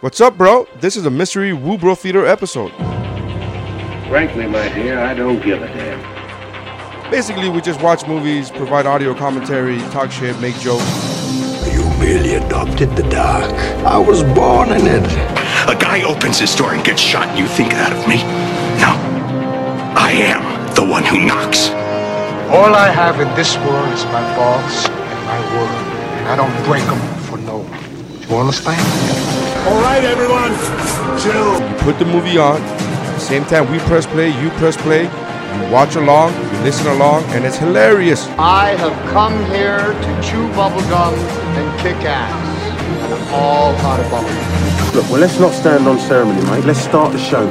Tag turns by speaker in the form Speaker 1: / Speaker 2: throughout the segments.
Speaker 1: What's up, bro? This is a mystery Woo Bro Theater episode.
Speaker 2: Frankly, my dear, I don't give a damn.
Speaker 1: Basically, we just watch movies, provide audio commentary, talk shit, make jokes.
Speaker 3: You merely adopted the dark. I was born in it.
Speaker 4: A guy opens his door and gets shot, and you think that of me? No. I am the one who knocks.
Speaker 5: All I have in this world is my balls and my word, and I don't break them for no one. Do you understand?
Speaker 1: You put the movie on. Same time we press play, you press play. You watch along, you listen along, and it's hilarious.
Speaker 6: I have come here to chew bubblegum and kick ass. And I'm all out of bubblegum.
Speaker 7: Look, well, let's not stand on ceremony, mate. Let's start the show.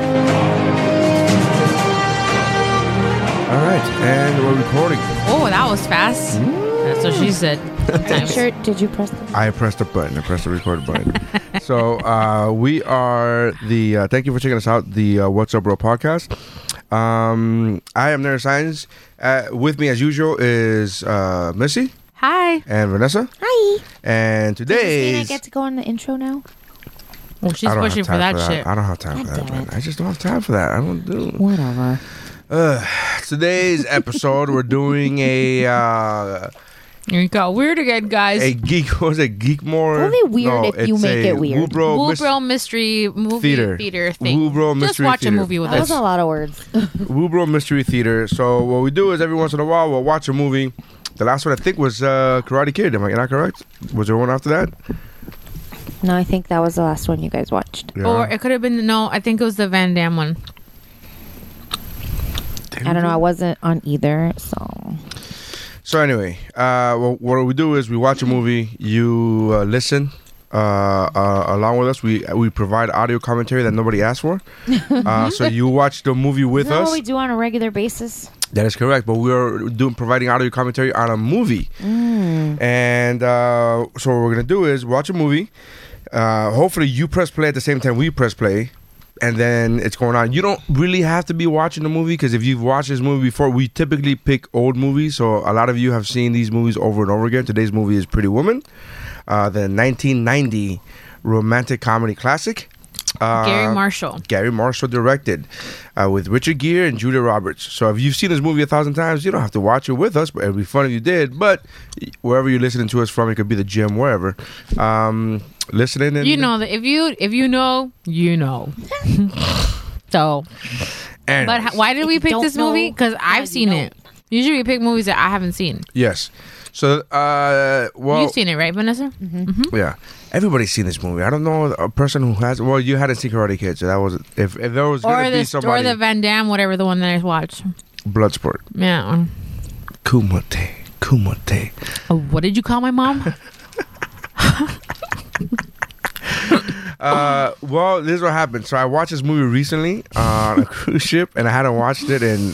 Speaker 1: All right, and we're recording.
Speaker 8: Oh, that was fast. That's what she said. Nice.
Speaker 9: Shirt, did you press the
Speaker 1: I pressed a button. I pressed the record button. so uh, we are the. Uh, thank you for checking us out. The uh, What's Up Bro podcast. Um, I am Neuroscience. Uh, with me, as usual, is uh, Missy
Speaker 8: Hi.
Speaker 1: and Vanessa.
Speaker 9: Hi.
Speaker 1: And
Speaker 9: Christina,
Speaker 1: today,
Speaker 9: I get to go on the intro now.
Speaker 8: Well, Oh, she's pushing for that, shit.
Speaker 1: I don't have time for
Speaker 9: God
Speaker 1: that.
Speaker 9: damn
Speaker 1: Man.
Speaker 9: it.
Speaker 1: I just don't have time for that. I don't do.
Speaker 8: Whatever.
Speaker 1: Today's episode, we're doing a uh,
Speaker 8: You got weird again, guys.
Speaker 1: a geek. What was it? Geek more.
Speaker 9: Only weird if you make it weird.
Speaker 1: Woobro,
Speaker 8: Woo
Speaker 1: mis-
Speaker 8: Bro mystery movie
Speaker 1: Theater.
Speaker 8: theater, thing.
Speaker 1: Woobro
Speaker 8: Just
Speaker 1: mystery
Speaker 8: watch
Speaker 1: theater.
Speaker 8: a movie with
Speaker 9: That was
Speaker 8: us.
Speaker 9: a lot of words.
Speaker 1: Woobro Mystery Theater. So what we do is every once in a while we'll watch a movie. The last one I think was uh, Karate Kid. Am I not correct? Was there one after that?
Speaker 9: no, I think that was the last one you guys watched.
Speaker 1: Yeah.
Speaker 8: Or it could have been no. I think it was the Van Damme one.
Speaker 9: I don't know. I wasn't on either, so
Speaker 1: So anyway, uh, wh- what we do is we watch a movie. You uh, listen uh, uh, along with us. We we provide audio commentary that nobody asked for. uh, so you watch the movie with
Speaker 9: is that
Speaker 1: us.
Speaker 9: what we do on a regular basis?
Speaker 1: That is correct. But we are doing providing audio commentary on a movie,
Speaker 8: Mm.
Speaker 1: and uh, so what we're gonna do is watch a movie. Uh, hopefully, you press play at the same time we press play, and then it's going on. You don't really have to be watching the movie because if you've watched this movie before, we typically pick old movies. So a lot of you have seen these movies over and over again. Today's movie is Pretty Woman, uh, the 1990 romantic comedy classic. Uh,
Speaker 8: Gary Marshall.
Speaker 1: Gary Marshall directed uh, with Richard Gere and Julia Roberts. So if you've seen this movie a thousand times, you don't have to watch it with us, but it'd be fun if you did. But wherever you're listening to us from, it could be the gym, wherever. Um, listening and
Speaker 8: You know that if you if you know you know. so,
Speaker 1: and
Speaker 8: but ho- why did we
Speaker 9: If you
Speaker 8: pick
Speaker 9: don't
Speaker 8: this movie?
Speaker 9: know,
Speaker 8: Because
Speaker 9: how
Speaker 8: I've
Speaker 9: do
Speaker 8: seen
Speaker 9: you know?
Speaker 8: it. Usually we pick movies that I haven't seen.
Speaker 1: yes. So uh, well,
Speaker 8: You've seen it, right, Vanessa?
Speaker 1: yeah. Everybody's seen this movie. I don't know a person who has. Well, you hadn't seen Karate Kid, so that was if, if there was
Speaker 8: Or
Speaker 1: going to be
Speaker 8: the or
Speaker 1: somebody.
Speaker 8: the Van Damme, whatever the one that I watched.
Speaker 1: Bloodsport.
Speaker 8: Yeah.
Speaker 1: Kumite. Kumite.
Speaker 8: Oh, what did you call my mom?
Speaker 1: Uh, well, this is what happened. So I watched this movie recently uh, on a cruise ship, and I hadn't watched it in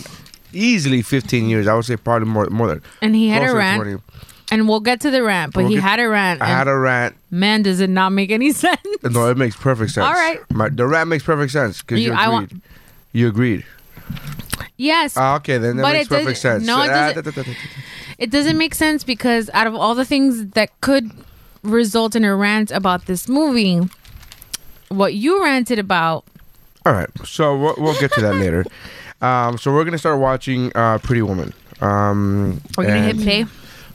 Speaker 1: easily 15 years. I would say probably more more than.
Speaker 8: And he had a
Speaker 1: closer to
Speaker 8: rant.
Speaker 1: 20.
Speaker 8: And we'll get to the rant, but
Speaker 1: We'll
Speaker 8: he
Speaker 1: get-
Speaker 8: had a rant.
Speaker 1: I had
Speaker 8: and
Speaker 1: a rant.
Speaker 8: man, does it not make any sense?
Speaker 1: No, it makes perfect sense.
Speaker 8: All right.
Speaker 1: My, the rant makes perfect sense because you,
Speaker 8: You-
Speaker 1: agreed.
Speaker 8: I want-
Speaker 1: you agreed.
Speaker 8: Yes,
Speaker 1: Ah, okay, then that
Speaker 8: But
Speaker 1: makes
Speaker 8: it doesn't-
Speaker 1: perfect sense.
Speaker 8: no, it
Speaker 1: Ah,
Speaker 8: doesn't-
Speaker 1: da, da, da, da,
Speaker 8: it doesn't make sense because out of all the things that could result in a rant about this movie, what you ranted about,
Speaker 1: da. All right, so we'll, we'll get to that later. Um, so we're gonna start watching uh, Pretty Woman. Um,
Speaker 8: we're gonna hit
Speaker 1: and
Speaker 8: play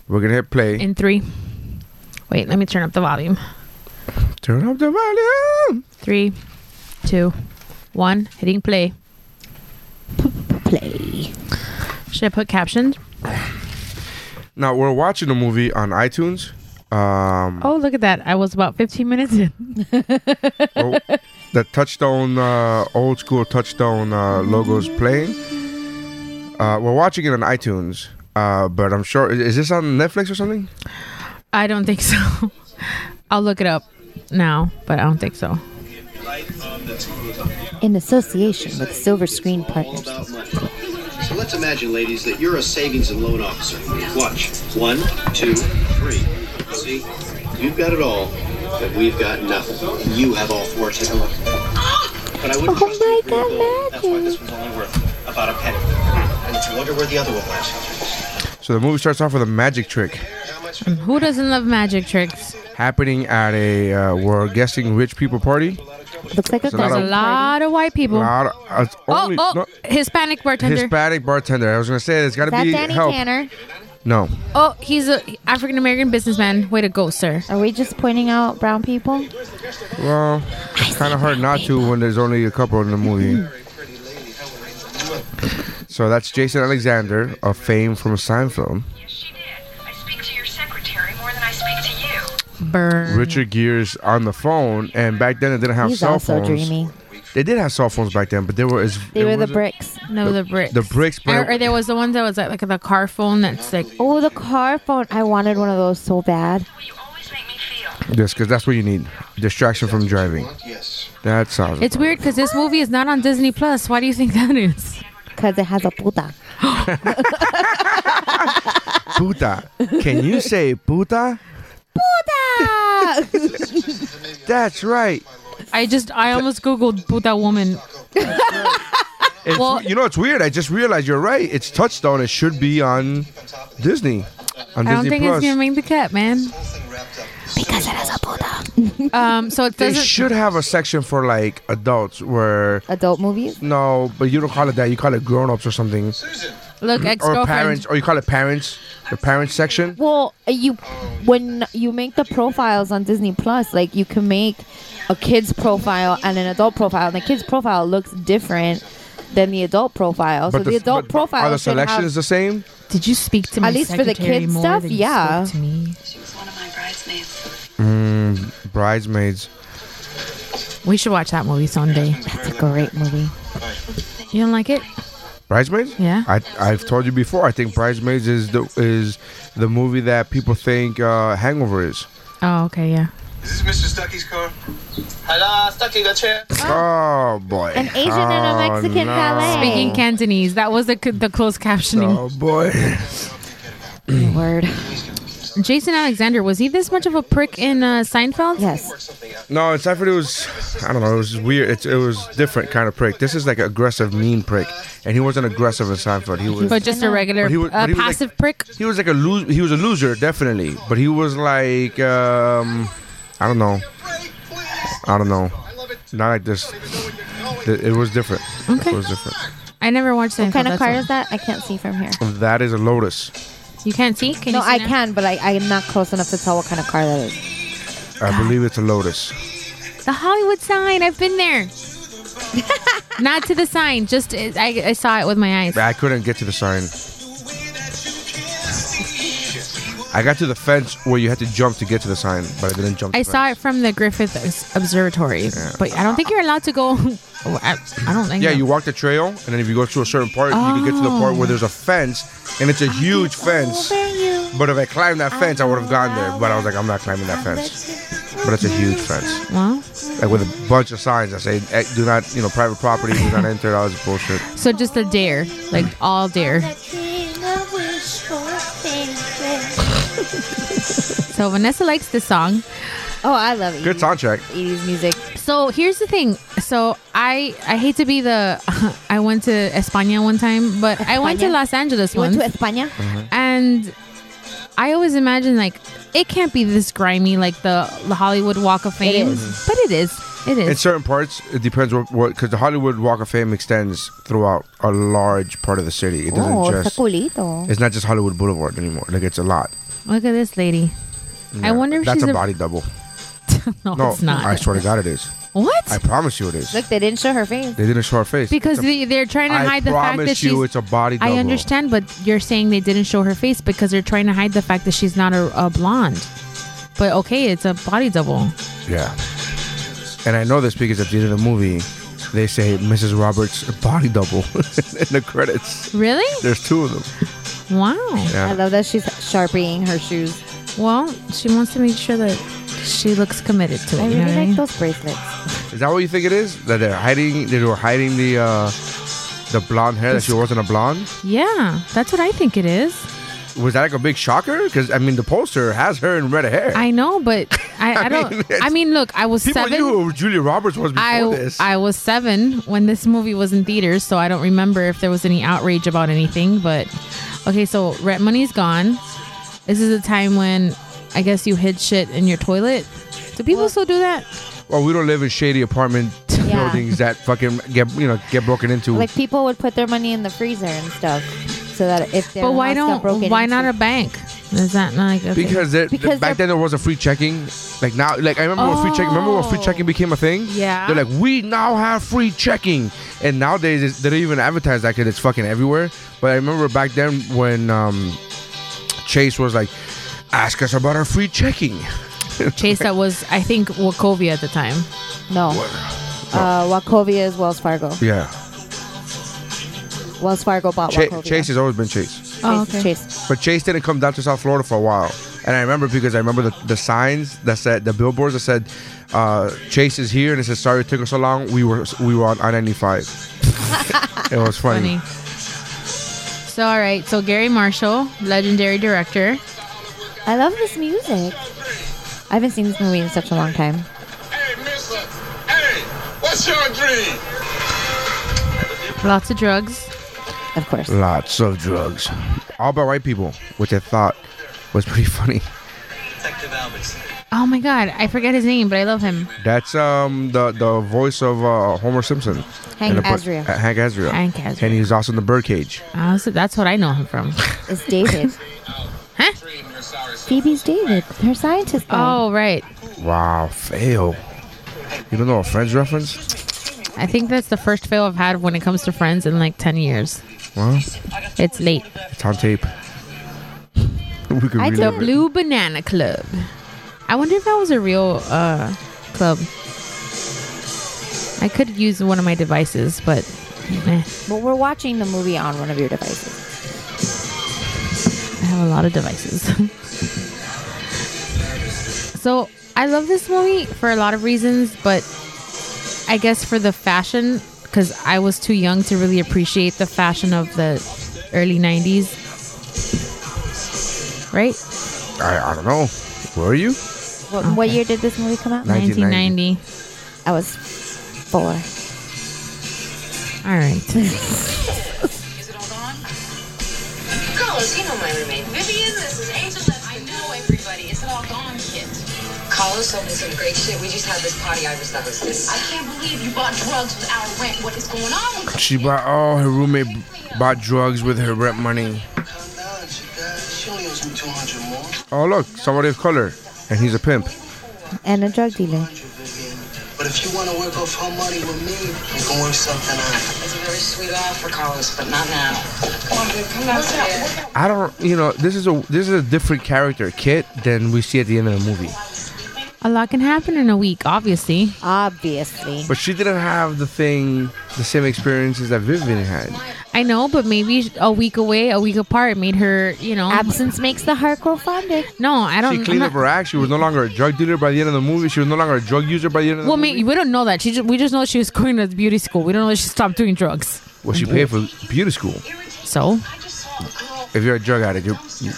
Speaker 1: We're gonna hit play.
Speaker 8: in three. Wait, let me turn up the volume.
Speaker 1: Turn up the volume.
Speaker 8: Three, two, one. Hitting play.
Speaker 9: Play.
Speaker 8: Should I put captioned?
Speaker 1: Now we're watching a movie on iTunes. Um,
Speaker 8: Oh, look at that! I was about 15 minutes in.
Speaker 1: oh, the touchstone, uh, old school touchstone uh, logos playing. Uh, we're watching it on iTunes, uh, but I'm sure is, is this on Netflix or something?
Speaker 8: I don't think so. I'll look it up now, but I don't think so.
Speaker 9: In association with Silver Screen Partners.
Speaker 10: So let's imagine, ladies, that you're a savings and loan officer. Watch. One, two, three. See? You've got it all, but we've got nothing. You have all four. Take a look. But I wouldn't
Speaker 9: Oh
Speaker 10: trust you
Speaker 9: my
Speaker 10: with your
Speaker 9: God,
Speaker 10: gold. That's why
Speaker 9: Matthew.
Speaker 10: this one's only worth about a penny. And if you wonder where the other one went,
Speaker 1: So the movie starts off with a magic trick.
Speaker 8: Who doesn't love magic tricks?
Speaker 1: happening at a uh, we're guessing rich people party.
Speaker 9: Looks like a
Speaker 1: There's a lot
Speaker 8: There's a
Speaker 9: cousin
Speaker 8: lot of white people.
Speaker 1: Loud- uh, it's
Speaker 8: Oh,
Speaker 1: only-
Speaker 8: oh,
Speaker 1: no,
Speaker 8: Hispanic bartender.
Speaker 1: Hispanic bartender. I was gonna say it's gotta
Speaker 9: party.
Speaker 1: be
Speaker 9: Is that Danny
Speaker 1: help.
Speaker 9: Tanner?
Speaker 1: No,
Speaker 8: oh, he's a African American businessman. Way to go, sir.
Speaker 9: Are we just pointing out brown people?
Speaker 1: well, it's kind of hard not to when there's only a couple in the movie. So that's Jason Alexander of fame from Seinfeld.
Speaker 11: Yes, she did. I speak to your secretary more than I speak to you.
Speaker 8: Burn.
Speaker 1: Richard Gere's on the phone, and back then they didn't have
Speaker 9: He's
Speaker 1: cell
Speaker 9: also
Speaker 1: phones.
Speaker 9: dreamy.
Speaker 1: They did have cell phones back then, but they were as
Speaker 9: They
Speaker 1: it
Speaker 9: were the
Speaker 1: wasn't-
Speaker 9: bricks.
Speaker 8: No, the, bricks.
Speaker 1: the bricks, but-
Speaker 8: Or, or there was the one that was like, like the car phone that's like.
Speaker 9: Oh, the car phone. I wanted one of those so bad.
Speaker 11: Well, you always make me feel.
Speaker 1: Yes, because that's what you need. Distraction from driving.
Speaker 10: Yes.
Speaker 1: That sounds.
Speaker 8: It's weird because this movie is not on Disney Plus. Why do you think that is?
Speaker 9: Because it has a puta.
Speaker 1: Puta. Can you say puta?
Speaker 9: Puta!
Speaker 1: That's right.
Speaker 8: I just I almost googled puta woman.
Speaker 1: It's-
Speaker 8: Well-
Speaker 1: you know, it's weird. I just realized you're right. It's Touchstone. It should be on Disney. On
Speaker 8: I don't
Speaker 1: Disney
Speaker 8: think
Speaker 1: Plus.
Speaker 8: it's gonna make the cut, man.
Speaker 9: because it has a puta.
Speaker 8: Um, so it
Speaker 1: they
Speaker 8: doesn't.
Speaker 1: should have a section for like adults where
Speaker 9: Adult movies?
Speaker 1: no, but you don't call it that. You call it grown ups or something,
Speaker 8: look, ex
Speaker 1: or parents,
Speaker 8: girlfriend.
Speaker 1: or you call it parents. The parents section.
Speaker 9: Well, uh, you when you make the profiles on Disney Plus, like you can make a kid's profile and an adult profile, and the kid's profile looks different than the adult profile. so the, adult
Speaker 1: but
Speaker 9: profile
Speaker 1: are the
Speaker 9: should have-
Speaker 1: selections the same?
Speaker 8: Did you speak to
Speaker 9: At
Speaker 8: my
Speaker 9: least for the
Speaker 8: secretary
Speaker 9: kids
Speaker 8: more
Speaker 9: stuff,
Speaker 8: than you
Speaker 9: yeah.
Speaker 8: spoke to me?
Speaker 11: She was one of my bridesmaids.
Speaker 1: Mm, bridesmaids.
Speaker 8: We should watch that movie someday.
Speaker 9: That's a great movie.
Speaker 8: You don't like it?
Speaker 1: Bridesmaids?
Speaker 8: Yeah.
Speaker 1: I I've told you before. I think Bridesmaids is the is the movie that people think uh, Hangover is.
Speaker 8: Oh, okay, yeah.
Speaker 5: Is this Mr. Stucky's car?
Speaker 10: Hello, Stucky, the chair.
Speaker 1: Oh boy.
Speaker 9: An Asian and a
Speaker 1: Oh,
Speaker 9: Mexican ballet.
Speaker 8: Speaking Cantonese, that was the c- the closed captioning.
Speaker 1: Oh boy.
Speaker 9: Word.
Speaker 8: Jason Alexander was he this much of a prick in uh, Seinfeld?
Speaker 9: Yes.
Speaker 1: No, it's after it was I don't know, it was weird. It's, it was different kind of prick. This is like aggressive mean prick. And he wasn't aggressive in Seinfeld. He was
Speaker 8: But just a regular
Speaker 1: But he was-
Speaker 8: uh,
Speaker 1: but he was like-
Speaker 8: passive prick.
Speaker 1: he was like a lo- he was a loser definitely, but he was like um I don't know. I don't know. Not like this. Th- It was different.
Speaker 8: Okay.
Speaker 1: It was different.
Speaker 8: I never watched Seinfeld.
Speaker 9: What kind of
Speaker 8: that's
Speaker 9: car
Speaker 8: why.
Speaker 9: is that? I can't see from here.
Speaker 1: That is a Lotus.
Speaker 8: You can't see? Can
Speaker 9: No,
Speaker 8: you see
Speaker 9: I
Speaker 8: now?
Speaker 9: can, but I, I'm not close enough to tell what kind of car that is.
Speaker 1: I believe it's a Lotus.
Speaker 8: The Hollywood sign. I've been there. Not to the sign. Just uh, I, I saw it with my eyes.
Speaker 1: I couldn't get to the sign. I got to the fence where you had to jump to get to the sign, but I didn't jump. the
Speaker 8: I saw it
Speaker 1: fence.
Speaker 8: from the Griffith Obs- Observatory, but I don't think you're allowed to go. Oh, I, I don't think.
Speaker 1: Yeah,
Speaker 8: no.
Speaker 1: you walk the trail, and then if you go to a certain part, you can get to the part where there's a fence, and it's a huge fence. But if I climbed that fence, I would have gone there. But I was like, I'm not climbing that fence. But it's a huge fence,
Speaker 8: Well,
Speaker 1: like with a bunch of signs that say, eh, "Do not, you know, private property, do not enter." That was bullshit.
Speaker 8: so just a dare, like all dare. So Vanessa likes this song.
Speaker 9: Oh, I love it.
Speaker 1: Good soundtrack.
Speaker 9: 80s music.
Speaker 8: So here's the thing. So I I hate to be the I went to España one time, but I went to
Speaker 9: España?
Speaker 8: Los Angeles
Speaker 9: You
Speaker 8: once.
Speaker 9: went to España?
Speaker 8: and I always imagine like it can't be this grimy like the, the Hollywood Walk of Fame,
Speaker 9: is.
Speaker 8: but it is. It is.
Speaker 1: In certain parts, it depends what because the Hollywood Walk of Fame extends throughout a large part of the city. It doesn't
Speaker 9: Oh,
Speaker 1: just.
Speaker 9: saculito.
Speaker 1: It's not just Hollywood Boulevard anymore. Like it's a lot.
Speaker 8: Look at this lady. I
Speaker 1: Yeah.
Speaker 8: wonder if
Speaker 1: that's
Speaker 8: she's
Speaker 1: a
Speaker 8: a-
Speaker 1: body double.
Speaker 8: No,
Speaker 1: No,
Speaker 8: it's not.
Speaker 1: I swear to God, it is.
Speaker 8: what?
Speaker 1: I promise you, it is.
Speaker 9: Look, they didn't show her face.
Speaker 1: They didn't show her face
Speaker 8: because
Speaker 1: It's a-
Speaker 8: they, they're trying to
Speaker 1: I
Speaker 8: hide the fact
Speaker 1: promise
Speaker 8: that
Speaker 1: you,
Speaker 8: she's.
Speaker 1: it's a body double.
Speaker 8: I understand, but you're saying they didn't show her face because they're trying to hide the fact that she's not a, a blonde. But okay, it's a body double.
Speaker 1: Yeah. And I know this because at the end of the movie, they say Mrs. Roberts' body double in the credits.
Speaker 8: Really?
Speaker 1: There's two of them.
Speaker 8: Wow.
Speaker 9: I
Speaker 1: Yeah.
Speaker 9: love that she's sharpieing her shoes.
Speaker 8: Well, she wants to make sure that she looks committed to it.
Speaker 9: I
Speaker 8: you know what
Speaker 9: really
Speaker 8: I mean?
Speaker 9: like those bracelets.
Speaker 1: Is that what you think it is? That they're hiding? They were hiding the uh, the blonde hair that she wasn't a blonde.
Speaker 8: Yeah, that's what I think it is.
Speaker 1: Was that like a big shocker? Because I mean, the poster has her in red hair.
Speaker 8: I know, but I, I,
Speaker 1: I
Speaker 8: don't.
Speaker 1: mean, it's-
Speaker 8: I mean, look, I was
Speaker 1: People
Speaker 8: seven.
Speaker 1: knew who Julia Roberts was before
Speaker 8: I
Speaker 1: this.
Speaker 8: I was seven when this movie was in theaters, so I don't remember if there was any outrage about anything. But okay, so rent money's gone. This is a time when I guess you hid shit in your toilet. Do people still do that?
Speaker 1: Well, we don't live in shady apartment
Speaker 9: Yeah.
Speaker 1: buildings that fucking get you know get broken into.
Speaker 9: Like people would put their money in the freezer and stuff, so that if their
Speaker 8: But why
Speaker 9: house got
Speaker 8: don't?
Speaker 9: broken
Speaker 8: Why
Speaker 9: into-
Speaker 8: not a bank? Is that not like okay.
Speaker 1: because there, back then there was a free checking. Like now, like I remember when free checking. Remember when free checking became a thing?
Speaker 8: Yeah.
Speaker 1: They're like, we now have free checking, and nowadays it's, they don't even advertise that because it's fucking everywhere. But I remember back then when um, Chase was like, ask us about our free checking.
Speaker 8: Chase that was I think Wachovia at the time.
Speaker 9: No. Uh, Wachovia is Wells Fargo.
Speaker 1: Yeah.
Speaker 9: Wells Fargo bought
Speaker 1: Cha-
Speaker 9: Wachovia.
Speaker 1: Chase has always been Chase.
Speaker 9: Oh, okay. Chase.
Speaker 1: But Chase didn't come down to South Florida for a while. And I remember because I remember the, the signs that said the billboards that said uh, Chase is here and it said sorry it took us so long. We were we were on I ninety five. it was funny.
Speaker 8: Funny. So all right, so Gary Marshall, legendary director.
Speaker 9: I love this music. I haven't seen this movie in such a long time.
Speaker 12: What's your dream?
Speaker 8: Lots of drugs.
Speaker 9: Of course.
Speaker 1: Lots of drugs. All by white people, which I thought was pretty funny.
Speaker 8: Oh my god, I forget his name, but I love him.
Speaker 1: That's um the the voice of uh, Homer Simpson.
Speaker 8: Hank
Speaker 1: In the-
Speaker 8: Azria.
Speaker 1: uh, Hank Azria.
Speaker 8: Hank Azria.
Speaker 1: And he was also in the Birdcage.
Speaker 8: Uh, so that's what I know him from.
Speaker 9: It's David.
Speaker 8: huh?
Speaker 9: Phoebe's David. Her scientist.
Speaker 8: Oh right,
Speaker 1: Wow, fail. You don't know a Friends reference?
Speaker 8: I think that's the first fail I've had when it comes to Friends in like ten years.
Speaker 1: Well,
Speaker 8: It's late.
Speaker 1: it's on tape. We could
Speaker 8: I the
Speaker 1: relive it.
Speaker 8: Blue Banana Club. I wonder if that was a real uh, club. I could use one of my devices, but eh,
Speaker 9: But we're watching the movie on one of your devices.
Speaker 8: I have a lot of devices. so I love this movie for a lot of reasons, but I guess for the fashion, because I was too young to really appreciate the fashion of the early 90s. Right?
Speaker 1: I, I don't know. Were you?
Speaker 9: What, what year did this movie come out?
Speaker 1: 1990.
Speaker 9: I was four.
Speaker 8: All right.
Speaker 11: Carlos, you know my roommate. Vivian, this is Angel. and I know everybody. It's an all gone kid. Carlos told me some great shit. We just had this party. I just thought was this. I can't believe you bought drugs with our rent. What is going on with
Speaker 1: She bought all her roommate bought drugs with her rent money.
Speaker 12: She only owes me 200 more.
Speaker 1: Oh look, somebody of color, and he's a pimp.
Speaker 9: And a drug dealer.
Speaker 12: But if you want to work off her money with me, we can work something out. It's a very sweet offer, Carlos, but not now. Come on, babe, come downstairs.
Speaker 1: I don't, you know, this is a this is a different character, Kit, than we see at the end of the movie.
Speaker 8: a lot can happen in a week, obviously.
Speaker 9: Obviously.
Speaker 1: But she didn't have the thing, the same experiences that Vivian had.
Speaker 8: I know, but maybe a week away, a week apart made her, you know.
Speaker 9: Absence makes the heart grow fonder.
Speaker 8: No, I don't.
Speaker 1: She cleaned
Speaker 8: I'm
Speaker 1: up her act. She was no longer a drug dealer by the end of the movie. She was no longer a drug user by the end of
Speaker 8: not-
Speaker 1: the
Speaker 8: Well,
Speaker 1: movie.
Speaker 8: mate, we don't know that. She just, we just know she was going to beauty school. We don't know that she stopped doing drugs.
Speaker 1: Well, she paid for beauty school.
Speaker 8: So
Speaker 1: If you're a drug addict you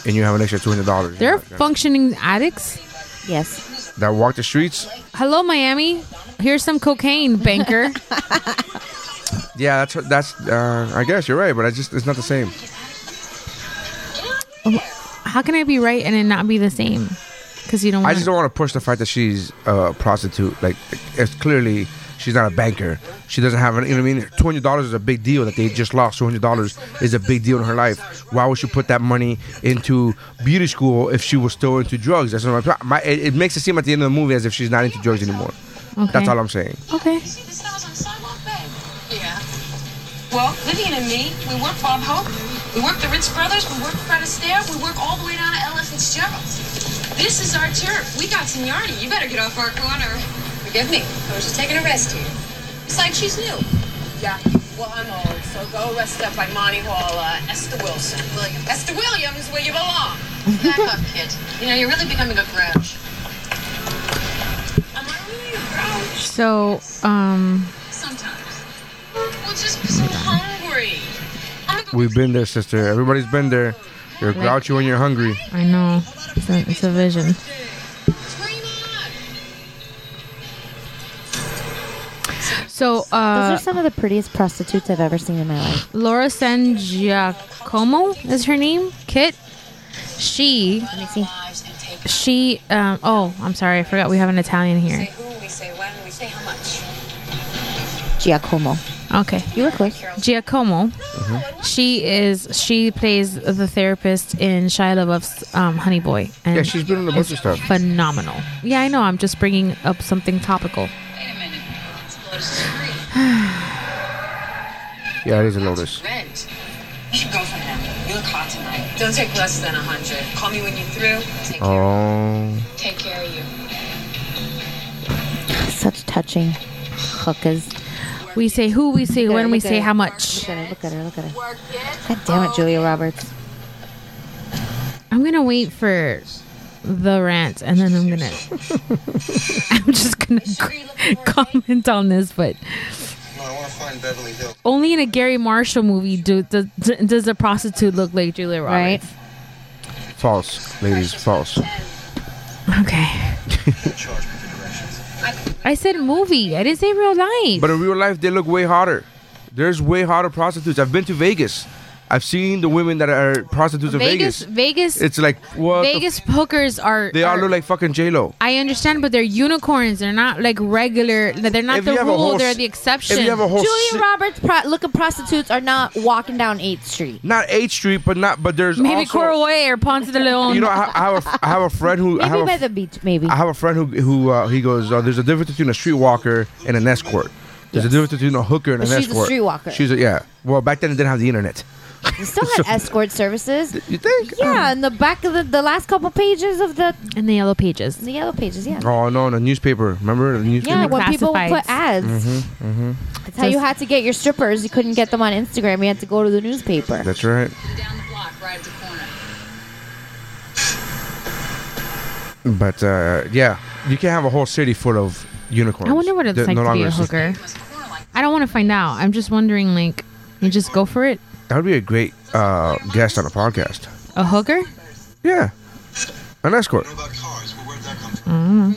Speaker 1: and you have an extra two hundred dollars,
Speaker 8: they're functioning addicts.
Speaker 9: Yes.
Speaker 1: that walk the streets.
Speaker 8: Hello, Miami. Here's some cocaine, banker.
Speaker 1: Yeah, that's what- that's. Uh, I guess you're right, but I just it's not the same.
Speaker 8: How can I be right and it not be the same? Because you don't.
Speaker 1: I
Speaker 8: Want
Speaker 1: just don't want to push the fact that she's a prostitute. Like, it's clearly she's not a banker. She doesn't have an. You know what I mean? Two hundred dollars is a big deal. That they just lost two hundred dollars is a big deal in her life. Why would she put that money into beauty school if she was still into drugs? That's what my, my. It it makes it seem at the end of the movie as if she's not into drugs anymore. That's
Speaker 8: Okay.
Speaker 1: all I'm saying.
Speaker 8: Okay.
Speaker 11: Yeah. Well, Vivian and me, we work Bob Hope, we work the Ritz Brothers, we work Fred Astaire, we work all the way down to Ella Fitzgerald. This is our turf. We got seniority. You better get off our corner. Forgive me. I was just taking a rest here. It's like she's new. Yeah. Well, I'm old, so go rest up like Monty Hall, uh, Esther Wilson. William. Esther Williams, where you belong. Back up, kid. You know, you're really becoming a grouch. Am I really a grouch?
Speaker 8: So, um,
Speaker 11: Sometimes. We'll just be so hungry.
Speaker 1: We've been there, sister. Everybody's been there. You're
Speaker 8: Right.
Speaker 1: grouchy when you're hungry.
Speaker 8: I know it's a, it's a vision. So, uh,
Speaker 9: Those are some of the prettiest prostitutes I've ever seen in my life.
Speaker 8: Laura San Giacomo is her name. Kit. She she, um, oh, I'm sorry, I forgot we have an Italian
Speaker 11: We
Speaker 8: here.
Speaker 11: say who, we say when, we say how much.
Speaker 9: Giacomo.
Speaker 8: Okay.
Speaker 9: You were close.
Speaker 8: Giacomo. She is. She plays the therapist in Shia LaBeouf's um, Honey Boy. And
Speaker 1: Yeah, she's been in a bunch of
Speaker 8: it's
Speaker 1: stuff.
Speaker 8: Phenomenal. Yeah, I know. I'm just bringing up something topical.
Speaker 1: Yeah, it is a Lotus.
Speaker 11: Rent. You should go for him. You look hot tonight. Don't take less than a hundred. Call me when you're through. Take,
Speaker 1: Oh.
Speaker 11: take care of you.
Speaker 9: Such touching hookers.
Speaker 8: We say who, we say
Speaker 9: Look at
Speaker 8: when,
Speaker 9: her,
Speaker 8: we
Speaker 9: look at
Speaker 8: say
Speaker 9: her.
Speaker 8: how much.
Speaker 9: Look at her, look at her, look at her. God damn it, Julia Roberts.
Speaker 8: I'm gonna wait for the rant, and then I'm gonna. I'm just gonna c- comment on this, but
Speaker 12: No, I want to find Beverly Hills.
Speaker 8: only in a Gary Marshall movie do, do, does a prostitute look like Julia Roberts.
Speaker 1: False, ladies, false.
Speaker 8: Okay. I said movie. I didn't say real life.
Speaker 1: But in real life, they look way hotter. There's way hotter prostitutes. I've been to Vegas. I've seen the women that are prostitutes in
Speaker 8: Vegas,
Speaker 1: Vegas.
Speaker 8: Vegas,
Speaker 1: It's like what the
Speaker 8: Vegas hookers are.
Speaker 1: f- they all
Speaker 8: are
Speaker 1: look like fucking J Lo.
Speaker 8: I understand, but they're unicorns. They're not like regular. They're not
Speaker 1: If
Speaker 8: the
Speaker 1: you have a
Speaker 8: rule.
Speaker 1: whole
Speaker 8: they're
Speaker 1: s-
Speaker 8: the exception.
Speaker 1: if you have a whole
Speaker 9: Julia
Speaker 1: si-
Speaker 9: Roberts pro- looking prostitutes are not walking down 8th Street.
Speaker 1: not 8th Street, but not but there's
Speaker 8: Maybe
Speaker 1: also
Speaker 8: Corway or Ponce de Leon.
Speaker 1: you know I, I have a, I have a friend who I
Speaker 9: Maybe
Speaker 1: have a
Speaker 9: by the beach, maybe.
Speaker 1: I have a friend who who uh, he goes. Uh, there's a difference between a streetwalker and an escort. There's a difference between a hooker and
Speaker 9: But
Speaker 1: an
Speaker 9: she's a
Speaker 1: escort.
Speaker 9: streetwalker.
Speaker 1: She's a yeah. Well, back then it didn't have the internet.
Speaker 9: You still had escort services.
Speaker 1: You think?
Speaker 9: Yeah, in the back of the, the last couple pages of the
Speaker 8: in the yellow pages.
Speaker 9: the yellow pages, yeah.
Speaker 1: Oh no, the newspaper. Remember the newspaper?
Speaker 9: Yeah, when people would
Speaker 8: classifieds.
Speaker 9: put ads.
Speaker 1: Mm-hmm, mm-hmm.
Speaker 9: That's how you had to get your strippers. You couldn't get them on Instagram. You had to go to the newspaper.
Speaker 1: That's right. But uh, yeah, you can't have a whole city full of unicorns.
Speaker 8: I wonder what it's
Speaker 1: They're
Speaker 8: like
Speaker 1: no
Speaker 8: to be
Speaker 1: longer
Speaker 8: a
Speaker 1: sus-
Speaker 8: hooker. I don't want to find out. I'm just wondering, like, you just go for it?
Speaker 1: That would be a great uh, guest on a podcast.
Speaker 8: A hooker?
Speaker 1: Yeah, an escort.
Speaker 8: Mm.
Speaker 11: Mm-hmm.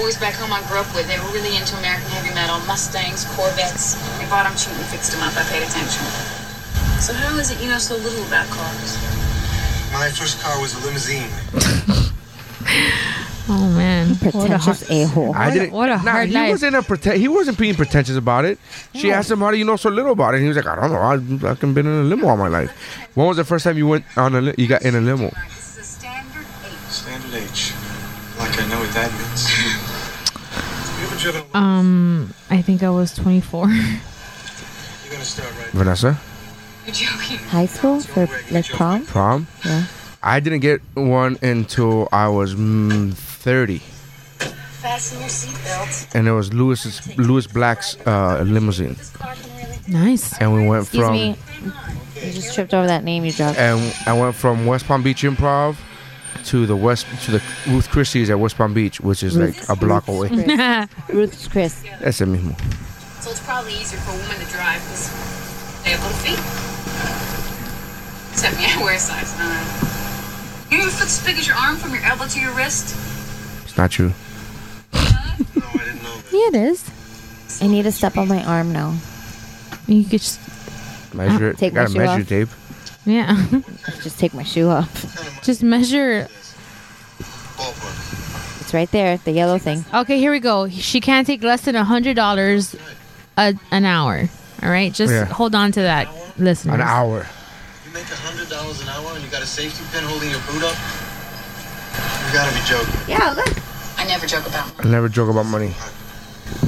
Speaker 11: Boys back home I grew up with, they were really into American heavy metal, Mustangs, Corvettes. We bought them cheap and fixed them up. I paid attention. So how is it you know so little about cars?
Speaker 12: My first car was a limousine.
Speaker 8: Oh, man. What a hot-
Speaker 9: Pretentious a hole.
Speaker 1: I didn't.
Speaker 8: what a
Speaker 1: nah,
Speaker 8: hard
Speaker 1: he
Speaker 8: life.
Speaker 1: wasn't a prete- He wasn't being pretentious about it. She asked him, "How do you know so little about it?" And he was like, "I don't know. I, I've been in a limo all my life." When was the first time you went on a? Li- you got in a limo?
Speaker 12: Standard H. Like I know what that means. you ever driven a
Speaker 8: Um, I think I was 24.
Speaker 12: You're gonna start right.
Speaker 1: Vanessa,
Speaker 11: You're joking.
Speaker 9: High school for like prom?
Speaker 1: prom.
Speaker 9: Yeah.
Speaker 1: I didn't get one until I was mm, thirty,
Speaker 11: Fasten your seatbelts.
Speaker 1: and it was Louis Louis Black's uh, limousine,
Speaker 8: nice.
Speaker 1: and we went
Speaker 9: Excuse
Speaker 1: from
Speaker 9: me. You just tripped over that name you dropped.
Speaker 1: and I went from West Palm Beach Improv to the West to the Ruth Christie's at West Palm Beach, which is like a block away.
Speaker 9: Ruth's Chris.
Speaker 1: That's it mismo.
Speaker 11: So it's probably easier for a woman to drive because they have little feet. Except me, I wear a size nine. You know your foot's as big as your arm from your elbow to your wrist?
Speaker 1: It's not true.
Speaker 8: Yeah, it is.
Speaker 9: I need to step on my arm now.
Speaker 8: You could just,
Speaker 1: Measure it.
Speaker 9: Take
Speaker 1: you gotta
Speaker 9: my
Speaker 1: measure
Speaker 9: shoe off.
Speaker 1: tape.
Speaker 8: yeah.
Speaker 9: Just take my shoe off.
Speaker 8: just measure.
Speaker 9: It's right there, the yellow thing.
Speaker 8: Okay, here we go. She can't take less than $100 a, an hour. All right? Just
Speaker 1: Yeah.
Speaker 8: hold on to that, listeners.
Speaker 1: An hour.
Speaker 12: You make a hundred dollars an hour and you got a safety pin holding your boot up. You gotta be joking.
Speaker 9: Yeah, look.
Speaker 11: I never joke about
Speaker 1: I never joke about money.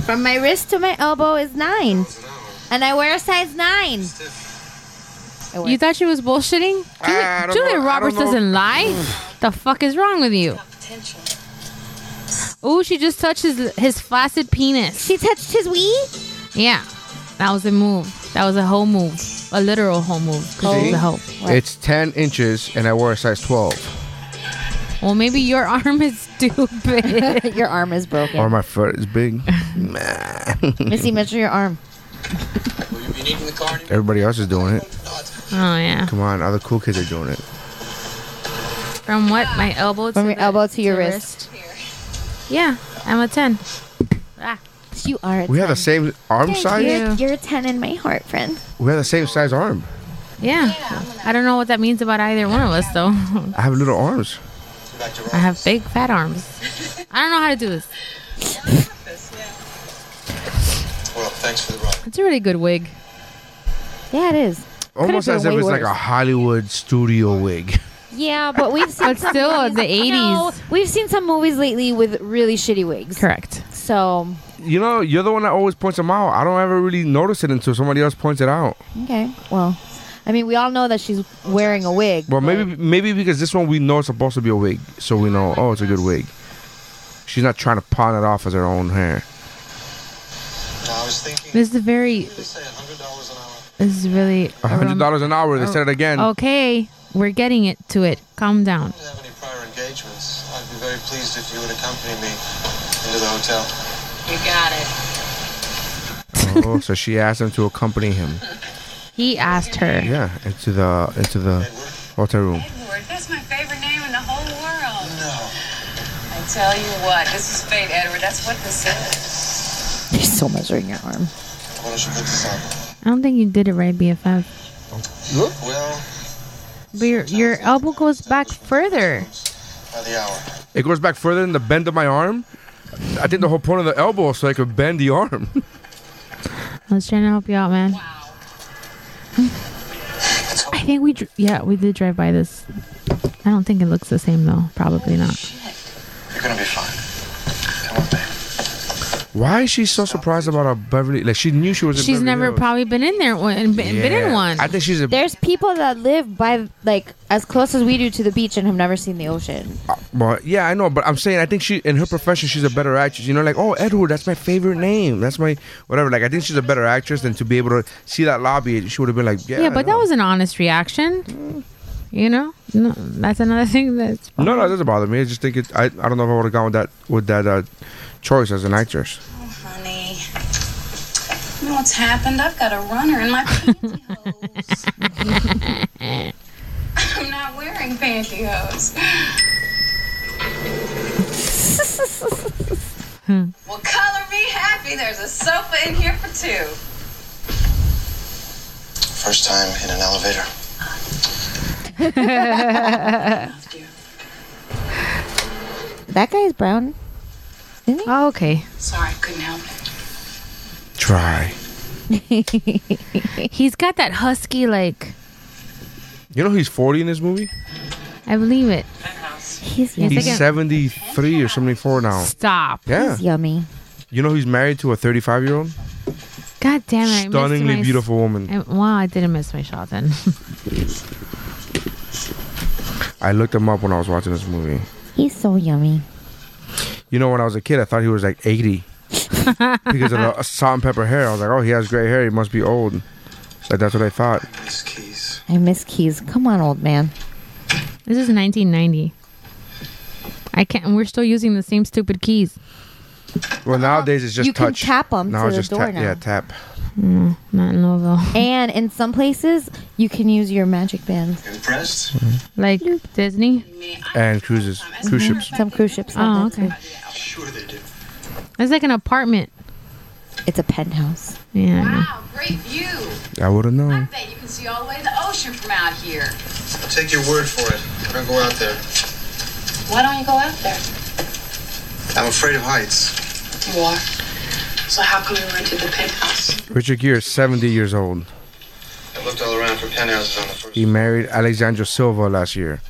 Speaker 9: From my wrist to my elbow is nine. And I wear a size nine. I wear-
Speaker 8: You thought she was bullshitting?
Speaker 1: I
Speaker 8: Julia,
Speaker 1: don't
Speaker 8: Julia
Speaker 1: know. I
Speaker 8: Roberts
Speaker 1: don't know.
Speaker 8: doesn't lie. the fuck is wrong with you?
Speaker 11: potential.
Speaker 8: Ooh, she just touched his, his flaccid penis.
Speaker 9: she touched his wee?
Speaker 8: Yeah, that was a move. That was a hoe move, a literal hoe move. 'cause it was a hoe.
Speaker 1: It's 10 inches, and I wear a size 12.
Speaker 8: Well, maybe your arm is stupid.
Speaker 9: Your arm is broken.
Speaker 1: Or my foot is big.
Speaker 9: Missy, measure your arm.
Speaker 12: Will you be needing the car? anymore?
Speaker 1: Everybody else is doing it.
Speaker 8: oh yeah,
Speaker 1: Come on, other cool kids are doing it.
Speaker 8: from what my elbow to
Speaker 9: From your
Speaker 8: the-
Speaker 9: elbow to your
Speaker 8: the
Speaker 9: wrist.
Speaker 8: Yeah, I'm a ten. Ah,
Speaker 9: You are a
Speaker 1: We have the same arm size.
Speaker 8: you.
Speaker 9: You're, you're a 10 in my heart, friend.
Speaker 1: We have the same size arm.
Speaker 8: yeah. I don't know what that means about either one of us though.
Speaker 1: I have little arms.
Speaker 8: I have big fat arms. I don't know how to do this.
Speaker 12: Well, thanks for the ride.
Speaker 8: It's a really good wig.
Speaker 9: Yeah, it is.
Speaker 1: Almost as if it's like a Hollywood studio wig.
Speaker 9: Yeah, but we've seen
Speaker 8: But still,
Speaker 9: movies-
Speaker 8: the 80s.
Speaker 9: No, we've seen some movies lately with really shitty wigs.
Speaker 8: Correct.
Speaker 9: So
Speaker 1: You know, you're the one that always points them out. I don't ever really notice it until somebody else points it out.
Speaker 9: okay, well, I mean, we all know that she's wearing a wig.
Speaker 1: Well, maybe maybe because this one we know it's supposed to be a wig, so we know oh it's a good wig. She's not trying to pawn it off as her own hair.
Speaker 8: This is a very. This is really.
Speaker 1: A hundred dollars an hour. They said it again.
Speaker 8: Um, oh, Okay, we're getting it to it. Calm down.
Speaker 12: Prior engagements. I'd be very pleased if you would accompany me into the hotel.
Speaker 11: You got it.
Speaker 1: oh, so she asked him to accompany him.
Speaker 8: He asked her.
Speaker 1: Yeah, into the into the hotel room.
Speaker 11: Edward, that's my favorite name in the whole world. No. I tell you what, this is fate, Edward. That's what this is.
Speaker 9: She's still measuring your arm.
Speaker 12: Why don't you put this on?
Speaker 8: I don't think you did it right, BFF.
Speaker 12: Well,
Speaker 8: But your, your elbow goes back further.
Speaker 12: by the hour.
Speaker 1: It goes back further than the bend of my arm. I think the whole point of the elbow is so I could bend the arm.
Speaker 8: I was trying to help you out, man. I think we, dr- yeah, we did drive by this. I don't think it looks the same though. Probably not.
Speaker 12: You're gonna be fine.
Speaker 1: Why is she so surprised about a Beverly? Like she knew she was. In
Speaker 8: She's
Speaker 1: Beverly
Speaker 8: never
Speaker 1: Hills.
Speaker 8: probably been in there one, been, been in
Speaker 1: Yeah.
Speaker 8: one.
Speaker 1: I think she's a.
Speaker 9: There's people that live by like as close as we do to the beach and have never seen the ocean.
Speaker 1: Well, yeah, I know, but I'm saying I think she in her profession she's a better actress. You know, like oh Edward, that's my favorite name. That's my whatever. Like I think she's a better actress than to be able to see that lobby. She would have been like, yeah.
Speaker 8: Yeah, but that was an honest
Speaker 1: Mm.
Speaker 8: reaction. You know, no, that's another thing that's
Speaker 1: no, no, it doesn't bother me. I just think it. I, I don't know if I would have gone with that with that uh, choice as an actress.
Speaker 11: Honey. You know what's happened? I've got a runner in my pantyhose. I'm not wearing pantyhose. well, color me happy. There's a sofa in here for two.
Speaker 12: First time in an elevator.
Speaker 9: that guy's brown. Isn't he?
Speaker 8: Oh, okay.
Speaker 11: Sorry, I couldn't help it.
Speaker 1: Try.
Speaker 8: He's got that husky like.
Speaker 1: You know he's 40 in this movie.
Speaker 8: I believe it. He's
Speaker 9: He's
Speaker 1: He's
Speaker 8: like a-
Speaker 1: 73 or 74 now.
Speaker 8: Stop.
Speaker 1: Yeah.
Speaker 9: yummy.
Speaker 1: You know he's married to a 35 year old,
Speaker 8: God damn it! I missed
Speaker 1: stunningly
Speaker 8: my s-
Speaker 1: beautiful woman.
Speaker 8: I, wow, I didn't miss my shot then.
Speaker 1: I looked him up when I was watching this movie.
Speaker 9: He's so yummy.
Speaker 1: You know, when I was a kid, I thought he was like 80 because of the salt and pepper hair. I was like, oh, he has gray hair. He must be old. So that's what I thought.
Speaker 12: These keys.
Speaker 9: I miss Keys. Come on, old man.
Speaker 8: this is 1990. I can't. We're still using the same stupid keys.
Speaker 1: Well, nowadays it's just
Speaker 9: you can
Speaker 1: touch.
Speaker 9: tap 'em
Speaker 1: Now
Speaker 9: to
Speaker 1: it's
Speaker 9: the
Speaker 1: just
Speaker 9: door
Speaker 1: tap.
Speaker 9: now.
Speaker 1: Yeah, tap.
Speaker 8: Mm, not in Louisville.
Speaker 9: And in some places, you can use your magic bands.
Speaker 12: Impressed?
Speaker 8: Like Disney.
Speaker 1: And cruises, cruise ships.
Speaker 9: Some cruise ships. have
Speaker 8: Oh,
Speaker 9: that too.
Speaker 8: okay.
Speaker 12: Sure they do.
Speaker 8: It's like an apartment.
Speaker 9: It's a penthouse.
Speaker 8: Yeah. I know.
Speaker 11: Wow, great view.
Speaker 1: I would have
Speaker 11: I
Speaker 1: known.
Speaker 11: bet you can see all the way to the ocean from out here.
Speaker 12: I'll take your word for it. We're gonna go out there.
Speaker 11: Why don't you go out there?
Speaker 12: I'm afraid of heights.
Speaker 11: You are. So how come you rented the penthouse?
Speaker 1: Richard Gere is 70 years old.
Speaker 12: I looked all around for penthouses on the first.
Speaker 1: He married Alexandra Silva last year.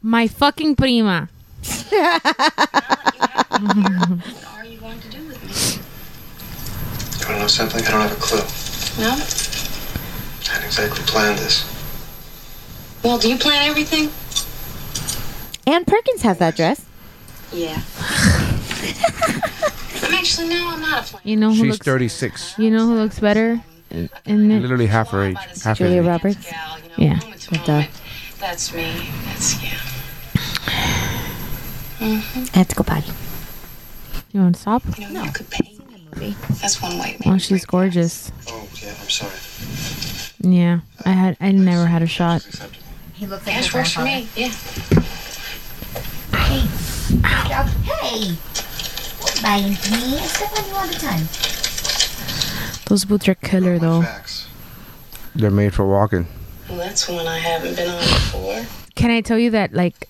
Speaker 8: My fucking prima.
Speaker 11: What are you going to do with me?
Speaker 12: You wanna know something? I don't have a clue. I
Speaker 11: No?
Speaker 12: didn't exactly plan this.
Speaker 11: Well, do you plan everything?
Speaker 9: Ann Perkins has that dress.
Speaker 11: Yeah. I'm actually no, I'm not a plan.
Speaker 8: You know who
Speaker 1: She's
Speaker 8: looks.
Speaker 1: 36.
Speaker 8: You know who looks better? And it,
Speaker 1: Literally half her age. Half his
Speaker 9: Julia
Speaker 1: age.
Speaker 9: Roberts.
Speaker 11: Gal, you know,
Speaker 8: Yeah.
Speaker 11: moment to
Speaker 9: With the-
Speaker 11: moment. That's me. That's yeah.
Speaker 9: I have to go potty.
Speaker 8: you want to stop?
Speaker 11: You know, you could pay me. That's one way.
Speaker 8: Oh, she's gorgeous.
Speaker 12: Oh, yeah, I'm sorry.
Speaker 8: Yeah, I had. I never had a shot.
Speaker 12: Acceptable.
Speaker 9: He looks
Speaker 11: Yeah, she works for me. Yeah.
Speaker 13: Hey! What buying me? I step on you all the time.
Speaker 8: Those boots are killer though.
Speaker 12: Facts.
Speaker 1: They're made for walking.
Speaker 11: Well, that's one I haven't been on before.
Speaker 8: Can I tell you that like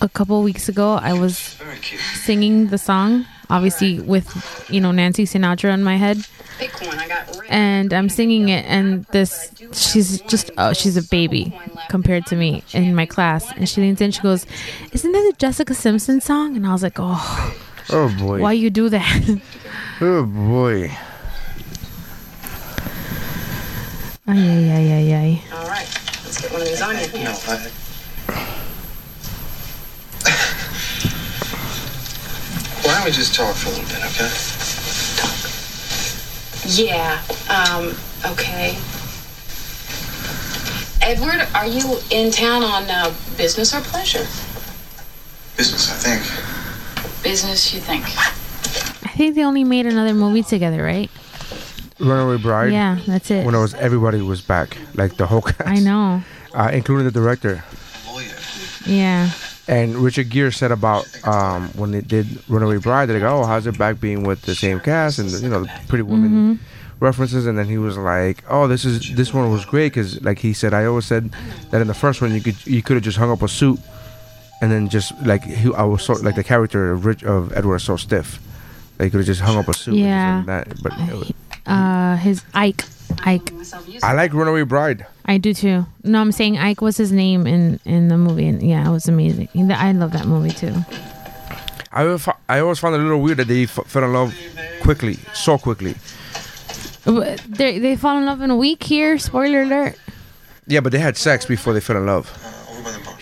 Speaker 8: a couple weeks ago, I was singing the song, obviously with you know Nancy Sinatra in my head, and I'm singing it, and this she's just oh she's a baby compared to me in my class, and she leans in, she goes, "Isn't that the Jessica Simpson song?" And I was like, "Oh,
Speaker 1: Oh boy.
Speaker 8: why you do that?"
Speaker 1: Oh boy.
Speaker 8: ay ay ay ay ay.
Speaker 12: All right, let's get one of these on you. No, I...
Speaker 14: Why don't we just talk for a little bit, okay?
Speaker 11: Yeah, um, okay. Edward, are you in town on uh, business or pleasure?
Speaker 14: Business, I think.
Speaker 11: Business, you think?
Speaker 8: I think they only made another movie together, right?
Speaker 1: Runaway Bride.
Speaker 8: Yeah, that's it.
Speaker 1: When it was everybody was back, like the whole cast,
Speaker 8: I know.
Speaker 1: uh, including the director.
Speaker 8: Yeah.
Speaker 1: And Richard Gere said about um, when they did Runaway Bride, they're like, "Oh, how's it back being with the same cast and you know the Pretty Woman
Speaker 8: Mhm.
Speaker 1: references?" And then he was like, "Oh, this is this one was great because like he said, I always said that in the first one you could you could have just hung up a suit and then just like he, I was so like the character of Rich of Edward is so stiff, they could have just hung up a suit.
Speaker 8: Yeah.
Speaker 1: and just done that, but it was-
Speaker 8: Uh, his Ike. Ike.
Speaker 1: I like Runaway Bride.
Speaker 8: I do too. No, I'm saying Ike was his name in in the movie, and yeah, it was amazing. I love that movie too. Uh,
Speaker 1: I always fo- I always found it a little weird that they f- fell in love quickly, so quickly.
Speaker 8: But They they fall in love in a week here. Spoiler alert.
Speaker 1: Yeah, but they had sex before they fell in love.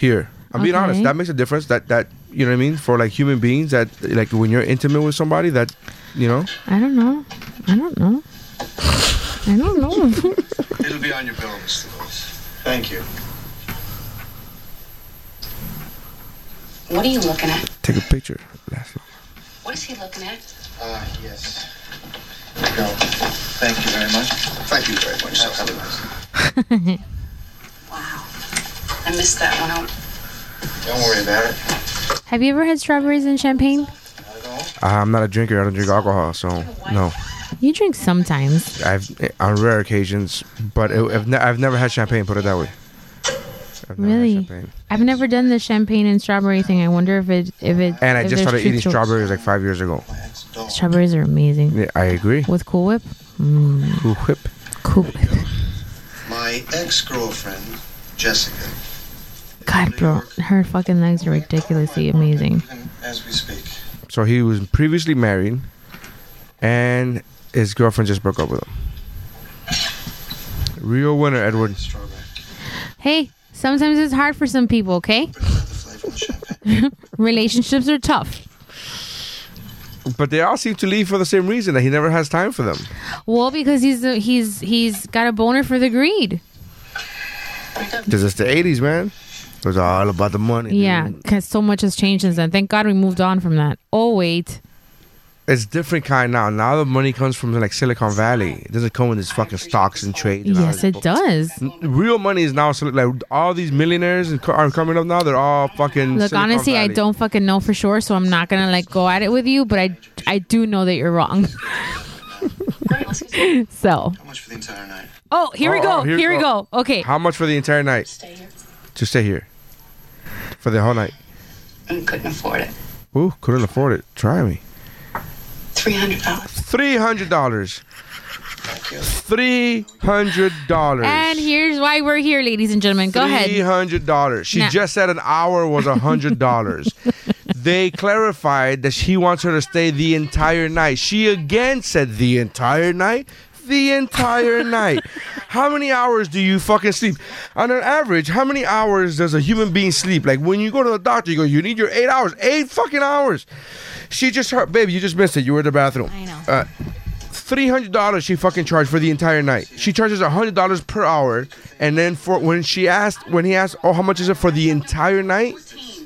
Speaker 1: Here, I'm being honest.
Speaker 8: Okay.
Speaker 1: That makes a difference. That that you know what I mean for like human beings. That like when you're intimate with somebody, that you know.
Speaker 8: I don't know. I don't know. I don't know.
Speaker 14: It'll be on your bill, Mr. Lewis. Thank you.
Speaker 11: What are you looking at?
Speaker 1: Take a picture. That's all.
Speaker 11: What is he looking at?
Speaker 14: Ah, yes. There you go. Thank you very much. Thank you very much. Absolutely.
Speaker 11: I missed that one out.
Speaker 14: Don't worry about it.
Speaker 8: Have you ever had strawberries and
Speaker 1: Uh,
Speaker 8: champagne?
Speaker 1: I'm not a drinker. I don't drink alcohol, so no.
Speaker 8: You drink sometimes.
Speaker 1: I've on rare occasions, but it, I've, ne- I've never had champagne. Put it that way.
Speaker 8: Really? I've never done the champagne and strawberry thing. I wonder if it if it.
Speaker 1: And I
Speaker 8: if
Speaker 1: just
Speaker 8: there's
Speaker 1: started
Speaker 8: truth
Speaker 1: eating
Speaker 8: to-
Speaker 1: strawberries like five years ago.
Speaker 8: Strawberries are amazing.
Speaker 1: Yeah, I agree.
Speaker 8: With Cool Whip. Mm.
Speaker 1: Cool Whip.
Speaker 8: Cool Whip.
Speaker 14: My ex-girlfriend, Jessica,
Speaker 8: God, bro, her fucking legs are ridiculously amazing.
Speaker 14: as we speak.
Speaker 1: So he was previously married, and his girlfriend just broke up with him. Real winner, Edward.
Speaker 8: Hey, sometimes it's hard for some people, okay? Relationships are tough.
Speaker 1: But they all seem to leave for the same reason that he never has time for them.
Speaker 8: Well, because he's a, he's he's got a boner for the greed.
Speaker 1: Because it's the 80s, man. It was all about the money.
Speaker 8: Yeah, because so much has changed since then. Thank God we moved on from that. Oh wait,
Speaker 1: It's different kind now. Now the money comes from like Silicon Valley. It doesn't come in this fucking stocks and trade. and all
Speaker 8: yes,
Speaker 1: this
Speaker 8: it does.
Speaker 1: bull- Real money is now so like all these millionaires and co- are coming up now. They're all fucking.
Speaker 8: Look,
Speaker 1: Silicon
Speaker 8: honestly, I
Speaker 1: Valley.
Speaker 8: don't fucking know for sure, so I'm not gonna like go at it with you. But I I do know that you're wrong. so,
Speaker 14: How much for the entire night?
Speaker 8: oh, here we
Speaker 1: Oh,
Speaker 8: go.
Speaker 1: oh,
Speaker 8: here, we
Speaker 1: oh.
Speaker 8: go. Okay.
Speaker 1: How much for the entire night? Stay here. To stay here. For the whole night.
Speaker 11: And couldn't afford it.
Speaker 1: Ooh, couldn't afford it. Try me.
Speaker 11: Three hundred dollars.
Speaker 1: Three hundred dollars. Three hundred dollars.
Speaker 8: And here's why we're here, ladies and gentlemen. Go
Speaker 1: Three
Speaker 8: ahead.
Speaker 1: hundred dollars. She
Speaker 8: Now-
Speaker 1: just said an hour was a hundred dollars. they clarified that she wants her to stay the entire night. She again said the entire night. The entire night. How many hours do you fucking sleep? On an average, how many hours does a human being sleep? Like when you go to the doctor, you go, you need your eight hours, eight fucking hours. She just heard, babe, you just missed it. You were in the bathroom. I know. Uh, Three hundred dollars she fucking charged for the entire night. She charges hundred dollars per hour, and then for when she asked, when he asked, oh, how much is it for the entire night?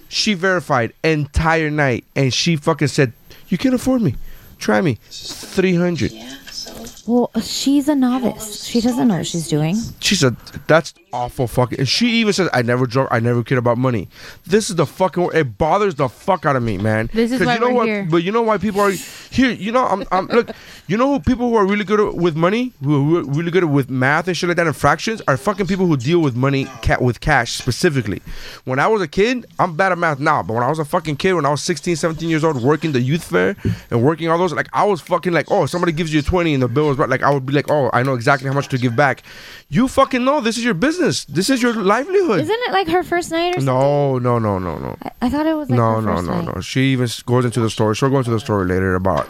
Speaker 1: She verified entire night, and she fucking said, you can't afford me. Try me, three hundred.
Speaker 9: Well, she's a
Speaker 13: Oh,
Speaker 9: novice. She doesn't know what she's doing.
Speaker 1: She said, that's awful fucking. And she even says, I never drunk, I never cared about money. This is the fucking. It bothers the fuck out of me, man.
Speaker 8: This is
Speaker 1: 'Cause
Speaker 8: why
Speaker 1: you know
Speaker 8: we're
Speaker 1: what,
Speaker 8: here.
Speaker 1: But you know why people are. Here, you know, I'm, I'm look. You know who people who are really good at- with money, who are re- really good at with math and shit like that, and fractions, are fucking people who deal with money, cat with cash specifically. When I was a kid, I'm bad at math now, but when I was a fucking kid, when I was 16, 17 years old, working the youth fair and working all those, like I was fucking like, oh, if somebody gives you a 20 and the bill is right, like I would be like, oh, I know exactly how much to give back. You fucking know this is your business. This is your livelihood.
Speaker 9: Isn't it like her first night or something?
Speaker 1: No, no, no, no, no.
Speaker 9: I thought it was like
Speaker 1: no,
Speaker 9: her
Speaker 1: no,
Speaker 9: first
Speaker 1: no,
Speaker 9: night.
Speaker 1: no. She even s- goes into the story. She'll go into the story later about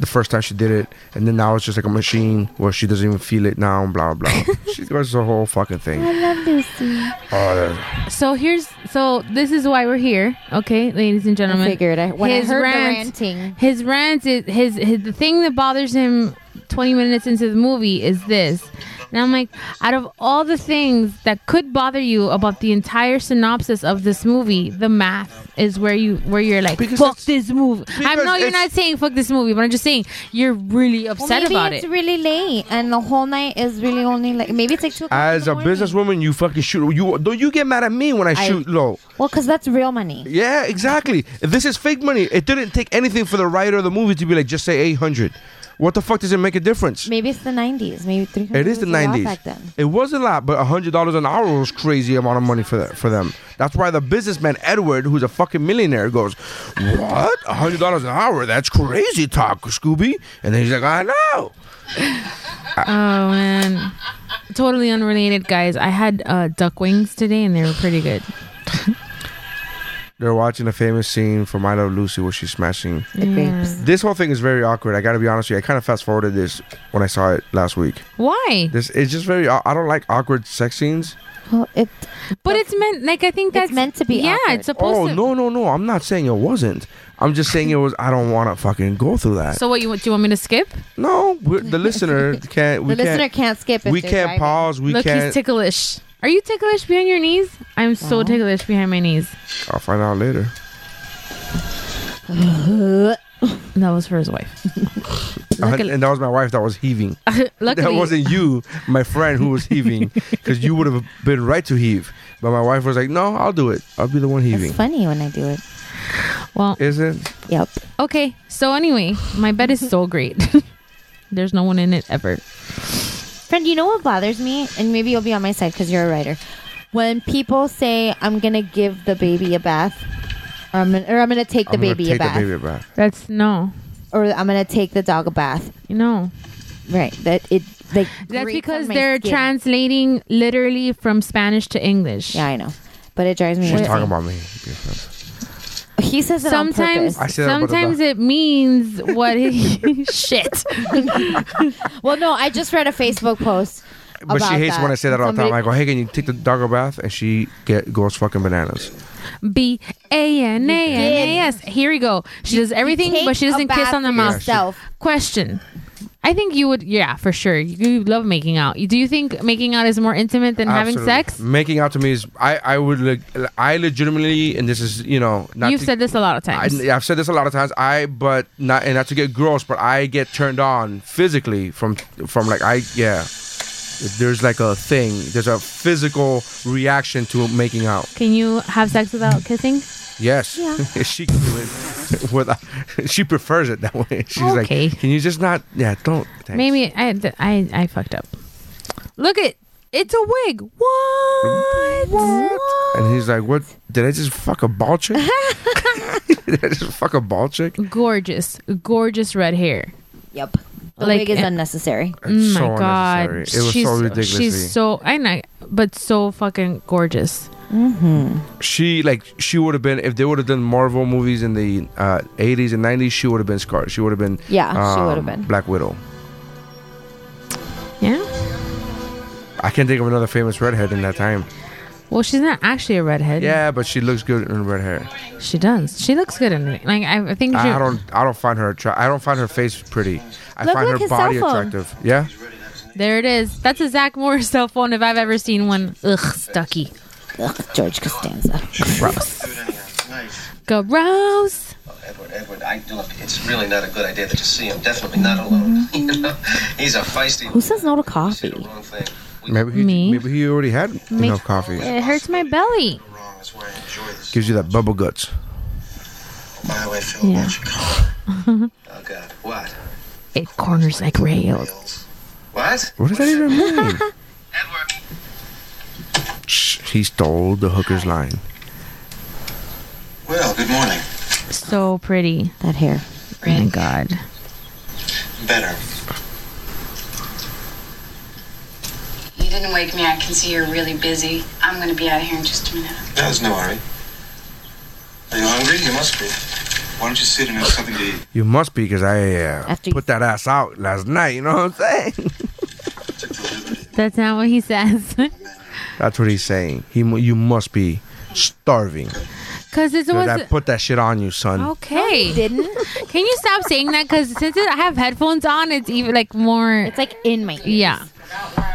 Speaker 1: the first time she did it, and then now it's just like a machine where she doesn't even feel it now, and blah blah. blah. she goes the whole fucking thing.
Speaker 9: I love Lucy.
Speaker 1: Oh, that-
Speaker 8: So here's so this is why we're here, okay, ladies and gentlemen.
Speaker 9: figured. I- when I heard the ranting.
Speaker 8: his rant is his, his the thing that bothers him 20 minutes into the movie is this. And I'm like, out of all the things that could bother you about the entire synopsis of this movie, the math is where you where you're like, fuck this movie. I know you're not saying fuck this movie, but I'm just saying you're really
Speaker 9: Well,
Speaker 8: upset
Speaker 9: maybe
Speaker 8: about
Speaker 9: it's
Speaker 8: it.
Speaker 9: really late, and the whole night is really only like maybe it's like two. o'clock.
Speaker 1: As a businesswoman, you fucking shoot. You don't you get mad at me when I,
Speaker 9: I-
Speaker 1: shoot low?
Speaker 9: Well, because that's real money.
Speaker 1: Yeah, exactly. This is fake money. It didn't take anything for the writer of the movie to be like, just say eight hundred. What the fuck does it make a difference?
Speaker 9: Maybe it's the '90s. Maybe three hundred.
Speaker 1: It is the
Speaker 9: back
Speaker 1: nineties.
Speaker 9: then.
Speaker 1: It was a lot, but hundred dollars an hour was crazy amount of money for that for them. That's why the businessman Edward, who's a fucking millionaire, goes, "What? hundred dollars an hour? That's crazy talk, Scooby." And then he's like, "I know."
Speaker 8: Oh man, totally unrelated, guys. I had uh, duck wings today, and they were pretty good.
Speaker 1: They're watching a famous scene from I Love Lucy where she's smashing
Speaker 9: The grapes.
Speaker 1: This whole thing is very awkward. I got to be honest with you. I kind of fast forwarded this when I saw it last week.
Speaker 8: Why?
Speaker 1: This it's just very. I I don't like awkward sex scenes.
Speaker 9: Well, it
Speaker 8: But it's meant like I think that's meant to be. Yeah, it's supposed
Speaker 1: Oh
Speaker 8: to.
Speaker 1: no no no! I'm not saying it wasn't. I'm just saying it was. I don't want to fucking go through that.
Speaker 8: So what you want? Do you want me to skip?
Speaker 1: No, we're, the listener can't. We
Speaker 8: The
Speaker 1: can't,
Speaker 8: listener can't skip if
Speaker 1: we
Speaker 8: they're
Speaker 1: can't
Speaker 8: driving.
Speaker 1: pause. We
Speaker 8: Look,
Speaker 1: can't.
Speaker 8: he's ticklish. Are you ticklish behind your knees? I'm so ticklish behind my knees.
Speaker 1: I'll find out later.
Speaker 8: that was for his wife. Luckily-
Speaker 1: and that was my wife that was heaving. that
Speaker 8: Luckily-
Speaker 1: wasn't you, my friend, who was heaving, because you would have been right to heave. But my wife was like, "No, I'll do it. I'll be the one heaving."
Speaker 9: It's funny when I do it.
Speaker 8: Well,
Speaker 1: is it?
Speaker 9: Yep.
Speaker 8: Okay. So anyway, my bed is so great. There's no one in it ever.
Speaker 9: Friend, you know what bothers me, and maybe you'll be on my side because you're a writer. When people say, "I'm gonna give the baby a bath," or "I'm gonna, or, I'm gonna take the
Speaker 1: I'm gonna
Speaker 9: baby
Speaker 1: take
Speaker 9: a bath,"
Speaker 1: the baby a bath.
Speaker 8: That's no.
Speaker 9: or "I'm gonna take the dog a bath,"
Speaker 8: you know,
Speaker 9: right? That it like
Speaker 8: That's
Speaker 9: grates on
Speaker 8: because
Speaker 9: my
Speaker 8: they're
Speaker 9: skin.
Speaker 8: translating literally from Spanish to English. Yeah,
Speaker 9: I know. But it drives me.
Speaker 1: She's
Speaker 9: insane.
Speaker 1: talking about me.
Speaker 9: He says it on
Speaker 8: sometimes.
Speaker 9: purpose. I said that about the
Speaker 8: sometimes
Speaker 9: dog.
Speaker 8: it means what? He, shit.
Speaker 9: well, no, I just read a Facebook post.
Speaker 1: But
Speaker 9: about
Speaker 1: she hates
Speaker 9: that.
Speaker 1: when I say that all the time. I
Speaker 9: Somebody-
Speaker 1: go, "Hey, can you take the dog a bath?" And she get goes fucking bananas.
Speaker 8: B A N A N A S. Here we go. She does everything,
Speaker 9: take
Speaker 8: but she
Speaker 9: a
Speaker 8: doesn't kiss
Speaker 9: bath
Speaker 8: on the
Speaker 9: for
Speaker 8: mouth.
Speaker 9: yourself.
Speaker 8: Question. I think you would, yeah, for sure. You, you love making out. Do you think making out is more intimate than having
Speaker 1: Absolutely.
Speaker 8: sex?
Speaker 1: Making out to me is I I would leg- I legitimately and this is you know not
Speaker 8: You've
Speaker 1: to-
Speaker 8: said this a lot of
Speaker 1: I,
Speaker 8: times.
Speaker 1: I've said this a lot of times. I but not and not to get gross, but I get turned on physically from from like I yeah. There's like a thing. There's a physical reaction to making out.
Speaker 8: Can you have sex without kissing?
Speaker 1: Yes,
Speaker 8: Yeah.
Speaker 1: she can do it. Without, she prefers it that way. She's
Speaker 8: Okay.
Speaker 1: like, can you just not? Yeah, don't. thanks."
Speaker 8: Maybe I, th- I, I fucked up. Look at it's a wig. What? What?
Speaker 1: And he's like, what? Did I just fuck a ball chick? Did I just fuck a ball chick?
Speaker 8: Gorgeous, gorgeous red hair.
Speaker 9: Yep. The
Speaker 8: Like,
Speaker 9: wig is
Speaker 8: eh,
Speaker 9: unnecessary.
Speaker 8: Mm, my
Speaker 1: so
Speaker 8: god,
Speaker 1: unnecessary. It was so
Speaker 8: she's
Speaker 1: ridiculously-
Speaker 8: She's so I know, but so fucking gorgeous.
Speaker 9: Mm-hmm.
Speaker 1: She like she would have been if they would have done Marvel movies in the uh, 80s and 90s. She would have been Scar. She would have been
Speaker 8: Yeah, she would have
Speaker 1: um,
Speaker 8: been.
Speaker 1: Black Widow.
Speaker 8: Yeah.
Speaker 1: I can't think of another famous redhead in that time.
Speaker 8: Well, she's not actually a redhead.
Speaker 1: Yeah, but she looks good in red hair.
Speaker 8: She does. She looks good in it. Like I, I think. She,
Speaker 1: I don't I don't find her attra- I don't find her face pretty. I
Speaker 8: Look,
Speaker 1: find
Speaker 8: look,
Speaker 1: her
Speaker 8: his
Speaker 1: body
Speaker 8: cell phone.
Speaker 1: attractive. Yeah.
Speaker 8: There it is. That's a Zach Morris cell phone if I've ever seen one. Ugh, Stucky.
Speaker 9: Ugh, George Costanza.
Speaker 8: Gross.
Speaker 10: Edward, Edward, I look. It's really not a good idea that you see him. Definitely not alone. You know, he's a feisty.
Speaker 9: Who says no to coffee?
Speaker 1: Maybe he,
Speaker 8: Me?
Speaker 1: maybe he already had enough coffee.
Speaker 8: It hurts my belly.
Speaker 1: Gives you that bubble guts.
Speaker 10: By the way, Phil, yeah. why don't you call her?
Speaker 14: oh God, what?
Speaker 8: It corners like rails.
Speaker 14: What?
Speaker 1: What does that even mean? Shh, he stole the hooker's line.
Speaker 14: Well, good morning.
Speaker 8: So pretty.
Speaker 9: That hair.
Speaker 8: Oh my god.
Speaker 14: Better.
Speaker 11: You didn't wake me. I can see you're really busy. I'm gonna be out of here in just a minute.
Speaker 14: That was no hurry. Are you hungry? You must be. Why don't you sit and have something to eat?
Speaker 1: You must be because I uh,
Speaker 8: After you-
Speaker 1: put that ass out last night. You know what I'm saying?
Speaker 8: That's not what he says.
Speaker 1: That's what he's saying. He, mu- you must be starving.
Speaker 8: Cause it's
Speaker 1: 'Cause
Speaker 8: always
Speaker 1: I put that shit on you, son.
Speaker 8: okay. didn't. Can you stop saying that? Cause since I have headphones on, it's even like more. It's
Speaker 9: like in my.
Speaker 8: Yeah.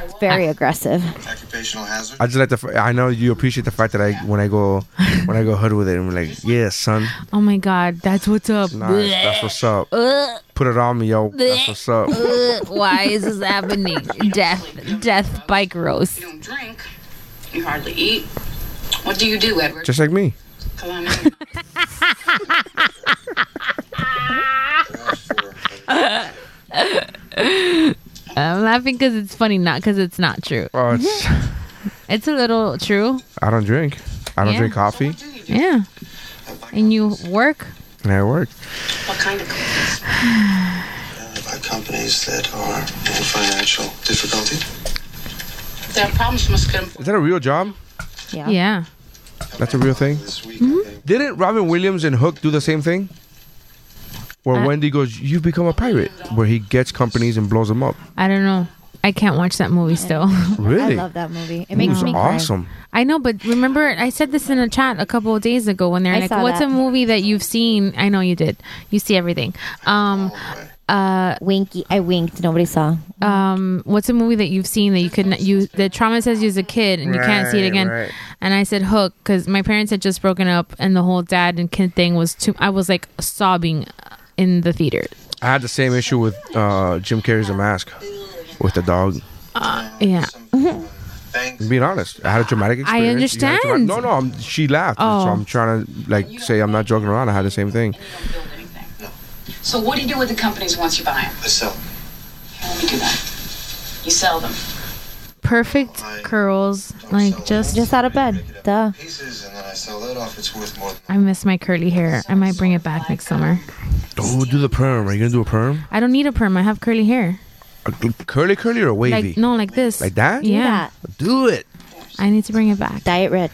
Speaker 9: It's very aggressive.
Speaker 14: Occupational hazard.
Speaker 1: I just like the. F- I know you appreciate the fact that I when I go when I go hood with it, I'm like, yeah, son,
Speaker 8: Oh my god, that's what's up.
Speaker 1: nice, that's what's up.
Speaker 8: Ugh.
Speaker 1: Put it on me, yo. That's what's up.
Speaker 8: Ugh, why is this happening? Death, death, bike roast.
Speaker 11: You hardly eat. What do you do, Edward?
Speaker 1: Just like me.
Speaker 11: Come on. in.
Speaker 8: I'm laughing because it's funny, not because it's not true.
Speaker 1: Oh, it's,
Speaker 8: it's a little true.
Speaker 1: I don't drink. I don't
Speaker 8: Yeah.
Speaker 1: drink coffee,
Speaker 8: Yeah. And you work?
Speaker 1: and I work.
Speaker 11: What kind of
Speaker 14: By companies that are in financial difficulty.
Speaker 11: their problems must come?
Speaker 1: Is that a real job?
Speaker 9: Yeah.
Speaker 8: Yeah.
Speaker 1: That's a real thing.
Speaker 9: Mm-hmm.
Speaker 1: Didn't Robin Williams and Hook do the same thing? Where
Speaker 8: Uh,
Speaker 1: Wendy goes, "You've become a pirate," where he gets companies and blows them up.
Speaker 8: I don't know. I can't watch that movie still.
Speaker 1: Really?
Speaker 9: I love that movie. It
Speaker 1: It
Speaker 9: makes
Speaker 1: was
Speaker 9: me cry.
Speaker 1: awesome.
Speaker 8: I know, but remember, I said this in a chat a couple of days ago when they're
Speaker 9: I
Speaker 8: like,
Speaker 9: saw
Speaker 8: "What's
Speaker 9: that.
Speaker 8: a movie that you've seen?" I know you did. You see everything. Um, uh,
Speaker 9: Winky. I winked. Nobody saw.
Speaker 8: um, what's a movie that you've seen that you couldn't you that traumatized you as a kid and you can't see it
Speaker 9: Right,
Speaker 8: again?
Speaker 9: right.
Speaker 8: And I said Hook because my parents had just broken up and the whole dad and kid thing was too. I was like sobbing in the theater.
Speaker 1: I had the same issue with uh, Jim Carrey's The Mask with the dog.
Speaker 8: Uh, yeah.
Speaker 1: Being honest, I had a traumatic
Speaker 8: I
Speaker 1: experience. You had a
Speaker 8: understand.
Speaker 1: no, no, I'm, she laughed,
Speaker 8: Oh.
Speaker 1: so I'm trying to like say I'm not joking around. I had the same thing.
Speaker 11: So what do you do with the companies once you buy them?
Speaker 14: I sell.
Speaker 11: Let me do that. You sell them.
Speaker 8: Perfect curls, like just
Speaker 9: Just out of bed. Duh.
Speaker 14: Pieces and then uh, I sell that off. It's worth more.
Speaker 8: I miss my curly hair. I might bring it back next summer.
Speaker 1: Oh, do the perm? Are you gonna do a perm?
Speaker 8: I don't need a perm. I have curly hair.
Speaker 1: A g- curly, curly or wavy?
Speaker 8: Like no, like this.
Speaker 1: Like that?
Speaker 8: Yeah.
Speaker 1: Do it.
Speaker 8: I need to bring it back.
Speaker 9: Diet red.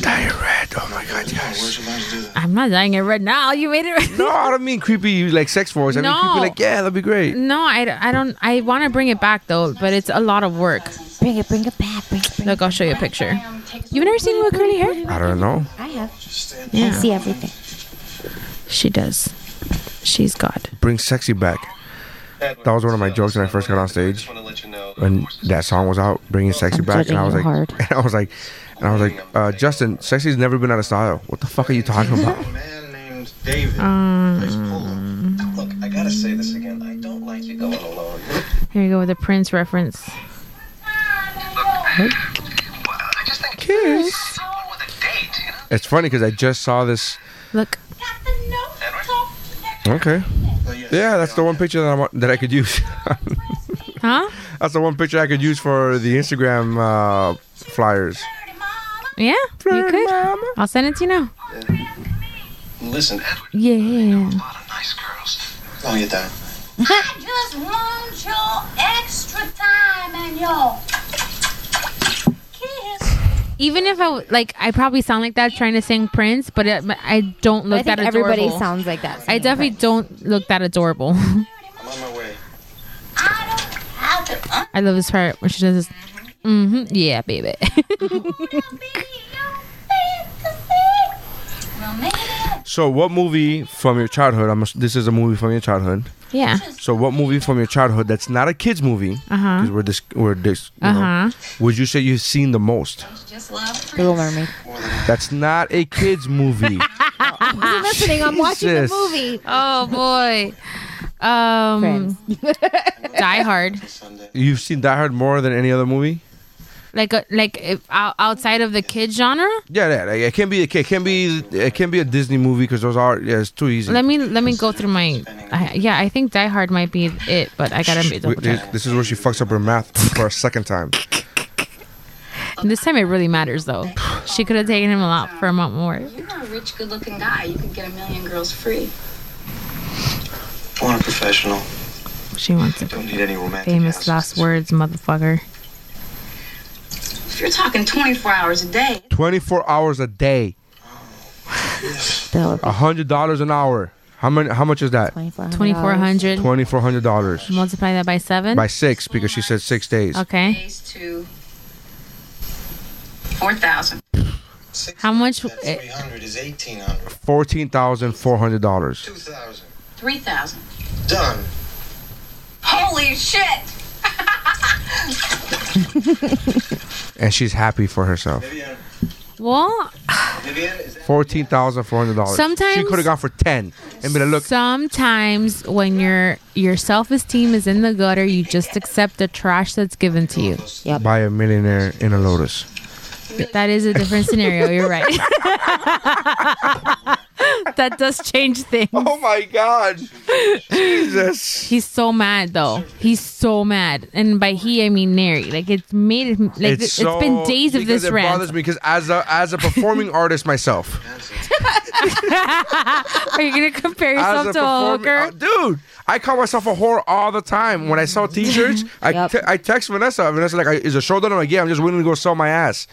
Speaker 1: Diet red. Oh my god, yes.
Speaker 8: I'm not dying it red now. You made it.
Speaker 1: No, I don't mean creepy like sex voice. I mean creepy
Speaker 8: No.
Speaker 1: like yeah, that'd be great.
Speaker 8: No, I, d- I don't. I want to bring it back though, but it's a lot of work.
Speaker 9: Bring it, bring it back. Bring it, bring
Speaker 8: Look, I'll show you a picture. You've never seen me with curly hair?
Speaker 1: I don't know.
Speaker 9: I have. I
Speaker 8: Yeah.
Speaker 9: see everything.
Speaker 8: She does. She's God.
Speaker 1: Bring sexy back. That was one of my jokes when I first got on stage. When that song was out, bringing sexy
Speaker 9: I'm
Speaker 1: back, and I was like,
Speaker 9: judging you hard.
Speaker 1: and I was like, and I was like, uh, Justin, sexy's never been out of style. What the fuck are you talking about?
Speaker 14: David.
Speaker 8: Um,
Speaker 14: Look, I gotta say this again. I don't like you going alone.
Speaker 8: here you go with the Prince reference.
Speaker 1: Kiss. It's funny because I just saw this.
Speaker 8: Look.
Speaker 1: Okay. Yeah, that's the one picture that I want, that I could use.
Speaker 8: Huh?
Speaker 1: that's the one picture I could use for the Instagram uh, flyers.
Speaker 8: Yeah, you could. I'll send it to you now.
Speaker 14: Listen, Edward.
Speaker 8: Yeah.
Speaker 14: Oh, you're done.
Speaker 13: I just want your extra time and your kiss.
Speaker 8: Even if I w- like, I probably sound like that trying to sing Prince, but it, but I don't
Speaker 9: I
Speaker 8: look
Speaker 9: think
Speaker 8: that adorable.
Speaker 9: everybody sounds like that.
Speaker 8: I definitely don't look that adorable.
Speaker 14: I'm on my way.
Speaker 13: How to un-
Speaker 8: I love this part when she does this. Mm-hmm. Yeah, baby.
Speaker 1: So, what movie from your childhood? I'm ass- this is a movie from your childhood.
Speaker 8: yeah.
Speaker 1: So, what movie from your childhood that's not a kids movie?
Speaker 8: Uh huh.
Speaker 1: 'cause we're this, we're this. You
Speaker 8: Uh
Speaker 1: know,
Speaker 8: huh.
Speaker 1: would you say you've seen the most?
Speaker 9: Little Mermaid.
Speaker 1: That's not a kids movie.
Speaker 9: I'm listening. I'm watching
Speaker 1: Jesus.
Speaker 9: the movie.
Speaker 8: Oh boy. Um Die Hard.
Speaker 1: You've seen Die Hard more than any other movie.
Speaker 8: Like a, like if, ou- outside of the kid genre.
Speaker 1: Yeah, yeah. Like, it can be. It can be. It can be a Disney movie because those are. Yeah, it's too easy.
Speaker 8: Let me let me go through my. I, yeah, I think Die Hard might be it, but I gotta
Speaker 1: We-
Speaker 8: double check.
Speaker 1: this is where she fucks up her math for a second time.
Speaker 8: This time it really matters though. She could have taken him a lot for a month more.
Speaker 11: You're a rich, good-looking guy. You could get a million girls free.
Speaker 14: I want a professional.
Speaker 8: She wants it.
Speaker 14: Don't need any romantic.
Speaker 8: Famous last words, motherfucker.
Speaker 11: If you're talking 24 hours a day,
Speaker 1: Twenty-four hours a day. A hundred dollars an hour. How many? How much is that?
Speaker 8: Twenty four hundred.
Speaker 1: Twenty-four hundred dollars
Speaker 8: Multiply that by seven.
Speaker 1: by six because she said six days.
Speaker 8: Okay.
Speaker 11: days to four thousand.
Speaker 8: How much? eh,
Speaker 14: Three hundred is eighteen hundred.
Speaker 1: Fourteen thousand four hundred dollars.
Speaker 14: Two thousand.
Speaker 11: Three thousand.
Speaker 14: Done.
Speaker 11: Holy shit!
Speaker 1: And she's happy for herself.
Speaker 8: Well,
Speaker 1: Fourteen thousand four hundred dollars. she
Speaker 8: Sometimes-
Speaker 1: could have gone for ten and been like, look.
Speaker 8: sometimes when your your self esteem is in the gutter, you just accept the trash that's given to you.
Speaker 1: By a millionaire in a Lotus.
Speaker 8: That is a different scenario. You're right. that does change things. Oh
Speaker 1: my God. Jesus.
Speaker 8: He's so mad though. He's so mad. And by he, I mean Neri. Like it's made him like it's been
Speaker 1: so-
Speaker 8: days of
Speaker 1: because
Speaker 8: this
Speaker 1: it bothers
Speaker 8: rant.
Speaker 1: me because as a as a performing artist myself,
Speaker 8: Are you gonna compare yourself to a
Speaker 1: perform-
Speaker 8: hooker?
Speaker 1: uh, dude, I call myself a whore all the time. When I sell T-shirts, I te- I text Vanessa. Vanessa like, is a show done? I'm like, yeah, I'm just willing to go sell my ass.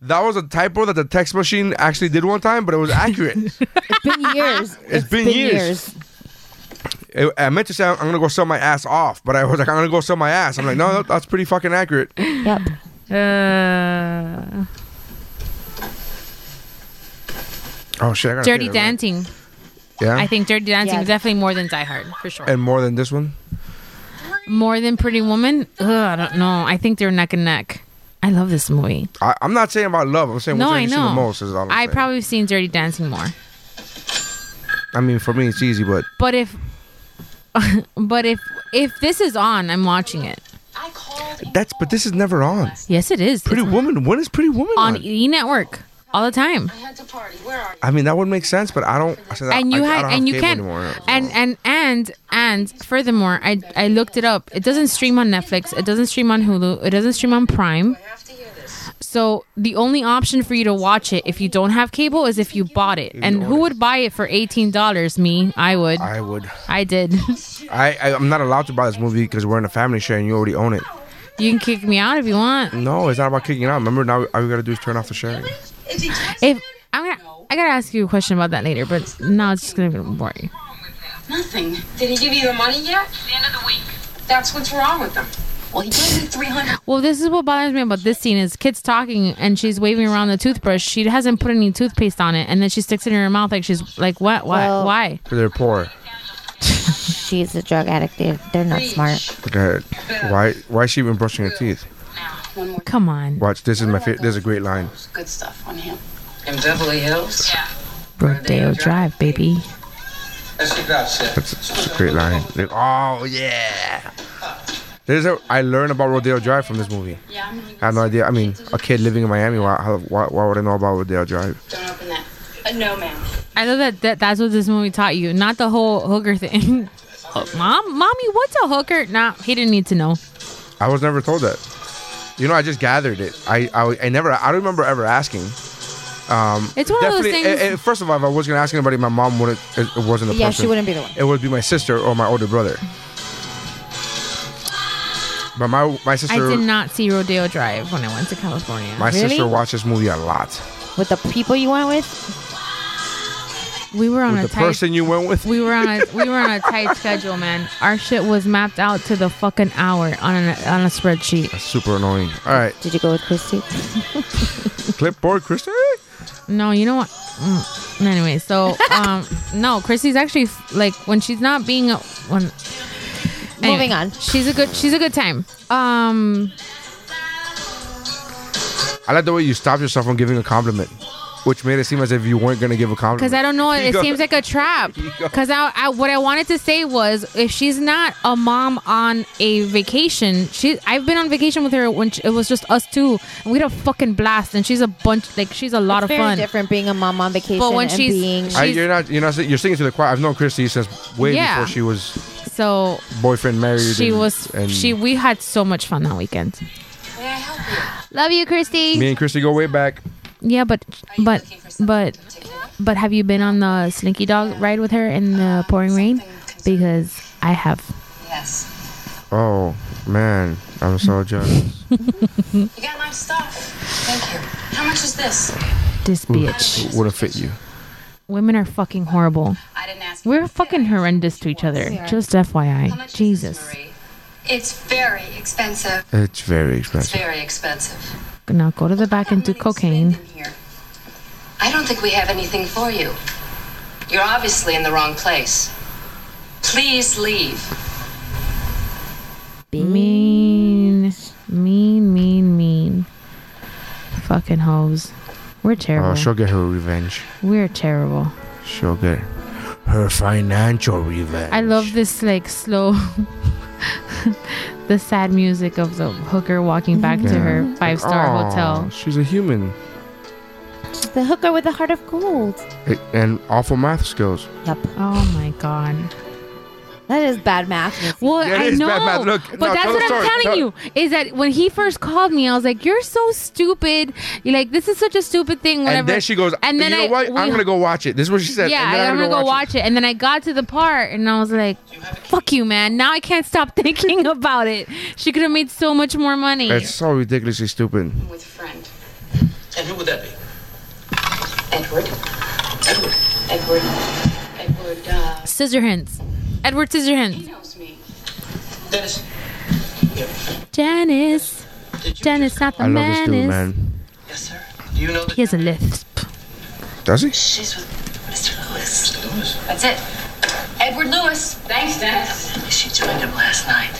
Speaker 1: That was a typo that the text machine actually did one time, but it was accurate.
Speaker 9: It's been years.
Speaker 1: it's been, years. I- I meant to say I'm gonna go sell my ass off, but I was like, I'm gonna go sell my ass. I'm like, no, that- that's pretty fucking accurate.
Speaker 9: Yep.
Speaker 8: Uh,
Speaker 1: Oh shit, I gotta
Speaker 8: Dirty
Speaker 1: think of it.
Speaker 8: Dancing.
Speaker 1: Yeah,
Speaker 8: I think Dirty Dancing
Speaker 9: Yes.
Speaker 8: is definitely more than Die Hard for sure.
Speaker 1: and more than this one.
Speaker 8: more than Pretty Woman. Ugh, I don't know. I think they're neck and neck. I love this movie.
Speaker 1: I, I'm not saying about love. I'm saying
Speaker 8: no,
Speaker 1: which one
Speaker 8: I
Speaker 1: you see the
Speaker 8: know.
Speaker 1: most is all. I'm
Speaker 8: I
Speaker 1: saying.
Speaker 8: probably have seen Dirty Dancing more.
Speaker 1: I mean, for me, it's easy, but
Speaker 8: But if, but if if this is on, I'm watching it.
Speaker 1: that's but this is never on.
Speaker 8: Yes, it is.
Speaker 1: Pretty Woman. When is Pretty Woman
Speaker 8: on
Speaker 1: on?
Speaker 8: E Network all the time.
Speaker 1: I mean, that would make sense, but I don't. I said, I-
Speaker 8: and you
Speaker 1: I, I
Speaker 8: had
Speaker 1: don't have
Speaker 8: and you
Speaker 1: cable
Speaker 8: can
Speaker 1: anymore.
Speaker 8: and and and and furthermore i i looked it up it doesn't stream on netflix it doesn't stream on hulu it doesn't stream on prime so the only option for you to watch it if you don't have cable is if you bought it and who would buy it for $18 me i would
Speaker 1: I would.
Speaker 8: i did
Speaker 1: I, I I'm not allowed to buy this movie because we're in a family share and you already own it.
Speaker 8: you can kick me out if you want
Speaker 1: No, it's not about kicking out. Remember, now all we gotta do is turn off the sharing.
Speaker 8: if i'm gonna i gotta ask you a question about that later but now it's just gonna bore you
Speaker 11: Nothing. Did he give you the money yet? The end of the week. That's what's wrong with them. Well, he gave me three hundred.
Speaker 8: Well, this is what bothers me about this scene is kids talking and she's waving around the toothbrush. She hasn't put any toothpaste on it, and then she sticks it in her mouth like she's like, "What? Why?
Speaker 9: Well-
Speaker 8: why?"
Speaker 1: Because they're poor.
Speaker 9: She's a drug addict. They're, they're not smart.
Speaker 1: Okay. Why why is she even brushing her teeth?
Speaker 8: Come on.
Speaker 1: Watch. This is my favorite. There's a great line.
Speaker 11: Good stuff on him.
Speaker 12: In Beverly Hills? Yeah.
Speaker 8: Brookdale Drive, baby.
Speaker 12: That's the gossip.
Speaker 1: That's it's a great line. Like, oh yeah. There's a. I learned about Rodeo Drive from this movie. I have no idea. I mean, a kid living in Miami. Why how, why, why would I know about Rodeo Drive?
Speaker 11: Don't open that. Uh, no, ma'am.
Speaker 8: I know that, that that's what this movie taught you, not the whole hooker thing. Oh, Mom, mommy, what's a hooker? Nah, he didn't need to know.
Speaker 1: I was never told that. You know, I just gathered it. I I, I never. I don't remember ever asking. Um,
Speaker 8: It's one of those
Speaker 1: definitely-
Speaker 8: things-
Speaker 1: eh, eh, first of all, if I was gonna ask anybody, my mom wouldn't. It, it wasn't the
Speaker 9: Yeah, she
Speaker 1: person.
Speaker 9: wouldn't be the one.
Speaker 1: It would be my sister or my older brother. But my my
Speaker 8: I
Speaker 1: sister,
Speaker 8: did not see Rodeo Drive when I went to California.
Speaker 1: my sister
Speaker 9: Really?
Speaker 1: watched this movie a lot.
Speaker 9: With the people you went with?
Speaker 8: we were on
Speaker 1: With
Speaker 8: a
Speaker 1: the
Speaker 8: tight
Speaker 1: person you went with,
Speaker 8: We were on a we were on a tight schedule, man. Our shit was mapped out to the fucking hour on a, on a spreadsheet.
Speaker 1: super annoying. All right,
Speaker 9: Did you go with Christy?
Speaker 1: clipboard, Kristen.
Speaker 8: No, you know what? Mm. Anyway, so um, no, Chrissy's actually like when she's not being a, when.
Speaker 9: Moving on.
Speaker 8: she's a good she's a good time. Um,
Speaker 1: I like the way you stopped yourself from giving a compliment. which made it seem as if you weren't gonna give a compliment.
Speaker 8: Because I don't know. It
Speaker 1: Ego.
Speaker 8: seems like a trap. Because I, I, what I wanted to say was, if she's not a mom on a vacation, she, I've been on vacation with her when she, it was just us two, and we had a fucking blast. And she's a bunch, like she's a lot
Speaker 9: It's
Speaker 8: of
Speaker 9: very
Speaker 8: fun.
Speaker 9: different being a mom on vacation
Speaker 8: But when
Speaker 9: and
Speaker 8: she's-
Speaker 9: being
Speaker 1: I, you're not. You're not. You're singing to the choir. I've known Christy since way
Speaker 8: Yeah.
Speaker 1: before she was
Speaker 8: So
Speaker 1: boyfriend married.
Speaker 8: she
Speaker 1: and-
Speaker 8: was,
Speaker 1: And
Speaker 8: she, we had so much fun that weekend. Love you, Christy.
Speaker 1: Me and Christy go way back.
Speaker 8: Yeah, but but but but have you been on the Slinky Dog ride with her in the pouring rain? Because I have.
Speaker 11: Yes.
Speaker 1: Oh man, I'm so jealous.
Speaker 11: You got my stuff. Thank you. How much is this?
Speaker 8: This bitch.
Speaker 1: Ooh, Wouldn't fit you.
Speaker 8: Women are fucking horrible. We're fucking horrendous to each other. Just FYI. Jesus.
Speaker 11: It's very expensive.
Speaker 1: It's very
Speaker 11: It's
Speaker 1: expensive.
Speaker 11: very expensive.
Speaker 8: Now go to the back and do cocaine.
Speaker 11: I don't think we have anything for you. You're obviously in the wrong place. Please leave.
Speaker 8: Mean, mean, mean, mean. Fucking hoes. We're
Speaker 1: Oh,
Speaker 8: terrible.
Speaker 1: she'll get her revenge.
Speaker 8: We're terrible.
Speaker 1: She'll get her financial revenge.
Speaker 8: I love this like slow, the sad music of the hooker walking back to
Speaker 1: Yeah.
Speaker 8: her five star
Speaker 1: Aw,
Speaker 8: hotel.
Speaker 1: She's a human
Speaker 9: the hooker with a heart of gold.
Speaker 1: It- and awful math skills.
Speaker 9: Yep.
Speaker 8: Oh my god.
Speaker 9: That is bad math.
Speaker 8: Well,
Speaker 1: Yeah, it
Speaker 8: I
Speaker 1: is
Speaker 8: know,
Speaker 1: bad math. Look,
Speaker 8: but
Speaker 1: no,
Speaker 8: that's
Speaker 1: tell
Speaker 8: what
Speaker 1: the
Speaker 8: I'm
Speaker 1: story.
Speaker 8: telling
Speaker 1: Tell-
Speaker 8: you is that when he first called me, I was like, "You're so stupid! You're like, this is such a stupid thing." Whatever.
Speaker 1: And then she goes,
Speaker 8: And then
Speaker 1: you know
Speaker 8: I,
Speaker 1: what? I'm
Speaker 8: we-
Speaker 1: gonna go watch it. This is what she said.
Speaker 8: Yeah,
Speaker 1: and then
Speaker 8: I'm gonna go watch it. And then I got to the part, and I was like, "Fuck you, man! Now I can't stop thinking about it. She could have made so much more money."
Speaker 1: It's so ridiculously stupid.
Speaker 11: With friend.
Speaker 14: And who would that be?
Speaker 11: Edward. Edward. Edward. Edward, uh,
Speaker 8: Scissorhands. Edward Scissorhands.
Speaker 14: Dennis.
Speaker 8: Janice. Janice, not the
Speaker 1: I love this dude,
Speaker 8: menace.
Speaker 1: man.
Speaker 14: Yes, sir. Do you know
Speaker 8: He has a lisp.
Speaker 1: Does he?
Speaker 11: She's with Mr. Lewis. That's it. Edward Lewis. Thanks, Dennis. She joined him last night.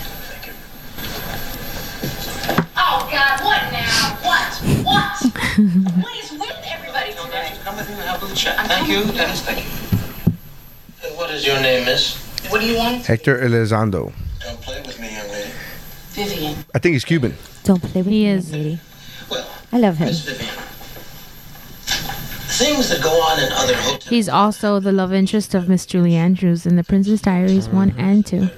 Speaker 11: Oh, God, what now? What? What? what is with everybody today?
Speaker 14: Come with me and have a little chat. Thank you, Dennis. Thank you. And what is your name, miss?
Speaker 11: What do you want?
Speaker 1: Hector Elizondo.
Speaker 14: Don't play with me, young lady.
Speaker 11: Vivian.
Speaker 1: I think he's Cuban.
Speaker 9: Don't play with
Speaker 8: He is.
Speaker 9: I love him.
Speaker 14: Things that go on in other hotels.
Speaker 8: He's also the love interest of Miss Julie Andrews in The Princess Diaries 1 and 2.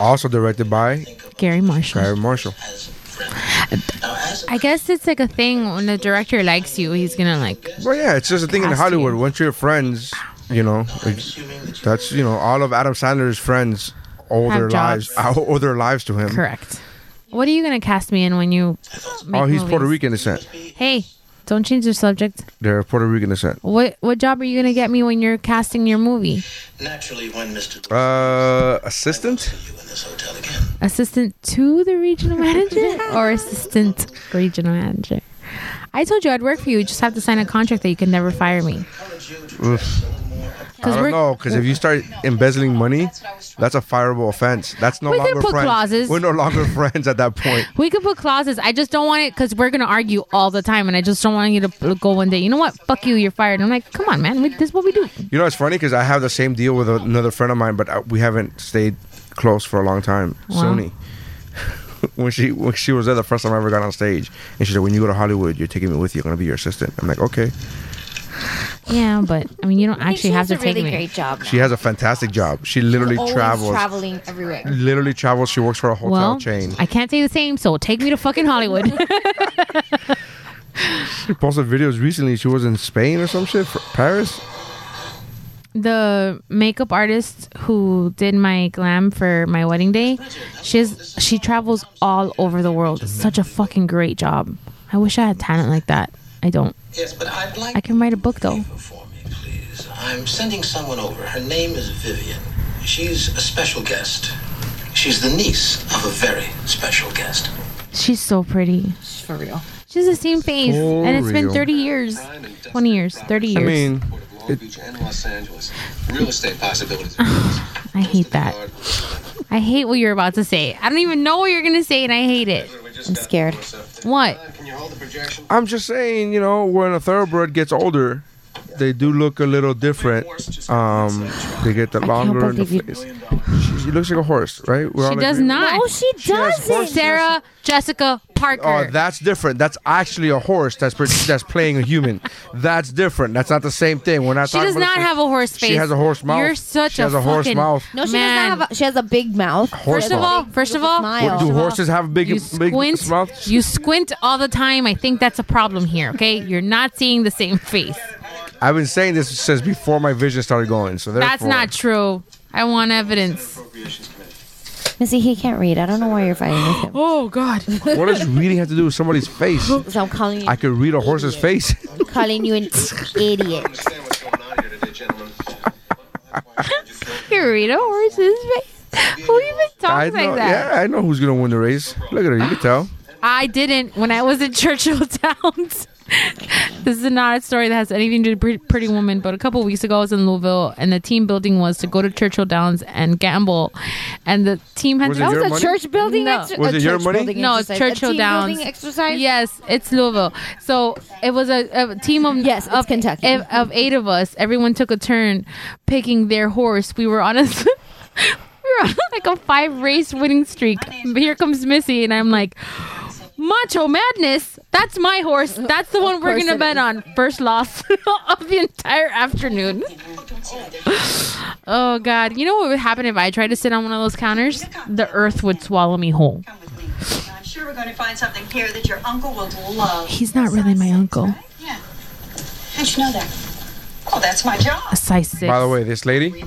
Speaker 1: Also directed by
Speaker 8: Gary Marshall.
Speaker 1: Gary Marshall.
Speaker 8: I guess it's like a thing when the director likes you, he's gonna like.
Speaker 1: Well, yeah, it's just a thing in
Speaker 8: Cast
Speaker 1: Hollywood. Once you're friends, you know, it- that's you know, all of Adam Sandler's friends owe
Speaker 8: Have
Speaker 1: their lives,
Speaker 8: jobs.
Speaker 1: owe their lives to him.
Speaker 8: Correct. What are you gonna cast me in when you. Make
Speaker 1: Oh, he's
Speaker 8: movies?
Speaker 1: Puerto Rican descent.
Speaker 8: Hey, don't change the subject.
Speaker 1: They're Puerto Rican descent.
Speaker 8: What what job are you gonna get me when you're casting your movie?
Speaker 14: Naturally, when Mr.
Speaker 8: Oh.
Speaker 1: Uh, assistant.
Speaker 8: Assistant to the regional manager or assistant regional manager? I told you I'd work for you. You just have to sign a contract that you can never fire me.
Speaker 1: Oof. I don't
Speaker 8: we're-
Speaker 1: know, because if you start embezzling money, that's a fireable offense. That's no
Speaker 8: We can
Speaker 1: longer
Speaker 8: put
Speaker 1: friends.
Speaker 8: clauses.
Speaker 1: We're no longer friends at that point.
Speaker 8: We could put clauses. I just don't want it because we're gonna argue all the time, and I just don't want you to go one day. You know what? Fuck you. You're fired. I'm like, come on, man. We, this is what we do.
Speaker 1: You know, it's funny because I have the same deal with another friend of mine, but uh, we haven't stayed close for a long time.
Speaker 8: Wow.
Speaker 1: Sony. when she when she was there the first time I ever got on stage, and she said, "When you go to Hollywood, you're taking me with you. I'm gonna be your assistant." I'm like, "Okay."
Speaker 8: Yeah, but I mean, you don't actually
Speaker 9: she
Speaker 8: have
Speaker 9: has
Speaker 8: to
Speaker 9: a
Speaker 8: take
Speaker 9: really
Speaker 8: me.
Speaker 9: great job.
Speaker 1: She has a fantastic job. She literally
Speaker 9: Always
Speaker 1: travels.
Speaker 9: traveling everywhere.
Speaker 1: Literally travels. She works for a hotel
Speaker 8: Well,
Speaker 1: chain.
Speaker 8: I can't say the same, so take me to fucking Hollywood.
Speaker 1: She posted videos recently. She was in Spain or some shit, for Paris.
Speaker 8: the makeup artist who did my glam for my wedding day, she's she travels all over the world. It's such a fucking great job. I wish I had talent like that. I don't.
Speaker 14: Yes, but I'd like
Speaker 8: I can write a book though.
Speaker 14: I'm sending someone over. Her name is Vivian. She's a special guest. She's the niece of a very special guest.
Speaker 8: She's so pretty.
Speaker 9: For real.
Speaker 8: She's the same face,
Speaker 1: For
Speaker 8: and it's been
Speaker 1: real.
Speaker 8: thirty years, twenty years, thirty
Speaker 1: I
Speaker 8: years.
Speaker 1: mean,
Speaker 14: Long Beach and Los Angeles. Real estate possibilities.
Speaker 8: I hate that. I hate what you're about to say. I don't even know what you're gonna say, and I hate it.
Speaker 9: I'm scared.
Speaker 8: What?
Speaker 1: I'm just saying, you know, when a thoroughbred gets older, they do look a little different. Um, they get the longer in the face. She, she looks like a horse, right? We're
Speaker 8: She
Speaker 1: all
Speaker 8: does
Speaker 1: agreeing.
Speaker 8: not.
Speaker 9: Oh,
Speaker 8: No, she doesn't. Sarah Jessica Parker.
Speaker 1: Oh, that's different. That's actually a horse that's pre- that's playing a human. That's different. That's not the same thing. We're not.
Speaker 8: she
Speaker 1: talking
Speaker 8: does
Speaker 1: about the
Speaker 8: not
Speaker 1: same-
Speaker 8: have a horse face.
Speaker 1: She has a horse mouth.
Speaker 8: You're such
Speaker 1: she
Speaker 8: a
Speaker 1: has a horse
Speaker 8: fucking-
Speaker 1: mouth.
Speaker 9: No, she does not have. A, she has a big mouth.
Speaker 1: Horse
Speaker 8: First of all,
Speaker 1: mouth.
Speaker 8: first of all,
Speaker 1: What, do horses have a big,
Speaker 8: you
Speaker 1: big
Speaker 8: squint,
Speaker 1: mouth?
Speaker 8: you squint all the time. I think that's a problem here. Okay, you're not seeing the same face.
Speaker 1: I've been saying this since before my vision started going. So therefore,
Speaker 8: That's not true. I want evidence.
Speaker 9: Missy, he can't read. I don't know why you're fighting with him.
Speaker 8: Oh God.
Speaker 1: What does reading have to do with somebody's face?
Speaker 9: So I'm calling you.
Speaker 1: I could read a horse's face.
Speaker 9: I'm calling you an idiot.
Speaker 8: you read a horse's face. Who even
Speaker 1: I
Speaker 8: talks
Speaker 1: know,
Speaker 8: like that?
Speaker 1: Yeah, I know who's gonna win the race. Look at her. You can tell.
Speaker 8: I didn't when I was in Churchill Downs. this is not a story that has anything to do with Pretty- Pretty Woman, but a couple weeks ago I was in Louisville and the team building was to go to Churchill Downs and gamble, and the team had
Speaker 1: Was it That was your a money? church
Speaker 9: building
Speaker 8: No,
Speaker 9: exer-
Speaker 1: Was
Speaker 9: a
Speaker 1: it your
Speaker 9: church
Speaker 1: money?
Speaker 9: building
Speaker 8: no, it's
Speaker 9: exercise. A
Speaker 8: Churchill
Speaker 9: team
Speaker 8: Downs.
Speaker 9: building exercise.
Speaker 8: Yes, it's Louisville. So it was a, a team of yes, of Kentucky of, of eight of us. Everyone took a turn picking their horse. We were on a we were on like a five race winning streak. But here comes Missy, and I'm like. Macho Madness. That's my horse. That's the one we're
Speaker 9: course
Speaker 8: gonna
Speaker 9: it
Speaker 8: bet on. First loss of the entire afternoon. oh God! You know what would happen if I tried to sit on one of those counters? The earth would swallow me whole.
Speaker 15: I'm sure we're going to find something here that your uncle will love.
Speaker 8: He's not really my uncle.
Speaker 15: How'd you know that? Oh, that's my job.
Speaker 8: A size six.
Speaker 1: By the way, this lady.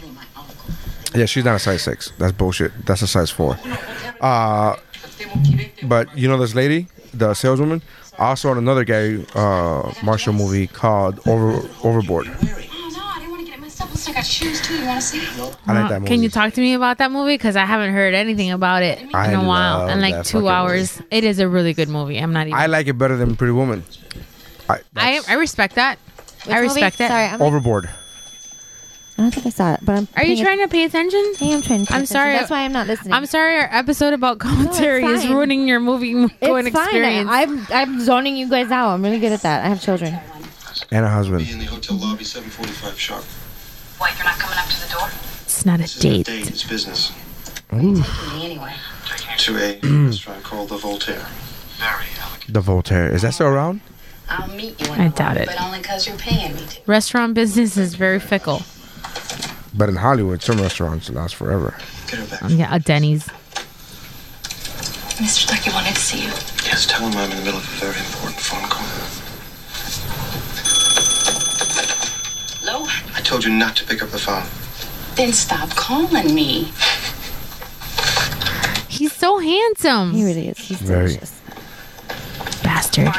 Speaker 1: Yeah, she's not a size six. That's bullshit. That's a size four. Uh, but you know this lady, the saleswoman, also on another gay uh, martial movie called Over Overboard.
Speaker 11: Plus, I got shoes too. You want to see?
Speaker 1: I like that
Speaker 8: Uh,
Speaker 1: movie.
Speaker 8: Can you talk to me about that movie? Because I haven't heard anything about it
Speaker 1: I
Speaker 8: in a while.
Speaker 1: love
Speaker 8: In like
Speaker 1: that
Speaker 8: two
Speaker 1: fucking
Speaker 8: hours. It is a really good movie. I'm not even.
Speaker 1: I like it better than Pretty Woman. I,
Speaker 8: I, I respect that.
Speaker 9: Which
Speaker 8: I
Speaker 9: movie?
Speaker 8: respect that.
Speaker 9: Sorry, I'm like-
Speaker 1: Overboard.
Speaker 9: I don't think I saw it, but I'm.
Speaker 8: Are you
Speaker 9: paying
Speaker 8: trying to pay attention?
Speaker 9: I am trying. To pay
Speaker 8: I'm
Speaker 9: attention.
Speaker 8: sorry.
Speaker 9: That's why I'm not listening.
Speaker 8: I'm sorry. Our episode about commentary is
Speaker 9: fine.
Speaker 8: ruining your movie going
Speaker 9: it's fine.
Speaker 8: experience.
Speaker 9: I, am I'm zoning you guys out. I'm really good at that. I have children.
Speaker 1: And a husband.
Speaker 14: In the hotel lobby, 7:45 sharp.
Speaker 15: What, you're not coming up to the door?
Speaker 8: It's not
Speaker 14: This
Speaker 8: a
Speaker 14: is a
Speaker 8: date.
Speaker 14: date. It's business.
Speaker 15: Me anyway. Mm.
Speaker 14: To a restaurant called the Voltaire.
Speaker 1: The Voltaire. Is that still around?
Speaker 15: I'll meet you.
Speaker 8: I doubt it.
Speaker 15: But only 'cause you're paying me to.
Speaker 8: Restaurant business is very fickle.
Speaker 1: But in Hollywood, some restaurants last forever.
Speaker 8: Um, Yeah, a Denny's.
Speaker 15: Mr. Ducky wanted to see you.
Speaker 14: Yes, tell him I'm in the middle of a very important phone call.
Speaker 15: Hello?
Speaker 14: I told you not to pick up the phone.
Speaker 15: Then stop calling me.
Speaker 8: He's so handsome. He
Speaker 9: really is. He's
Speaker 1: Very.
Speaker 8: Bastard.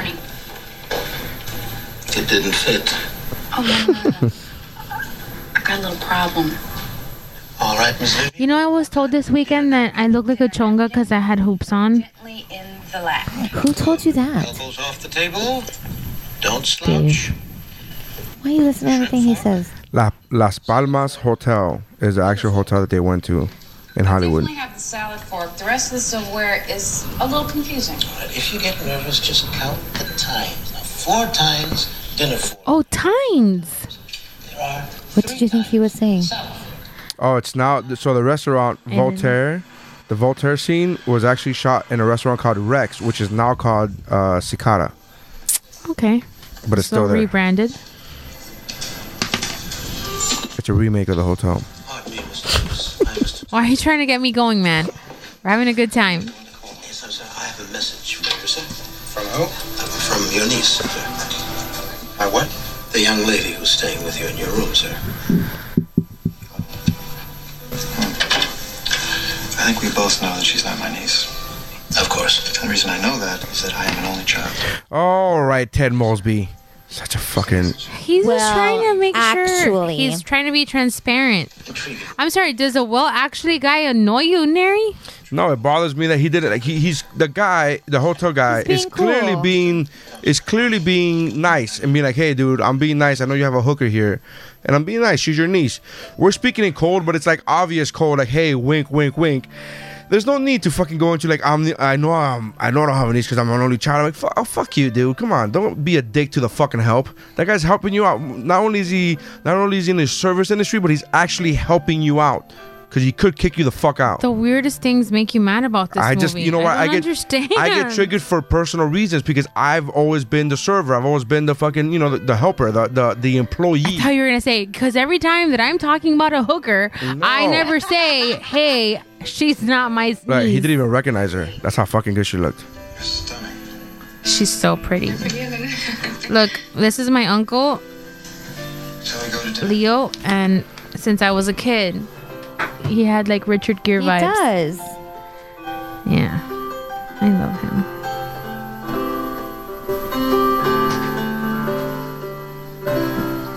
Speaker 14: It didn't fit.
Speaker 15: Oh, no, no, no, no. I got a little problem.
Speaker 14: All right, Miss Vivian.
Speaker 8: You know, I was told this weekend that I look like a chonga because I had hoops on.
Speaker 15: In the lap.
Speaker 9: Who told you that?
Speaker 14: Elbows off the table. Don't slouch.
Speaker 9: Why you listen to everything he says?
Speaker 1: La, Las Palmas Hotel is the actual hotel that they went to in Hollywood.
Speaker 11: I have the salad fork. The rest of the silverware is a little confusing.
Speaker 14: If you get nervous, just count the times. Now, four times dinner fork.
Speaker 8: Oh, times.
Speaker 9: What did you think he was saying?
Speaker 1: Oh, it's now so the restaurant
Speaker 9: And then-
Speaker 1: Voltaire. The Voltaire scene was actually shot in a restaurant called Rex, which is now called uh, Cicada,
Speaker 8: Okay.
Speaker 1: but it's
Speaker 8: so
Speaker 1: still there.
Speaker 8: rebranded.
Speaker 1: it's a remake of the hotel.
Speaker 8: Why are you trying to get me going, man? We're having a good time.
Speaker 14: Yes, I'm sorry. I have a message for you, sir. From who? From your niece, sir. My what? The young lady who's staying with you in your room, sir. I think we both know that she's not my niece. Of course. The reason I know that is that I am an only child.
Speaker 1: All right, Ted Mosby, such a fucking.
Speaker 8: He's just trying to make
Speaker 9: actually-
Speaker 8: sure. He's trying to be transparent. I'm sorry, does a well actually guy annoy you, Neri?
Speaker 1: No, it bothers me that he did it. Like he, he's the guy, the hotel guy
Speaker 8: being
Speaker 1: is clearly
Speaker 8: cool.
Speaker 1: being is clearly being nice and being like, "Hey, dude, I'm being nice. I know you have a hooker here, and I'm being nice. She's your niece. We're speaking in code, but it's like obvious code. Like, hey, wink, wink, wink." There's no need to fucking go into like I'm. The, I know I'm. I know I don't have an niece because I'm an only child. I'm like, fuck, oh, fuck you, dude. Come on, don't be a dick to the fucking help. That guy's helping you out. Not only is he, not only is he in the service industry, but he's actually helping you out because he could kick you the fuck out.
Speaker 8: The weirdest things make you mad about this.
Speaker 1: I just,
Speaker 8: movie.
Speaker 1: you know what?
Speaker 8: I,
Speaker 1: I
Speaker 8: don't
Speaker 1: get,
Speaker 8: understand.
Speaker 1: I get triggered for personal reasons because I've always been the server. I've always been the fucking, you know, the, the helper, the the the employee.
Speaker 8: How you were gonna say? Because every time that I'm talking about a hooker, I never say, "Hey, she's not my." Niece.
Speaker 1: Like he didn't even recognize her. That's how fucking good she looked.
Speaker 8: She's so pretty. Look, this is my uncle, Leo, and since I was a kid, he had like Richard Gere
Speaker 9: He
Speaker 8: vibes.
Speaker 9: does.
Speaker 8: Yeah, I love him.